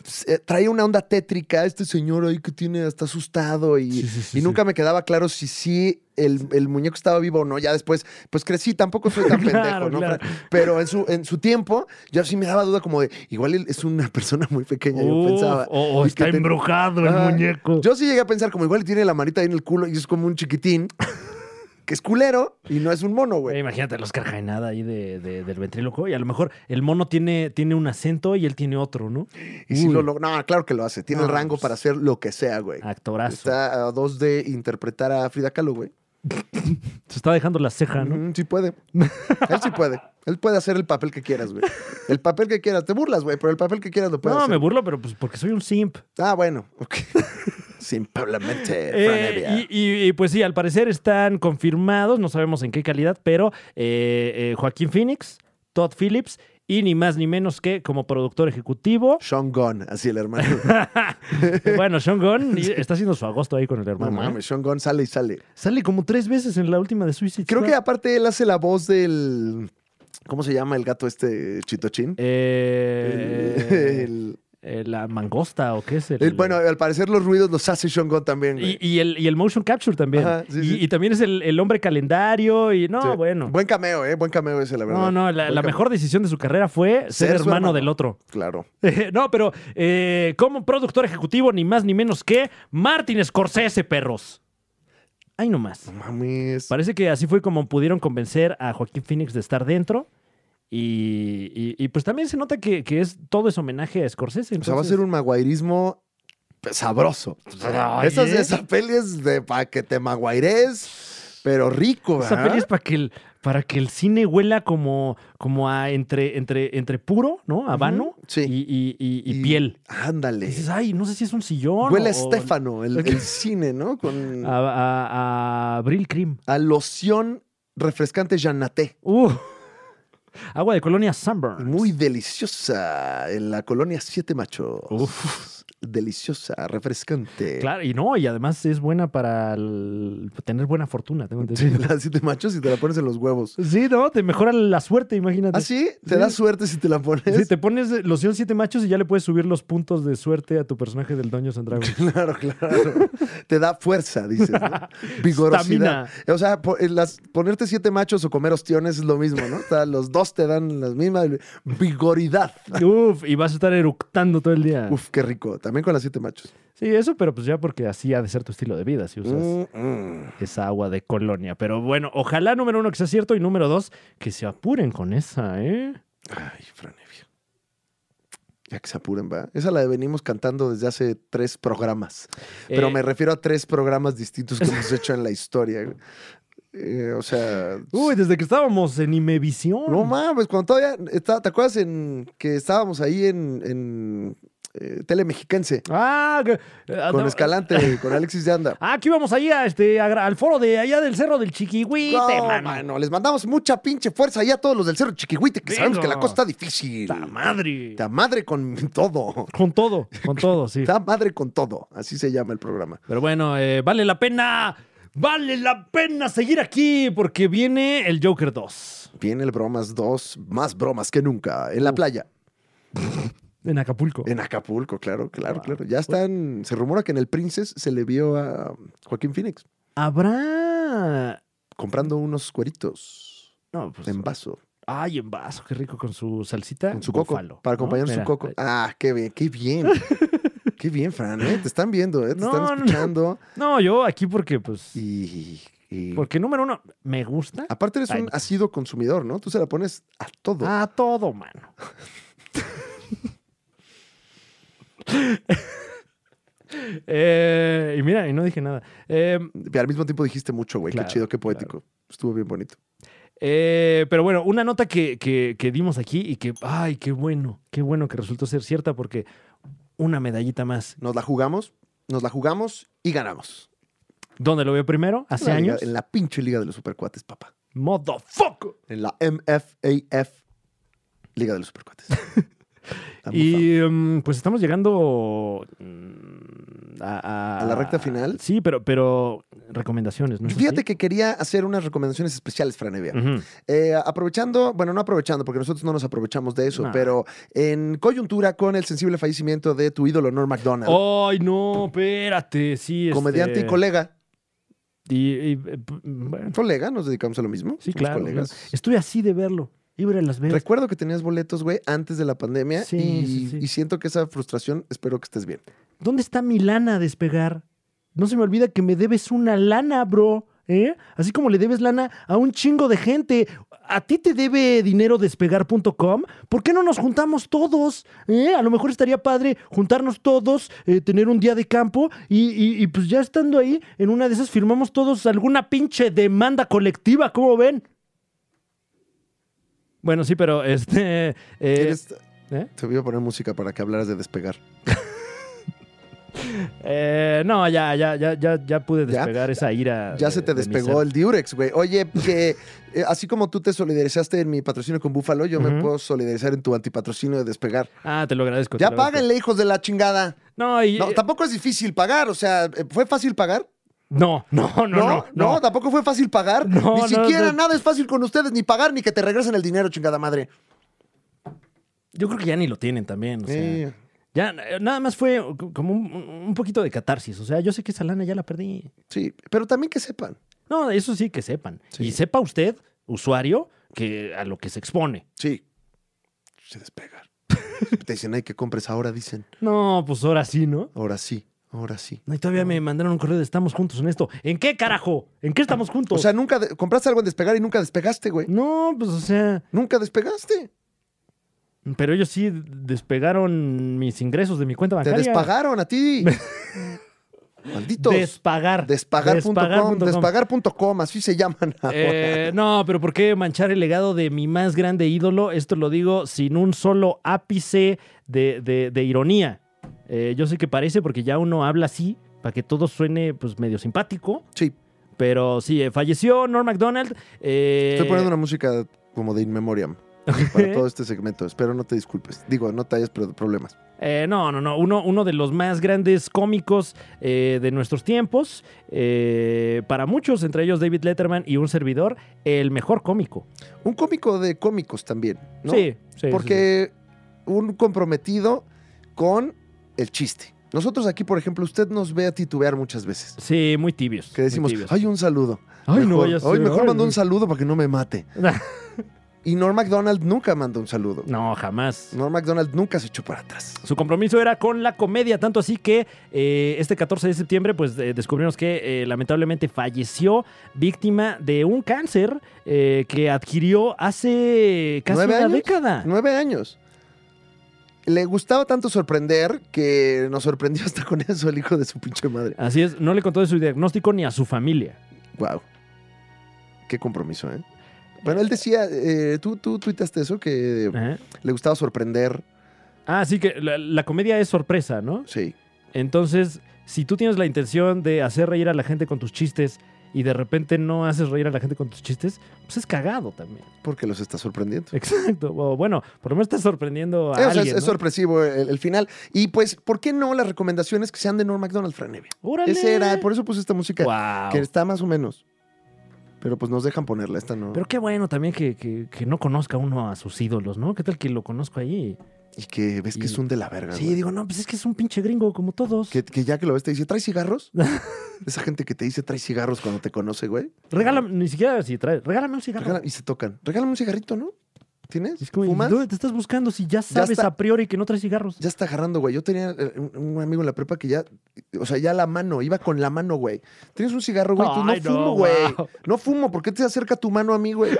Speaker 2: pues, eh, traía una onda tétrica. Este señor ahí que tiene está asustado y,
Speaker 1: Sí, sí, sí,
Speaker 2: y
Speaker 1: sí.
Speaker 2: nunca me quedaba claro si sí el, el muñeco estaba vivo o no. Ya después, pues crecí, tampoco soy tan
Speaker 1: Claro,
Speaker 2: pendejo, ¿no?
Speaker 1: claro.
Speaker 2: Pero en su, en su tiempo, yo sí me daba duda como de, igual él es una persona muy pequeña, yo
Speaker 1: Uf,
Speaker 2: pensaba.
Speaker 1: Oh, o, o
Speaker 2: y que
Speaker 1: está
Speaker 2: te-
Speaker 1: embrujado
Speaker 2: Ajá.
Speaker 1: el muñeco.
Speaker 2: Yo sí llegué a pensar como igual tiene la manita ahí en el culo y es como un chiquitín que es culero y no es un mono,
Speaker 1: Eh,
Speaker 2: güey.
Speaker 1: Imagínate los Oscar Jaenada ahí de, de- del ventríloco. Y a lo mejor el mono tiene, tiene un acento y él tiene otro, ¿no?
Speaker 2: Y si
Speaker 1: Uy,
Speaker 2: lo logra. No, claro que lo hace. Tiene
Speaker 1: No,
Speaker 2: el rango
Speaker 1: pues,
Speaker 2: para hacer lo que sea, güey.
Speaker 1: Actorazo. Está...
Speaker 2: Está a dos de interpretar a Frida Kahlo, güey.
Speaker 1: Se está dejando la ceja, ¿no?
Speaker 2: Mm, sí puede. Él sí puede. Él puede hacer el papel que quieras, güey. El papel que quieras. Te burlas, güey, pero el papel que quieras lo puede
Speaker 1: No, me
Speaker 2: hacer.
Speaker 1: burlo, pero pues porque soy un simp.
Speaker 2: Ah, bueno. ok. Simplemente, Fran
Speaker 1: Eh,
Speaker 2: Evia.
Speaker 1: y, y- y, pues sí, al parecer están confirmados, no sabemos en qué calidad, pero eh, eh, Joaquín Phoenix, Todd Phillips y ni más ni menos que como productor ejecutivo.
Speaker 2: Sean Gunn, así el hermano.
Speaker 1: bueno, Sean Gunn y- está haciendo su agosto ahí con el
Speaker 2: No
Speaker 1: hermano. ¿eh?
Speaker 2: mames, Sean Gunn sale y sale.
Speaker 1: Sale como tres veces en la última de Suicide
Speaker 2: Creo que
Speaker 1: Squad.
Speaker 2: aparte él hace la voz del. ¿Cómo se llama el gato este chitochín?
Speaker 1: Eh,
Speaker 2: El-
Speaker 1: eh, la mangosta o qué es el,
Speaker 2: el- Eh, bueno, al parecer los ruidos los hace Sean Gunn también. güey.
Speaker 1: y, y el, y el motion capture también.
Speaker 2: Ajá, sí,
Speaker 1: y,
Speaker 2: sí.
Speaker 1: y también es el, el hombre calendario y no,
Speaker 2: Sí.
Speaker 1: bueno.
Speaker 2: Buen cameo, ¿eh? Buen cameo ese, la verdad.
Speaker 1: No, no, la,
Speaker 2: Buen
Speaker 1: la
Speaker 2: cameo.
Speaker 1: mejor decisión de su carrera fue ser,
Speaker 2: Ser su
Speaker 1: hermano,
Speaker 2: hermano.
Speaker 1: del otro.
Speaker 2: Claro.
Speaker 1: no, pero eh, como productor ejecutivo, ni más ni menos que Martin Scorsese, perros. Ay, no más.
Speaker 2: No mames.
Speaker 1: Parece que así fue como pudieron convencer a Joaquín Phoenix de estar dentro. Y, y- y, pues también se nota que, que es todo es homenaje a Scorsese.
Speaker 2: O sea, va a
Speaker 1: entonces-
Speaker 2: ser un maguairismo sabroso.
Speaker 1: Ay,
Speaker 2: Esa,
Speaker 1: ¿eh?
Speaker 2: esa peli es de para que te maguaires, pero rico,
Speaker 1: Esa
Speaker 2: ¿verdad?
Speaker 1: peli es para que el, para que el cine huela como, como a entre, entre, entre puro, ¿no? Habano
Speaker 2: Ujú, sí.
Speaker 1: y, y- y- y piel.
Speaker 2: Ándale.
Speaker 1: Y dices, ay, no sé si es un sillón.
Speaker 2: Huele a
Speaker 1: o- Ah.
Speaker 2: Estefano, el, el cine, ¿no? Con
Speaker 1: A, a, a Abril Cream.
Speaker 2: a loción refrescante Janaté.
Speaker 1: Uh. Agua de colonia Sunburn.
Speaker 2: Muy deliciosa en la colonia Siete Machos. Deliciosa, refrescante.
Speaker 1: Claro, y no, y además es buena para el- tener buena fortuna, tengo
Speaker 2: Sí,
Speaker 1: entendido.
Speaker 2: la Siete Machos y te la pones en los huevos.
Speaker 1: Sí, no, te mejora la suerte, imagínate.
Speaker 2: ¿Ah, sí? Te
Speaker 1: Sí.
Speaker 2: da suerte si te la pones.
Speaker 1: Sí, te pones loción siete machos y ya le puedes subir los puntos de suerte a tu personaje del Doño Sandrago.
Speaker 2: Claro, claro. te da fuerza, dices. ¿no? Vigorosidad.
Speaker 1: Estamina.
Speaker 2: O sea, po- eh, las- ponerte siete machos o comer ostiones es lo mismo, ¿no? O sea, los dos te dan las mismas vigoridad.
Speaker 1: Uf, y vas a estar eructando todo el día.
Speaker 2: Uf, qué rico. También con las siete machos.
Speaker 1: Sí, eso, pero pues ya porque así ha de ser tu estilo de vida, si usas
Speaker 2: Mm, mm.
Speaker 1: esa agua de colonia. Pero bueno, ojalá, número uno, que sea cierto, y número dos, que se apuren con esa, ¿eh?
Speaker 2: Ay, Franevia. Ya que se apuren, va. Esa la venimos cantando desde hace tres programas. Pero
Speaker 1: Eh,
Speaker 2: me refiero a tres programas distintos que hemos hecho en la historia. güey. Eh, o sea.
Speaker 1: Uy, desde que estábamos en Imevisión.
Speaker 2: No mames, cuando todavía. está- ¿Te acuerdas en que estábamos ahí en, en eh, Tele Mexiquense?
Speaker 1: Ah, que- ah,
Speaker 2: Con
Speaker 1: no.
Speaker 2: Escalante, con Alexis de Anda.
Speaker 1: Ah, aquí vamos allá, este, a gra- al foro de allá del cerro del Chiquihuite,
Speaker 2: No,
Speaker 1: mano.
Speaker 2: mano, les mandamos mucha pinche fuerza ahí a todos los del Cerro Chiquihuite, que sabemos
Speaker 1: Venga.
Speaker 2: que la cosa está difícil.
Speaker 1: Ta madre.
Speaker 2: Ta madre con todo.
Speaker 1: Con todo, con todo, sí.
Speaker 2: Ta madre con todo. Así se llama el programa.
Speaker 1: Pero bueno, eh, vale la pena, vale la pena seguir aquí porque viene el Joker 2
Speaker 2: Viene el Bromas 2, más bromas que nunca, en la playa.
Speaker 1: en Acapulco.
Speaker 2: En Acapulco, claro, claro, claro. Ya están. Se rumora que en el Princess se le vio a Joaquín Phoenix
Speaker 1: Habrá.
Speaker 2: comprando unos cueritos
Speaker 1: No, pues.
Speaker 2: en vaso,
Speaker 1: Ay, en vaso, qué rico con su salsita.
Speaker 2: con su coco,
Speaker 1: Ah, Búfalo, ¿no?
Speaker 2: para
Speaker 1: eh,
Speaker 2: acompañar
Speaker 1: Mira,
Speaker 2: su coco.
Speaker 1: ahí.
Speaker 2: Ah, qué bien, qué bien. qué bien, Fran, ¿eh? Te están viendo, ¿eh? Te
Speaker 1: No, no,
Speaker 2: están
Speaker 1: no.
Speaker 2: escuchando.
Speaker 1: No, yo aquí porque, pues.
Speaker 2: Y. y-
Speaker 1: Porque número uno, me gusta.
Speaker 2: Aparte eres
Speaker 1: Ay, Ah.
Speaker 2: un
Speaker 1: no.
Speaker 2: asido consumidor, ¿no? Tú se la pones a todo.
Speaker 1: A todo, mano. Eh, y mira, y no dije nada. Eh,
Speaker 2: Y al mismo tiempo dijiste mucho, güey.
Speaker 1: Claro,
Speaker 2: qué chido, qué poético. Estuvo bien bonito.
Speaker 1: eh, pero bueno, una nota que, que- que dimos aquí y que, ay, qué bueno, qué bueno que resultó ser cierta porque una medallita más.
Speaker 2: Nos la jugamos, nos la jugamos y ganamos.
Speaker 1: ¿Dónde lo veo primero?
Speaker 2: En
Speaker 1: Hace
Speaker 2: la liga-
Speaker 1: años.
Speaker 2: en la pinche liga de los supercuates, papá.
Speaker 1: Motherfucker.
Speaker 2: En la MFAF, Liga de los Supercuates. I'm a fan.
Speaker 1: Y mm, pues estamos llegando mm, a,
Speaker 2: ¿A la recta final?
Speaker 1: Sí, pero, pero recomendaciones, ¿no? es
Speaker 2: Fíjate
Speaker 1: así?
Speaker 2: que quería hacer unas recomendaciones especiales, Franevia.
Speaker 1: Ujú.
Speaker 2: Eh, aprovechando, bueno, no aprovechando, porque nosotros no nos aprovechamos de eso,
Speaker 1: Nah.
Speaker 2: pero en coyuntura con el sensible fallecimiento de tu ídolo Norm MacDonald,
Speaker 1: Ay, no, espérate, sí.
Speaker 2: comediante
Speaker 1: este,
Speaker 2: y colega.
Speaker 1: y- y, eh, p- bueno,
Speaker 2: Colega, nos dedicamos a lo mismo.
Speaker 1: sí,
Speaker 2: somos
Speaker 1: claro.
Speaker 2: colegas.
Speaker 1: claro. Estuve así de verlo. Iba a las veces.
Speaker 2: Recuerdo que tenías boletos, güey, antes de la pandemia
Speaker 1: Sí,
Speaker 2: y,
Speaker 1: sí, sí.
Speaker 2: y siento que esa frustración, espero que estés bien.
Speaker 1: ¿Dónde está mi lana a despegar? No se me olvida que me debes una lana, bro. ¿eh? Así como le debes lana a un chingo de gente. ¿A ti te debe dinero despegar.com? ¿Por qué no nos juntamos todos? ¿Eh? A lo mejor estaría padre juntarnos todos, eh, tener un día de campo y, y- y pues ya estando ahí, en una de esas firmamos todos alguna pinche demanda colectiva, ¿cómo ven? Bueno, sí, pero este... eh,
Speaker 2: ¿Quieres-
Speaker 1: ¿eh?
Speaker 2: Te voy a poner música para que hablaras de despegar.
Speaker 1: Eh, no, ya, ya, ya, ya, ya pude
Speaker 2: ¿Ya?
Speaker 1: despegar esa ira.
Speaker 2: Ya
Speaker 1: de-
Speaker 2: se te
Speaker 1: de mi
Speaker 2: despegó
Speaker 1: ser.
Speaker 2: el Durex, güey. Oye, que eh, así como tú te solidarizaste en mi patrocinio con Búfalo, yo me
Speaker 1: Ujú.
Speaker 2: puedo solidarizar en tu antipatrocinio de despegar.
Speaker 1: Ah, te lo agradezco. te
Speaker 2: Ya
Speaker 1: lo agradezco.
Speaker 2: páganle, hijos de la chingada.
Speaker 1: No, y-
Speaker 2: No,
Speaker 1: eh,
Speaker 2: tampoco es difícil pagar, o sea, eh, ¿fue fácil pagar?
Speaker 1: no, no, no, no, no.
Speaker 2: tampoco fue fácil pagar.
Speaker 1: No,
Speaker 2: ni
Speaker 1: no,
Speaker 2: siquiera
Speaker 1: no.
Speaker 2: nada es fácil con ustedes, ni pagar, ni que te regresen el dinero, chingada madre.
Speaker 1: Yo creo que ya ni lo tienen también. o sea,
Speaker 2: Eh,
Speaker 1: ya eh, nada más fue co- como un, un poquito de catarsis. O sea, yo sé que esa lana ya la perdí.
Speaker 2: sí, pero también que sepan.
Speaker 1: No, eso sí que sepan.
Speaker 2: Sí.
Speaker 1: Y sepa usted, usuario, que a lo que se expone.
Speaker 2: Sí. Se despegar. te dicen, ay, que compres ahora, dicen.
Speaker 1: No, pues ahora sí, ¿no?
Speaker 2: Ahora sí, ahora sí.
Speaker 1: No, y todavía me mandaron un correo de estamos juntos en esto. ¿En qué carajo? ¿En qué estamos
Speaker 2: O
Speaker 1: juntos?
Speaker 2: sea, nunca de- compraste algo en despegar y nunca despegaste, güey.
Speaker 1: no, pues o sea.
Speaker 2: Nunca despegaste.
Speaker 1: Pero ellos sí despegaron mis ingresos de mi cuenta
Speaker 2: Te
Speaker 1: bancaria.
Speaker 2: despagaron a ti. Malditos.
Speaker 1: Despagar.
Speaker 2: Despagar.com.
Speaker 1: Despagar.com.
Speaker 2: Despagar.com, así se llaman. ahora.
Speaker 1: Eh, no, pero ¿por qué manchar el legado de mi más grande ídolo? Esto lo digo sin un solo ápice de, de- de ironía. Eh, yo sé que parece porque ya uno habla así para que todo suene pues medio simpático,
Speaker 2: Sí,
Speaker 1: pero sí, eh, falleció Norm MacDonald. eh,
Speaker 2: estoy poniendo una música como de In Memoriam para todo este segmento. Espero no te disculpes. Digo, no te hayas pro- problemas.
Speaker 1: Eh, no, no, no. Uno, uno de los más grandes cómicos eh, de nuestros tiempos. eh, para muchos, entre ellos David Letterman y un servidor, el mejor cómico.
Speaker 2: Un cómico de cómicos también, ¿no?
Speaker 1: Sí, sí. sí, sí.
Speaker 2: Porque un comprometido con el chiste. Nosotros aquí, por ejemplo, usted nos ve a titubear muchas veces.
Speaker 1: Sí, muy tibios.
Speaker 2: Que
Speaker 1: muy
Speaker 2: decimos,
Speaker 1: tibios.
Speaker 2: hay un saludo.
Speaker 1: Ay, no
Speaker 2: Mejor-
Speaker 1: vaya a
Speaker 2: hoy
Speaker 1: ser,
Speaker 2: mejor
Speaker 1: ay,
Speaker 2: mando
Speaker 1: no.
Speaker 2: un saludo para que no me mate. Y Norm MacDonald nunca mandó un saludo.
Speaker 1: No, jamás.
Speaker 2: Norm MacDonald nunca se echó para atrás.
Speaker 1: Su compromiso era con la comedia, tanto así que eh, este 14 de septiembre pues eh, descubrimos que eh, lamentablemente falleció víctima de un cáncer eh, que adquirió hace casi
Speaker 2: ¿Nueve
Speaker 1: una
Speaker 2: años?
Speaker 1: década.
Speaker 2: Nueve años. Le gustaba tanto sorprender que nos sorprendió hasta con eso el hijo de su pinche madre.
Speaker 1: Así es, no le contó de su diagnóstico ni a su familia.
Speaker 2: Wow. Qué compromiso, ¿eh? Bueno, él decía, eh, tú, tú tuitaste eso, que
Speaker 1: Ajá.
Speaker 2: le gustaba sorprender.
Speaker 1: ¿eh? Ah, sí que la, la comedia es sorpresa, ¿no?
Speaker 2: Sí.
Speaker 1: Entonces, si tú tienes la intención de hacer reír a la gente con tus chistes y de repente no haces reír a la gente con tus chistes, pues es cagado también.
Speaker 2: Porque los está sorprendiendo.
Speaker 1: Exacto. O bueno, por lo menos estás sorprendiendo a
Speaker 2: Eh, o sea,
Speaker 1: alguien.
Speaker 2: es, es
Speaker 1: ¿no?
Speaker 2: sorpresivo el, el final. Y pues, ¿por qué no las recomendaciones que sean de Norm MacDonald, Franevia?
Speaker 1: ¡Órale!
Speaker 2: Ese era, por eso puse esta música,
Speaker 1: Guau.
Speaker 2: que está más o menos. Pero pues nos dejan ponerla, esta no.
Speaker 1: Pero qué bueno también que, que- que no conozca uno a sus ídolos, ¿no? ¿Qué tal que lo conozco ahí?
Speaker 2: y que ves
Speaker 1: y-
Speaker 2: que es un de la verga.
Speaker 1: Sí,
Speaker 2: güey.
Speaker 1: digo, no, pues es que es un pinche gringo como todos.
Speaker 2: Que, que ya que lo ves te dice, ¿traes cigarros? Esa gente que te dice, ¿traes cigarros cuando te conoce, güey?
Speaker 1: Regálame, ni siquiera si trae, regálame un cigarro.
Speaker 2: Regala- y se tocan. Regálame un cigarrito, ¿no? ¿Tienes?
Speaker 1: Es como, ¿y
Speaker 2: ¿Fumas?
Speaker 1: ¿dónde te estás buscando si ya sabes
Speaker 2: está.
Speaker 1: a priori que no traes cigarros?
Speaker 2: Ya está agarrando, güey. Yo tenía eh, un, un amigo en la prepa que ya, o sea, ya la mano, iba con la mano, güey. Tienes un cigarro, güey. Tú no
Speaker 1: Ay, no,
Speaker 2: fumo, güey.
Speaker 1: wow.
Speaker 2: No fumo. ¿Por qué te acerca tu mano a mí, güey?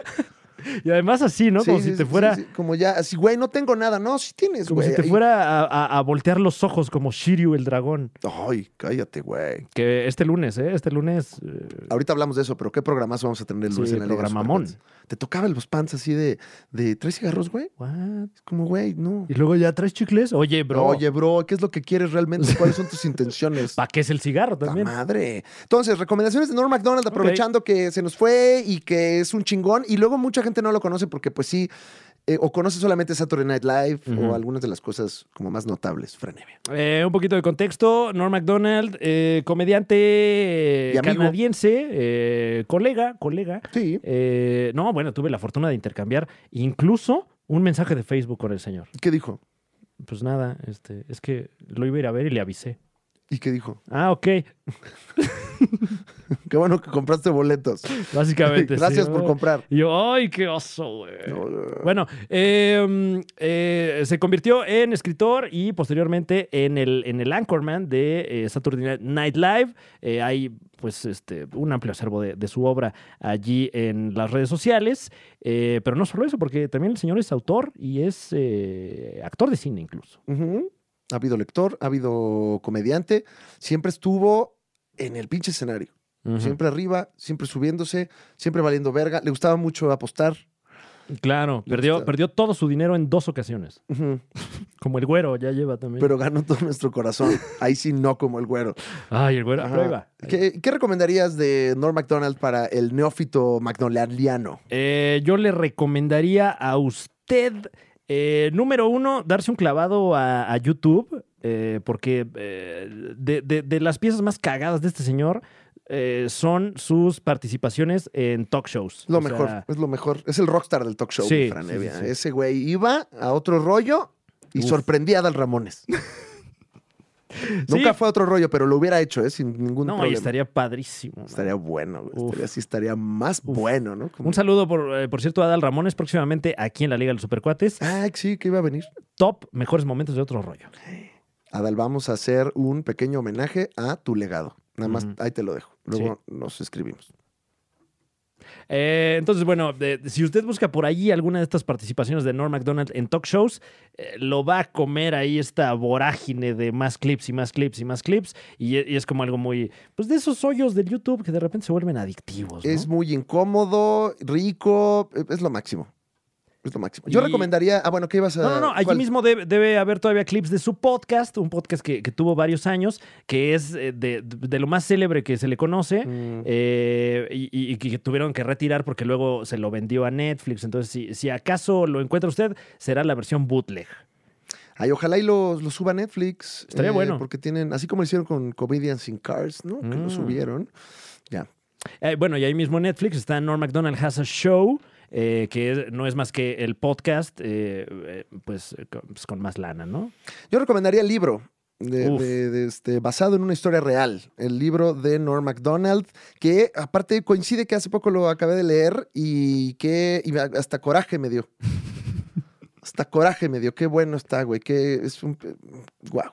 Speaker 1: Y además así, ¿no?
Speaker 2: Sí,
Speaker 1: como
Speaker 2: sí,
Speaker 1: si te
Speaker 2: sí,
Speaker 1: fuera,
Speaker 2: sí, sí. Como ya, así, güey, no tengo nada. No, sí tienes,
Speaker 1: como
Speaker 2: güey.
Speaker 1: si te
Speaker 2: Ahí-
Speaker 1: fuera a, a- a voltear los ojos como Shiryu el dragón.
Speaker 2: Ay, cállate, güey.
Speaker 1: Que este lunes, ¿eh? Este lunes. eh,
Speaker 2: Ahorita hablamos de eso, pero ¿qué programazo vamos a tener el
Speaker 1: Sí,
Speaker 2: lunes en la Liga de los
Speaker 1: programamón.
Speaker 2: Supercuates? Te tocaba los pants así de, de tres cigarros, güey.
Speaker 1: what?
Speaker 2: Es como, güey, no.
Speaker 1: Y luego ya traes chicles. Oye, bro.
Speaker 2: Oye, bro, ¿qué es lo que quieres realmente? ¿Cuáles son tus intenciones?
Speaker 1: ¿Para qué es el cigarro
Speaker 2: ¡Ta
Speaker 1: también?
Speaker 2: madre! Entonces, recomendaciones de Norm MacDonald, aprovechando que se nos fue y que es un chingón. Y luego mucha gente no lo conoce porque, pues sí, eh, o conoce solamente Saturday Night Live
Speaker 1: Ujú.
Speaker 2: o algunas de las cosas como más notables, Franevia.
Speaker 1: Eh, un poquito de contexto. Norm MacDonald, eh, comediante eh,
Speaker 2: Y amigo.
Speaker 1: canadiense, eh, colega, colega.
Speaker 2: Sí.
Speaker 1: Eh, no, bueno, tuve la fortuna de intercambiar incluso un mensaje de Facebook con el señor.
Speaker 2: ¿Qué dijo?
Speaker 1: Pues nada, este, es que lo iba a ir a ver y le avisé.
Speaker 2: ¿Y qué dijo?
Speaker 1: Ah, ok.
Speaker 2: Qué bueno que compraste boletos.
Speaker 1: Básicamente. sí.
Speaker 2: Gracias por comprar.
Speaker 1: Y yo, ay, qué oso, güey.
Speaker 2: No,
Speaker 1: Bueno, eh, mm, eh, se convirtió en escritor y posteriormente en el, en el Anchorman de eh, Saturday Night Live. Eh, hay pues este, un amplio acervo de, de su obra allí en las redes sociales. Eh, pero no solo eso, porque también el señor es autor y es eh, actor de cine incluso.
Speaker 2: eh, Ujú. Ha habido lector, ha habido comediante, siempre estuvo en el pinche escenario, siempre arriba, siempre subiéndose, siempre valiendo verga. Le gustaba mucho apostar.
Speaker 1: Claro, perdió,
Speaker 2: Está.
Speaker 1: perdió todo su dinero en dos ocasiones.
Speaker 2: Ujú.
Speaker 1: Como el güero ya lleva también.
Speaker 2: Pero ganó todo nuestro corazón. Ahí sí, no como el güero.
Speaker 1: Ay, el güero,
Speaker 2: Ajá.
Speaker 1: prueba.
Speaker 2: ¿Qué, qué recomendarías de Norm MacDonald para el neófito McDonaldiano?
Speaker 1: Eh, yo le recomendaría a usted, eh, número uno, darse un clavado a, a YouTube, eh, porque eh, de, de- de las piezas más cagadas de este señor eh, son sus participaciones en talk shows.
Speaker 2: Lo
Speaker 1: O sea,
Speaker 2: mejor, es lo mejor. Es el rockstar del talk show,
Speaker 1: Sí,
Speaker 2: Fran
Speaker 1: sí, sí,
Speaker 2: Evia.
Speaker 1: sí.
Speaker 2: Ese güey iba a otro rollo y
Speaker 1: Uf.
Speaker 2: sorprendía a Dal Ramones. Nunca fue a otro rollo, pero lo hubiera hecho, ¿eh? Sin ningún
Speaker 1: no, y
Speaker 2: problema.
Speaker 1: estaría padrísimo. man.
Speaker 2: Estaría bueno, güey.
Speaker 1: Uf.
Speaker 2: Estaría así, estaría más
Speaker 1: Uf.
Speaker 2: bueno, ¿no? Como-
Speaker 1: Un saludo, por, eh, por cierto, a Adal Ramones, próximamente aquí en la Liga de los Supercuates.
Speaker 2: Ah, sí, que iba a venir.
Speaker 1: Top, mejores momentos de otro rollo.
Speaker 2: Adal, vamos a hacer un pequeño homenaje a tu legado. Nada más,
Speaker 1: Ujú.
Speaker 2: ahí te lo dejo. Luego nos escribimos.
Speaker 1: Eh, entonces, bueno, de- si usted busca por allí alguna de estas participaciones de Norm MacDonald en talk shows, eh, lo va a comer ahí esta vorágine de más clips y más clips y más clips. Y, e- y es como algo muy, pues de esos hoyos del YouTube que de repente se vuelven adictivos. Pues ¿no?
Speaker 2: Es muy incómodo, rico, eh, es lo máximo. Es lo máximo. Yo
Speaker 1: Y-
Speaker 2: recomendaría. Ah, bueno, ¿qué ibas a.?
Speaker 1: No, no, no. Allí
Speaker 2: cuál?
Speaker 1: mismo debe, debe haber todavía clips de su podcast, un podcast que, que tuvo varios años, que es eh, de, de lo más célebre que se le conoce.
Speaker 2: Mm,
Speaker 1: Eh, y, y- y que tuvieron que retirar porque luego se lo vendió a Netflix. Entonces, si, si acaso lo encuentra usted, será la versión bootleg.
Speaker 2: Ay, ojalá y lo, lo suba a Netflix. eh,
Speaker 1: Estaría bueno.
Speaker 2: Porque tienen, así como hicieron con Comedians in Cars, ¿no? Que
Speaker 1: Mm.
Speaker 2: lo subieron. Ya.
Speaker 1: Eh, bueno, y ahí mismo en Netflix está Norm MacDonald Has a Show, eh, que es- no es más que el podcast, eh, eh, pues, eh, con, pues, con más lana, ¿no?
Speaker 2: Yo recomendaría el libro. de-
Speaker 1: Uf.
Speaker 2: de- de, este, basado en una historia real, el libro de Norm Macdonald, que aparte coincide que hace poco lo acabé de leer y que y me- hasta coraje me dio. hasta coraje me dio. Qué bueno está, güey. Que es un. ¡Wow!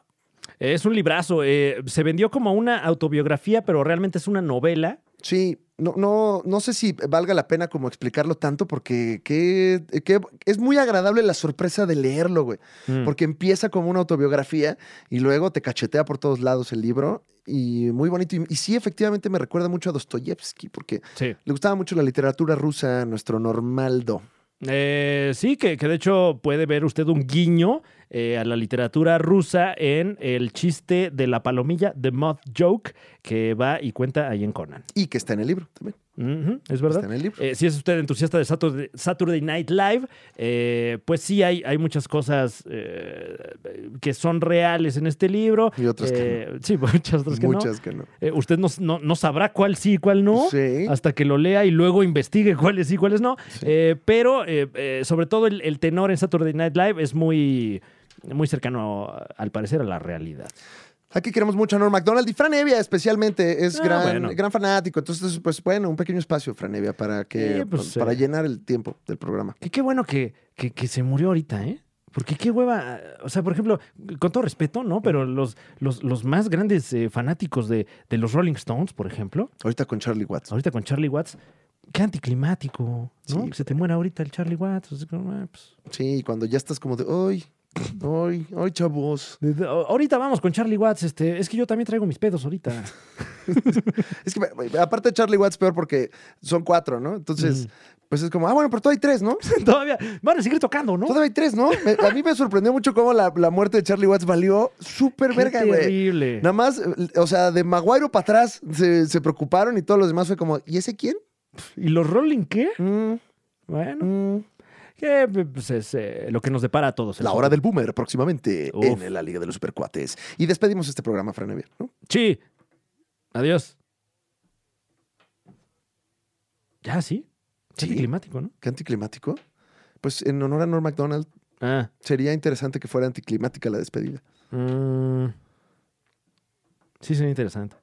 Speaker 1: Es un librazo. eh, se vendió como una autobiografía, pero realmente es una novela.
Speaker 2: Sí, no, no, no sé si valga la pena como explicarlo tanto porque qué- qué- es muy agradable la sorpresa de leerlo, güey.
Speaker 1: Mm.
Speaker 2: Porque empieza como una autobiografía y luego te cachetea por todos lados el libro y muy bonito. Y, y sí, efectivamente me recuerda mucho a Dostoyevsky porque
Speaker 1: Sí.
Speaker 2: le gustaba mucho la literatura rusa a nuestro Normaldo.
Speaker 1: Eh, sí, que, que de hecho puede ver usted un guiño eh, a la literatura rusa en el chiste de la palomilla, The Moth Joke, que va y cuenta ahí en Conan.
Speaker 2: Y que está en el libro también.
Speaker 1: Ujú, es verdad.
Speaker 2: Está en el libro.
Speaker 1: Eh, si es usted entusiasta de Saturday, Saturday Night Live, eh, pues sí, hay, hay muchas cosas eh, que son reales en este libro.
Speaker 2: Y otras que
Speaker 1: Eh, Sí, muchas otras que no.
Speaker 2: Muchas que no.
Speaker 1: Eh, usted no, no- no sabrá cuál sí y cuál no
Speaker 2: Sí.
Speaker 1: hasta que lo lea y luego investigue cuáles sí y cuáles no.
Speaker 2: Sí.
Speaker 1: Eh, pero eh, eh, sobre todo el, el tenor en Saturday Night Live es muy, muy cercano, al parecer, a la realidad.
Speaker 2: Aquí queremos mucho a Norm MacDonald y Fran Evia especialmente es
Speaker 1: Ah,
Speaker 2: gran,
Speaker 1: bueno.
Speaker 2: gran fanático. Entonces, pues bueno, un pequeño espacio, Fran Evia, para, que,
Speaker 1: Sí, pues,
Speaker 2: para
Speaker 1: eh.
Speaker 2: llenar el tiempo del programa.
Speaker 1: Que qué bueno que, que, que se murió ahorita, ¿eh? Porque qué hueva, o sea, por ejemplo, con todo respeto, ¿no? Pero los, los, los más grandes eh, fanáticos de, de los Rolling Stones, por ejemplo,
Speaker 2: Ahorita con Charlie Watts.
Speaker 1: ahorita con Charlie Watts, qué anticlimático, ¿no?
Speaker 2: Sí.
Speaker 1: que se te muera ahorita el Charlie Watts. así como, ah, pues.
Speaker 2: Sí, cuando ya estás como de, hoy, hoy, hoy, chavos.
Speaker 1: De- de- ahorita vamos con Charlie Watts, este, es que yo también traigo mis pedos ahorita.
Speaker 2: Ah. Es que me- aparte de Charlie Watts, peor porque son cuatro, ¿no? Entonces, pues es como, ah, bueno, pero todavía hay tres, ¿no?
Speaker 1: Todavía van a seguir tocando, ¿no?
Speaker 2: Todavía hay tres, ¿no? Me- a mí me sorprendió mucho cómo la, la muerte de Charlie Watts valió súper
Speaker 1: Qué
Speaker 2: verga, güey.
Speaker 1: terrible.
Speaker 2: Nada más, eh, o sea, de Maguire para atrás se, se preocuparon y todos los demás fue como, ¿y ese quién?
Speaker 1: ¿Y los Rolling qué?
Speaker 2: Mm,
Speaker 1: Bueno,
Speaker 2: mm.
Speaker 1: que pues, es eh, lo que nos depara a todos.
Speaker 2: La hora del boomer próximamente
Speaker 1: Uf.
Speaker 2: en la Liga de los Supercuates. Y despedimos este programa, Fran Evia, ¿no?
Speaker 1: Sí. Adiós. Ya, sí.
Speaker 2: Sí.
Speaker 1: Sí. climático, ¿no?
Speaker 2: ¿Qué anticlimático? Pues en honor a Norm MacDonald,
Speaker 1: Ah.
Speaker 2: sería interesante que fuera anticlimática la despedida.
Speaker 1: mm. Sí, sería interesante.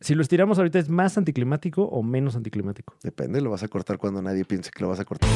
Speaker 1: Si lo estiramos ahorita, ¿es más anticlimático o menos anticlimático?
Speaker 2: Depende, lo vas a cortar cuando nadie piense que lo vas a cortar.